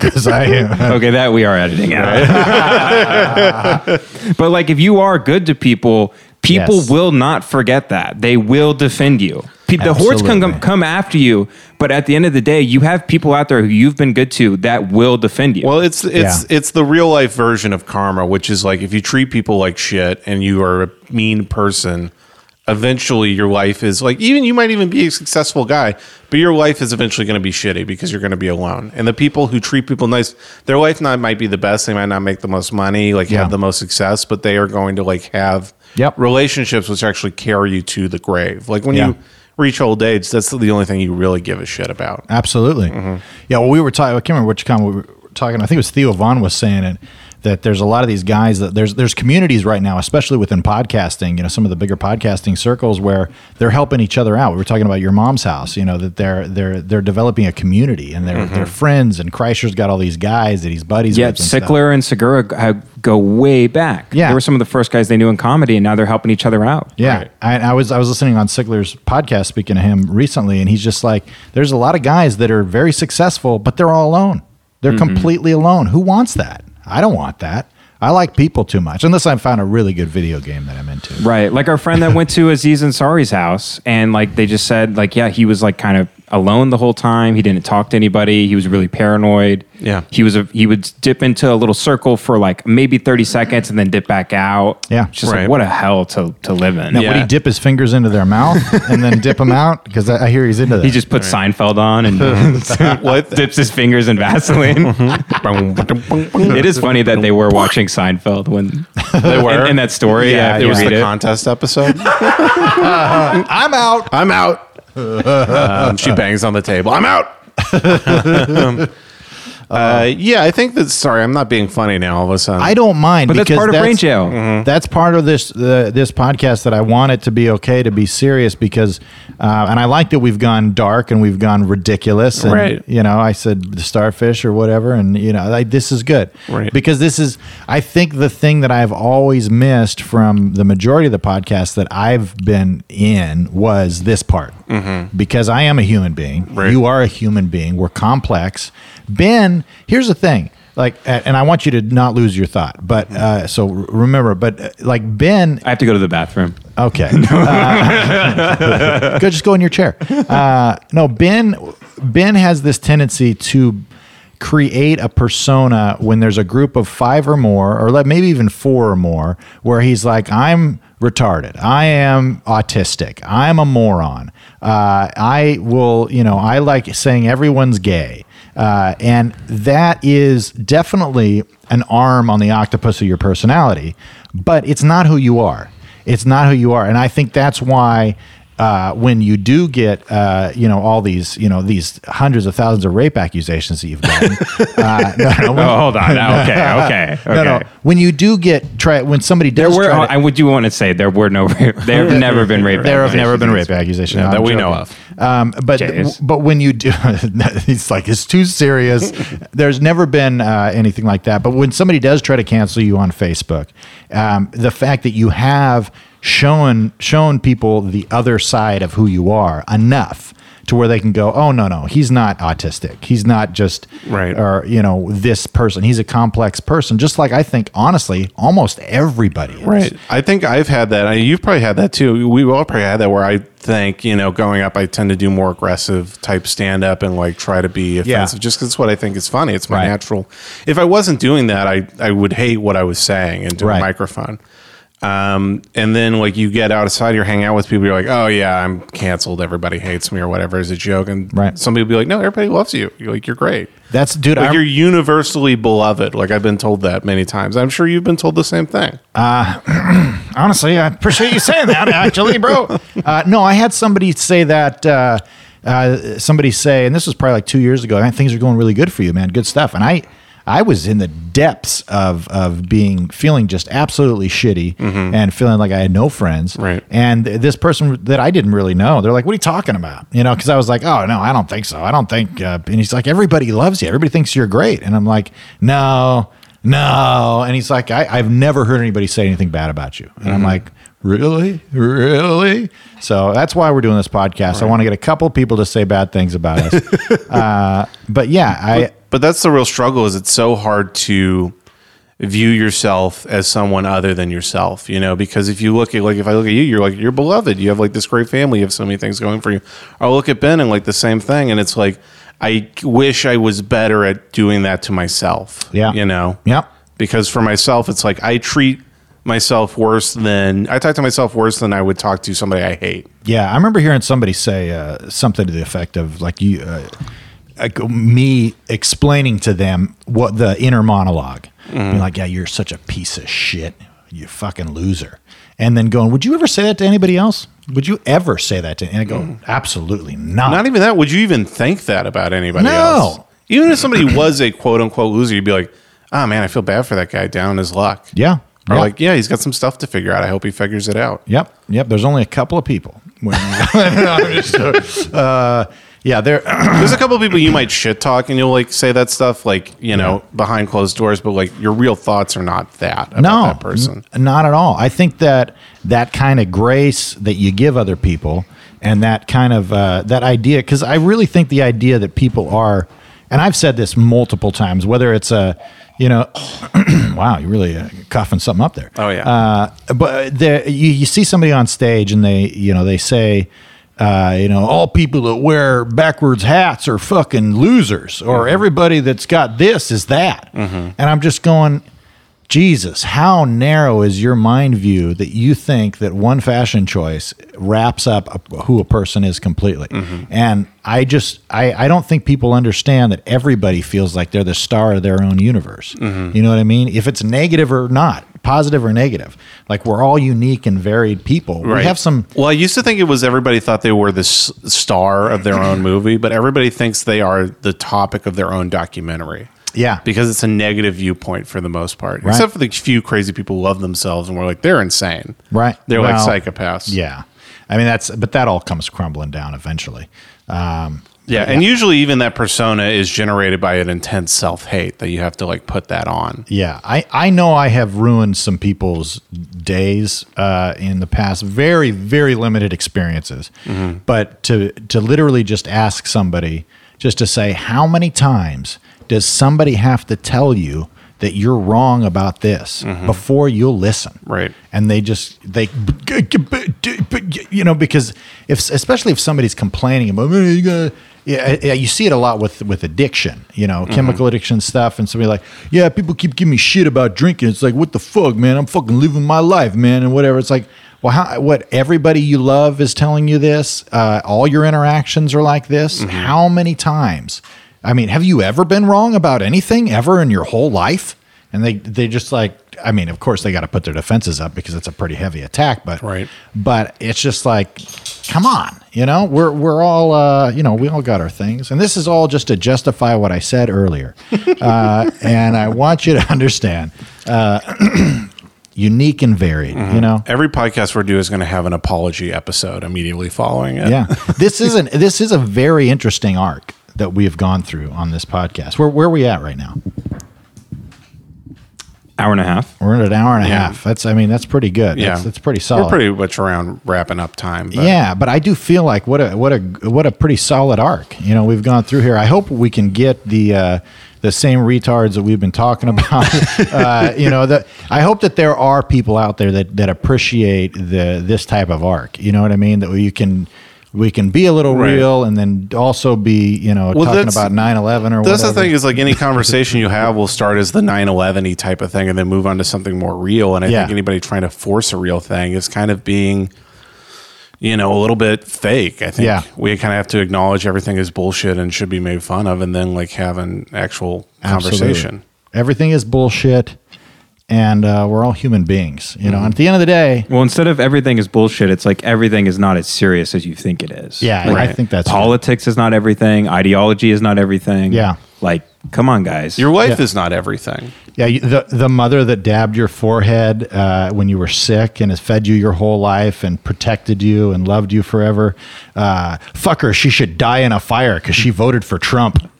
Speaker 3: Because I uh, am.
Speaker 6: *laughs* okay, that we are editing out. *laughs* but like, if you are good to people, people
Speaker 3: Yes.
Speaker 6: will not forget that. They will defend you. Pe- the hordes can
Speaker 3: Absolutely.
Speaker 6: come, come after you, but at the end of the day, you have people out there who you've been good to that will defend you.
Speaker 5: Well, it's it's it's the real life version of karma, which is like if you treat people like shit and you are a mean person, eventually your life is like even you might even be a successful guy, but your life is eventually going to be shitty because you're going to be alone. And the people who treat people nice, their life not might be the best, they might not make the most money, like
Speaker 3: Yeah.
Speaker 5: have the most success, but they are going to like have
Speaker 3: Yep.
Speaker 5: relationships which actually carry you to the grave. Like when
Speaker 3: Yeah.
Speaker 5: you reach old age, that's the only thing you really give a shit
Speaker 6: *laughs*
Speaker 5: about.
Speaker 3: Absolutely. Yeah. Well, we were talking. I can't remember which comment we were talking. I think it was Theo Vaughn was saying it that there's a lot of these guys that there's there's communities right now, especially within podcasting. You know, some of the bigger podcasting circles where they're helping each other out. We were talking about your mom's house. You know that they're they're they're developing a community and they're they're friends. And Kreischer's got all these guys that he's buddies.
Speaker 6: Yeah,
Speaker 3: with and stuff.
Speaker 6: Sickler and Segura g- have- go way back.
Speaker 3: Yeah.
Speaker 6: They were some of the first guys they knew in comedy, and now they're helping each other out.
Speaker 3: Yeah,
Speaker 5: Right.
Speaker 3: I, I was I was listening on Sigler's podcast speaking to him recently, and he's just like, "There's a lot of guys that are very successful, but they're all alone. They're
Speaker 6: Mm-hmm.
Speaker 3: completely alone. Who wants that? I don't want that. I like people too much, unless I found a really good video game that I'm into.
Speaker 6: Right. Like our friend that went to Aziz Ansari's house, and like they just said, like, yeah, he was like kind of alone the whole time. He didn't talk to anybody. He was really paranoid.
Speaker 5: Yeah.
Speaker 6: He was a he would dip into a little circle for like maybe 30 seconds and then dip back out.
Speaker 3: Yeah.
Speaker 6: It's just
Speaker 5: Right.
Speaker 6: like what a hell to, to live in.
Speaker 3: Now, would he dip his fingers into their mouth and then dip them out? Because I, I hear he's into that.
Speaker 6: He just puts Seinfeld on and
Speaker 5: *laughs* What
Speaker 6: *laughs* dips his fingers in Vaseline. it is funny that they were watching Seinfeld when
Speaker 5: Mm-hmm. they
Speaker 6: in, in that story. Yeah,
Speaker 5: it was
Speaker 6: read
Speaker 5: the
Speaker 6: it.
Speaker 5: contest episode.
Speaker 3: I'm out.
Speaker 5: I'm out. Um, she bangs on the table. I'm out.
Speaker 3: *laughs*
Speaker 5: *laughs* Um, uh, yeah, I think that. Sorry, I'm not being funny now. All of a sudden,
Speaker 3: I don't mind,
Speaker 6: but that's
Speaker 3: because
Speaker 6: part of brain jail.
Speaker 3: That's part of this uh, this podcast that I want it to be okay to be serious because, uh, and I like that we've gone dark and we've gone ridiculous. And,
Speaker 5: Right.
Speaker 3: You know, I said the starfish or whatever, and you know, like, this is good.
Speaker 5: Right.
Speaker 3: Because this is, I think, the thing that I've always missed from the majority of the podcasts that I've been in was this part. Because I am a human being.
Speaker 5: Right.
Speaker 3: You are a human being. We're complex. Ben, here's the thing. Like, a- and I want you to not lose your thought, but uh, so r- remember, but uh, like Ben,
Speaker 6: I have to go to the bathroom.
Speaker 3: okay, Uh, go just go in your chair. Uh, no, Ben, Ben has this tendency to create a persona when there's a group of five or more, or let maybe even four or more, where he's like, I'm retarded, I am autistic, I'm a moron, uh, I will, you know, I like saying everyone's gay. Uh, and that is definitely an arm on the octopus of your personality but it's not who you are. It's not who you are, and I think that's why uh, when you do get uh, you know all these you know these hundreds of thousands of rape accusations that you've gotten, uh, no, no, when-
Speaker 6: Oh,
Speaker 3: *laughs*
Speaker 6: hold on. Okay, *laughs* okay, okay.
Speaker 3: no, no, when you do get try when somebody
Speaker 6: There
Speaker 3: does
Speaker 6: were.
Speaker 3: try to-
Speaker 6: I would. You want to say there
Speaker 3: *laughs*
Speaker 6: were no. Rape, there have never been rape.
Speaker 3: There have never been
Speaker 6: accusations.
Speaker 3: rape accusations
Speaker 5: Yeah,
Speaker 3: No,
Speaker 5: that
Speaker 3: I'm
Speaker 5: we know
Speaker 3: joking. Um, but
Speaker 6: Jeez.
Speaker 3: but when you do, *laughs* it's like it's too serious.
Speaker 5: *laughs*
Speaker 3: There's never been uh, anything like that. But when somebody does try to cancel you on Facebook, um, the fact that you have shown shown people the other side of who you are enough to where they can go, oh no no, he's not autistic. He's not just
Speaker 5: Right.
Speaker 3: or you know this person. He's a complex person. Just like I think honestly, almost everybody is.
Speaker 5: Right. I think I've had that. I, you've probably had that too. We've all probably had that where I think, you know, going up, I tend to do more aggressive type stand up and like try to be offensive just 'cause just because it's what I think is funny. It's my
Speaker 3: Right.
Speaker 5: natural. If I wasn't doing that, I, I would hate what I was saying into
Speaker 3: Right.
Speaker 5: a microphone. Um, and then like you get outside, you're hanging out with people, you're like, oh yeah, I'm canceled. Everybody hates me or whatever is a joke. And
Speaker 3: Right.
Speaker 5: somebody will be like, no, everybody loves you. You're like, you're great.
Speaker 3: That's dude.
Speaker 5: Like
Speaker 3: I,
Speaker 5: you're universally beloved. Like I've been told that many times. I'm sure you've been told the same thing.
Speaker 3: honestly, I appreciate you saying that, actually, bro. Uh, no, I had somebody say that. Uh, uh, somebody say, and this was probably like two years ago. Man, things are going really good for you, man. Good stuff. And I, I was in the depths of of being feeling just absolutely shitty and feeling like I had no friends.
Speaker 5: Right.
Speaker 3: And this person that I didn't really know, they're like, "What are you talking about?" You know, because I was like, "Oh no, I don't think so. I don't think." Uh, and he's like, "Everybody loves you. Everybody thinks you're great." And I'm like, "No, no." And he's like, I, "I've never heard anybody say anything bad about you." And I'm like, "Really, really?" So that's why we're doing this podcast. I want to get a couple people to say bad things about us. uh, but yeah, I
Speaker 5: But that's the real struggle is it's so hard to view yourself as someone other than yourself, you know, because if you look at like if I look at you, you're like you're beloved. You have like this great family, you have so many things going for you. I look at Ben and like the same thing and it's like I wish I was better at doing that to myself.
Speaker 3: Yeah.
Speaker 5: You know.
Speaker 3: Yep.
Speaker 5: Because for myself it's like I treat myself worse than I talk to myself worse than I would talk to somebody I hate.
Speaker 3: Yeah, I remember hearing somebody say uh, something to the effect of like you, uh, like me explaining to them what the inner monolog
Speaker 5: Mm-hmm.
Speaker 3: Being like, yeah, you're such a piece of shit, you fucking loser, and then going, would you ever say that to anybody else? Would you ever say that to? And I go, absolutely not.
Speaker 5: Mm-hmm. Not even that. Would you even think that about anybody
Speaker 3: No.
Speaker 5: else? Even if somebody was a quote unquote loser, you'd be like, oh man, I feel bad for that guy down in his luck.
Speaker 3: yeah,
Speaker 5: Or
Speaker 3: yeah.
Speaker 5: like, yeah, he's got some stuff to figure out. I hope he figures it out.
Speaker 3: Yep, yep. There's only a couple of people. When, *laughs* uh, yeah, there.
Speaker 5: There's a couple people you might shit talk and you'll like say that stuff like, you know, behind closed doors, but like your real thoughts are not that about
Speaker 3: no,
Speaker 5: that person.
Speaker 3: n- not at all. I think that that kind of grace that you give other people and that kind of uh, that idea, because I really think the idea that people are, and I've said this multiple times, whether it's a, you know, *clears throat* wow, you're really uh, coughing something up there.
Speaker 5: Oh, yeah.
Speaker 3: Uh, but there, you, you see somebody on stage and they, you know, they say, uh, you know, all people that wear backwards hats are fucking losers, or
Speaker 5: Mm-hmm.
Speaker 3: everybody that's got this is that. And I'm just going, Jesus, how narrow is your mind view that you think that one fashion choice wraps up a, who a person is completely? And I just, I, I don't think people understand that everybody feels like they're the star of their own universe. You know what I mean? If it's negative or not, positive or negative, like we're all unique and varied people. We have some,
Speaker 5: Well, I used to think it was everybody thought they were the s- star of their own movie, but everybody thinks they are the topic of their own documentary.
Speaker 3: yeah.
Speaker 5: because it's a negative viewpoint for the most part, except for the few crazy people who love themselves and we're like they're insane,
Speaker 3: Right.
Speaker 5: They're
Speaker 3: Well,
Speaker 5: like psychopaths,
Speaker 3: Yeah. I mean, that's, but that all comes crumbling down eventually. Um,
Speaker 5: yeah. And usually, even that persona is generated by an intense self hate that you have to like put that on.
Speaker 3: Yeah, I, I know I have ruined some people's days uh, in the past. Very very limited experiences, but to to literally just ask somebody just to say how many times does somebody have to tell you that you're wrong about this before you'll listen?
Speaker 5: Right.
Speaker 3: and they just they you know because if especially if somebody's complaining about "Oh, you got yeah, yeah, you see it a lot with with addiction, you know, chemical addiction stuff, and somebody like, yeah, people keep giving me shit about drinking. It's like, what the fuck, man? I'm fucking living my life, man, and whatever. It's like, well, how, what? Everybody you love is telling you this. Uh, all your interactions are like this. How many times? I mean, have you ever been wrong about anything ever in your whole life? And they they just like I mean, of course they got to put their defenses up because it's a pretty heavy attack, but
Speaker 5: Right.
Speaker 3: but it's just like, come on, you know, we're we're all uh, you know we all got our things, and this is all just to justify what I said
Speaker 5: *laughs*
Speaker 3: earlier, uh, and I want you to understand, uh, *clears throat* unique and varied, you know,
Speaker 5: Mm-hmm. Every podcast we're doing is going to have an apology episode immediately following it.
Speaker 3: yeah this isn't this is a very interesting arc that we have gone through on this podcast where, where are we at right now
Speaker 6: Hour and a half.
Speaker 3: we're at an hour and a
Speaker 5: Yeah.
Speaker 3: half that's i mean that's pretty good
Speaker 5: *laughs* yeah,
Speaker 3: that's, that's pretty solid
Speaker 5: We're pretty much around wrapping up time. but-
Speaker 3: yeah but i do feel like what a what a what a pretty solid arc you know we've gone through here i hope we can get the uh the same retards that we've been talking *laughs* about uh, you know that i hope that there are people out there that that appreciate the this type of arc you know what i mean that you can we can be a little
Speaker 5: Right.
Speaker 3: real and then also be you know
Speaker 5: Well,
Speaker 3: talking
Speaker 5: that's-
Speaker 3: about 9-11 or
Speaker 5: That's
Speaker 3: whatever.
Speaker 5: the thing is like any conversation you have will start as the 9/11 y type of thing and then move on to something more real. And I
Speaker 3: Yeah.
Speaker 5: think anybody trying to force a real thing is kind of being, you know, a little bit fake. I think
Speaker 3: Yeah.
Speaker 5: we kind of have to acknowledge everything is bullshit and should be made fun of, and then like have an actual
Speaker 3: Absolutely.
Speaker 5: conversation.
Speaker 3: Everything is bullshit, and uh, we're all human beings. You know,
Speaker 5: Mm-hmm.
Speaker 3: and at the end of the day,
Speaker 6: Well, instead of everything is bullshit, it's like everything is not as serious as you think it is.
Speaker 3: Yeah,
Speaker 6: Like,
Speaker 3: I think that's
Speaker 6: politics is not everything. Ideology is not everything.
Speaker 3: Yeah.
Speaker 6: Like, come on, guys.
Speaker 5: Your wife
Speaker 3: Yeah.
Speaker 5: is not everything.
Speaker 3: yeah, you, the the mother that dabbed your forehead uh, when you were sick and has fed you your whole life and protected you and loved you forever, uh, fuck her. She should die in a fire because she voted for Trump.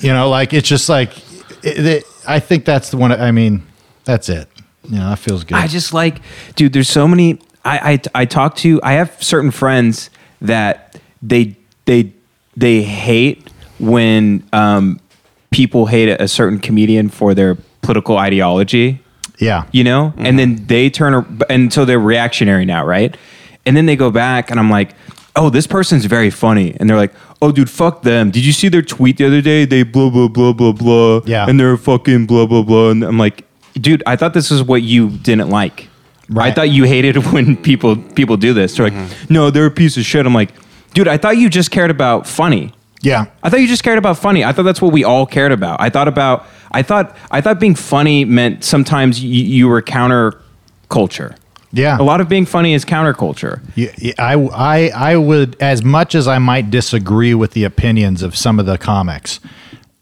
Speaker 3: you know, like it's just like it, it, I think that's the one. I mean, that's it. You know, that feels good.
Speaker 6: I just like, dude. There's so many. I I, I talk to. I have certain friends that they they they hate when um, people hate a certain comedian for their political ideology.
Speaker 3: yeah, Mm-hmm.
Speaker 6: You know, and then they turn ar- and so they're reactionary now, right? And then they go back, and I'm like, oh, this person's very funny, and they're like. Oh, dude, fuck them. Did you see their tweet the other day? They blah, blah, blah, blah, blah.
Speaker 3: Yeah.
Speaker 6: And they're fucking blah, blah, blah. And I'm like, dude, I thought this is what you didn't like.
Speaker 3: Right. Mm-hmm.
Speaker 6: I thought you hated *laughs* when people people do this. They're like, no, they're a piece of shit. I'm like, dude, I thought you just cared about funny.
Speaker 3: yeah.
Speaker 6: I thought you just cared about funny. I thought that's what we all cared about. I thought about I thought I thought being funny meant sometimes you, you were counterculture.
Speaker 3: Yeah.
Speaker 6: A lot of being funny is counterculture.
Speaker 3: Yeah, yeah, I, I, I would, as much as I might disagree with the opinions of some of the comics,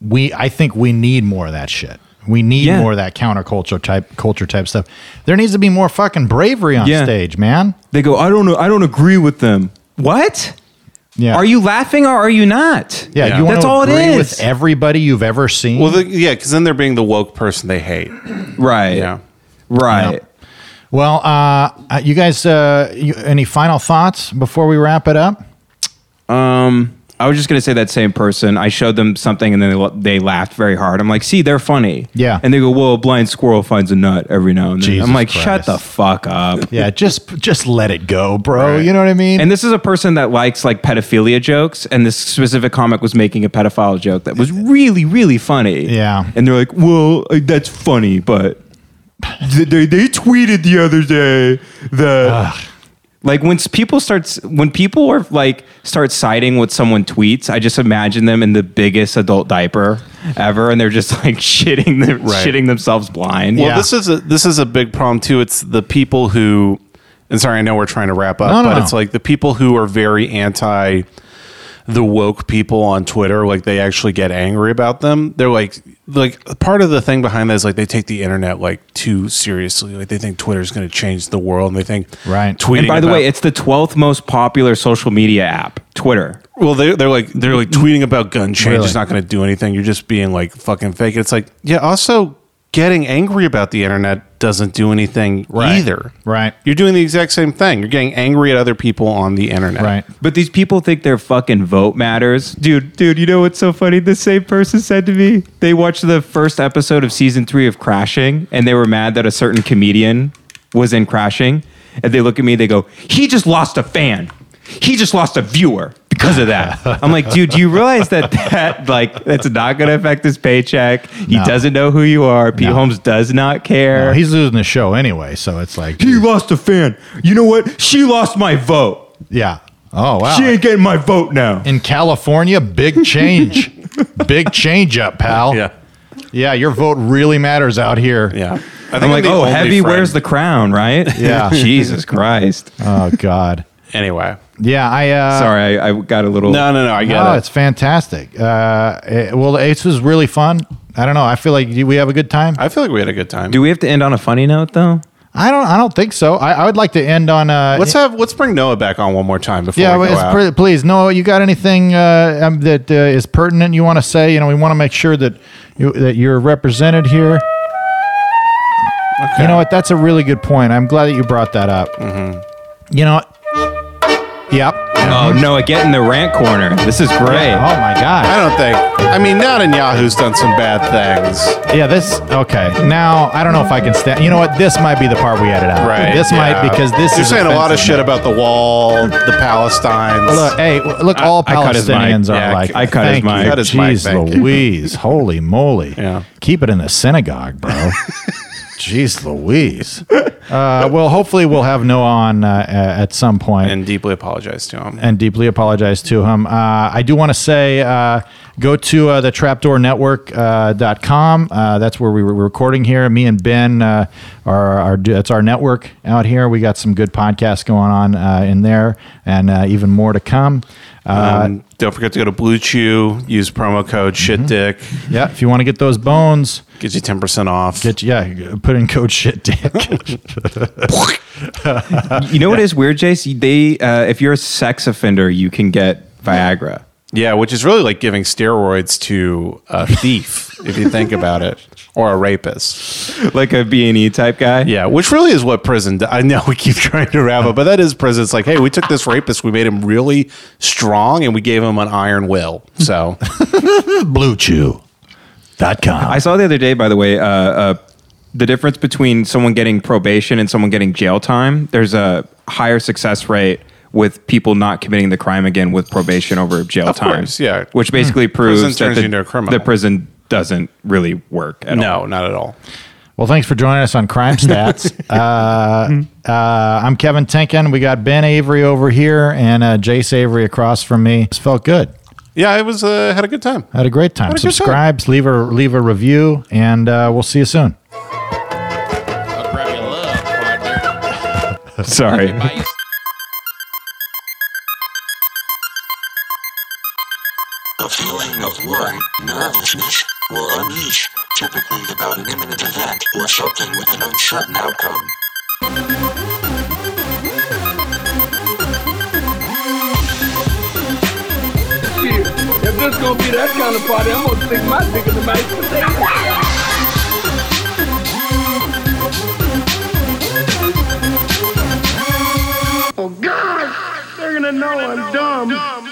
Speaker 3: we, I think we need more of that shit. We need
Speaker 6: Yeah.
Speaker 3: more of that counterculture type, culture type stuff. There needs to be more fucking bravery on
Speaker 6: Yeah.
Speaker 3: stage, man.
Speaker 6: They go, I don't know, I don't agree with them. What?
Speaker 3: Yeah.
Speaker 6: Are you laughing or are you not?
Speaker 3: Yeah. You want
Speaker 6: That's
Speaker 3: to
Speaker 6: all it
Speaker 3: agree
Speaker 6: is.
Speaker 3: with everybody you've ever seen.
Speaker 5: Well, the, yeah, because then they're being the woke person they hate.
Speaker 6: right.
Speaker 5: Yeah.
Speaker 6: Right.
Speaker 3: Yeah. well, uh, uh, you guys, uh, you, any final thoughts before we wrap it up?
Speaker 6: Um, I was just gonna say that same person. I showed them something and then they, la- they laughed very hard. I'm like, see, they're funny.
Speaker 3: Yeah.
Speaker 6: And they go, well, a blind squirrel finds a nut every now and then.
Speaker 3: Jesus
Speaker 6: I'm like,
Speaker 3: Christ.
Speaker 6: shut the fuck up.
Speaker 3: Yeah. Just, just let it go, bro. You know what I mean?
Speaker 6: And this is a person that likes like pedophilia jokes, and this specific comic was making a pedophile joke that was really, really funny.
Speaker 3: Yeah.
Speaker 6: And they're like, well, uh, that's funny, but they, they, they tweeted the other day that. Like when s- people starts when people are like start citing what someone tweets, I just imagine them in the biggest adult diaper ever, and they're just like *laughs* shitting them, shitting themselves blind.
Speaker 5: Well,
Speaker 3: Yeah.
Speaker 5: this is a this is a big problem too. It's the people who, and sorry, I know we're trying to wrap up,
Speaker 3: No, no,
Speaker 5: but
Speaker 3: no.
Speaker 5: it's like the people who are very anti the woke people on Twitter. Like they actually get angry about them. They're like, like part of the thing behind that is like they take the internet like too seriously. Like they think Twitter's going to change the world, and they think
Speaker 3: Right.
Speaker 5: Tweeting.
Speaker 6: and by the
Speaker 5: about-
Speaker 6: way, it's the twelfth most popular social media app, Twitter.
Speaker 5: well, they're, they're like they're like tweeting about gun change
Speaker 3: Really?
Speaker 5: is not going to do anything. You're just being like fucking fake. It's like yeah, also. Getting angry about the internet doesn't do anything either.
Speaker 3: Right.
Speaker 5: You're doing the exact same thing. You're getting angry at other people on the internet.
Speaker 3: Right.
Speaker 6: But these people think their fucking vote matters. Dude, dude, you know what's so funny? The same person said to me, they watched the first episode of season three of Crashing and they were mad that a certain comedian was in Crashing. And they look at me, they go, he just lost a fan. He just lost a viewer because of that. I'm like, dude, do you realize that *laughs* that like that's not going to affect his paycheck? He
Speaker 3: No.
Speaker 6: doesn't know who you are. Pete
Speaker 3: No.
Speaker 6: Holmes does not care.
Speaker 3: Well, he's losing the show anyway. So it's like,
Speaker 6: Uh, he lost a fan. You know what? She lost my vote.
Speaker 3: yeah. Oh, wow.
Speaker 6: She ain't getting my vote now.
Speaker 5: *laughs*
Speaker 3: in California, big change. big change up, pal.
Speaker 5: Yeah.
Speaker 3: Yeah, your vote really matters out here.
Speaker 5: Yeah. I think
Speaker 6: I'm like,
Speaker 5: the
Speaker 6: oh,
Speaker 5: only
Speaker 6: heavy
Speaker 5: friend."
Speaker 6: wears the crown, right? *laughs*
Speaker 3: Yeah.
Speaker 6: Jesus Christ.
Speaker 3: Oh God.
Speaker 5: Anyway.
Speaker 3: Yeah, I. Uh,
Speaker 6: Sorry, I, I got a little.
Speaker 5: No, no, no. I get
Speaker 3: No,
Speaker 5: it.
Speaker 3: it's fantastic. Uh, it- well, Ace was really fun. I don't know. I feel like we have a good time.
Speaker 5: I feel like we had a good time.
Speaker 6: Do we have to end on a funny note though?
Speaker 3: I don't. I don't think so. I, I would like to end on. Uh,
Speaker 5: let's have let's bring Noah back on one more time before
Speaker 3: yeah,
Speaker 5: we go
Speaker 3: it's
Speaker 5: out.
Speaker 3: pre- please. No, you got anything uh, um, that uh, is pertinent you want to say? You know, we want to make sure that you, that you're represented here. You know what? That's a really good point. I'm glad that you brought that up.
Speaker 5: Mm-hmm.
Speaker 3: You know. Yep.
Speaker 6: Oh no, get in the rant corner. This is great.
Speaker 3: Yeah. Oh my
Speaker 5: I
Speaker 3: God.
Speaker 5: don't think. I mean, Netanyahu's done some bad things.
Speaker 3: Yeah. This. Okay. Now I don't know if I can stand. You know what? This might be the part we edit out. This
Speaker 5: yeah.
Speaker 3: might because this
Speaker 5: You're
Speaker 3: is
Speaker 5: saying a lot of
Speaker 3: offensive.
Speaker 5: shit about the wall, the Palestines.
Speaker 3: Look, hey, w- look, all
Speaker 6: I cut his mic.
Speaker 3: Palestinians are
Speaker 5: Yeah,
Speaker 3: like,
Speaker 5: I
Speaker 6: cut his
Speaker 3: thank
Speaker 6: mic.
Speaker 3: you.
Speaker 5: Cut his mic,
Speaker 3: Jeez
Speaker 5: thank you.
Speaker 3: Louise, holy moly.
Speaker 5: Yeah.
Speaker 3: Keep it in the synagogue,
Speaker 5: *laughs*
Speaker 3: bro. Jeez Louise. Uh, well, hopefully we'll have Noah on uh, a- at some point
Speaker 5: and deeply apologize to him.
Speaker 3: and deeply apologize to him. Uh, I do want to say uh, go to uh, the trapdoornetwork.com. Uh, dot com. uh, that's where we were recording here. Me and Ben uh, are, are do- that's our network out here. We got some good podcasts going on uh, in there and uh, even more to come. Uh,
Speaker 5: Um, don't forget to go to Blue Chew. Use promo code
Speaker 3: Mm-hmm.
Speaker 5: Shit Dick.
Speaker 3: yeah, if you want to get those bones,
Speaker 5: Gives you ten percent off.
Speaker 3: get yeah, put in code shit dick.
Speaker 6: You know what is weird, Jace? They, uh, if you're a sex offender, you can get Viagra.
Speaker 5: yeah, which is really like giving steroids to
Speaker 3: *laughs*
Speaker 5: a thief, if you think about it, or a rapist.
Speaker 6: *laughs* like a B&E type guy.
Speaker 5: Yeah, which really is what prison. Do- I know we keep *laughs* trying to wrap up, but that is prison. It's like, hey, we took this rapist, we made him really strong, and we gave him an iron will.
Speaker 3: *laughs*
Speaker 5: So
Speaker 3: Bluechew.com.
Speaker 6: I saw the other day, by the way, uh, uh, the difference between someone getting probation and someone getting jail time. There's a higher success rate with people not committing the crime again with probation over jail time.
Speaker 5: course, yeah. Hmm.
Speaker 6: Which basically proves
Speaker 5: Prison turns
Speaker 6: that
Speaker 5: you
Speaker 6: the,
Speaker 5: into a criminal.
Speaker 6: the prison doesn't really work at all.
Speaker 5: no, not at all.
Speaker 3: Well, thanks for joining us on Crime Stats. uh, uh, I'm Kevin Tinkin. We got Ben Avery over here and uh, Jace Avery across from me. This felt good.
Speaker 5: Yeah, it was uh, had a good time.
Speaker 3: I had a great time.
Speaker 5: a good time.
Speaker 3: Subscribe, leave a leave a review, and uh, we'll see you soon.
Speaker 4: I'll grab your love, partner.
Speaker 6: *laughs* Sorry.
Speaker 4: *laughs* Buy you
Speaker 1: A feeling of worry, nervousness, will unleash, typically about an imminent event or something with an uncertain outcome.
Speaker 2: Shit, if this gonna be that kind of party, I'm gonna stick my dick in the mashed potato. Oh God, they're gonna know I'm dumb.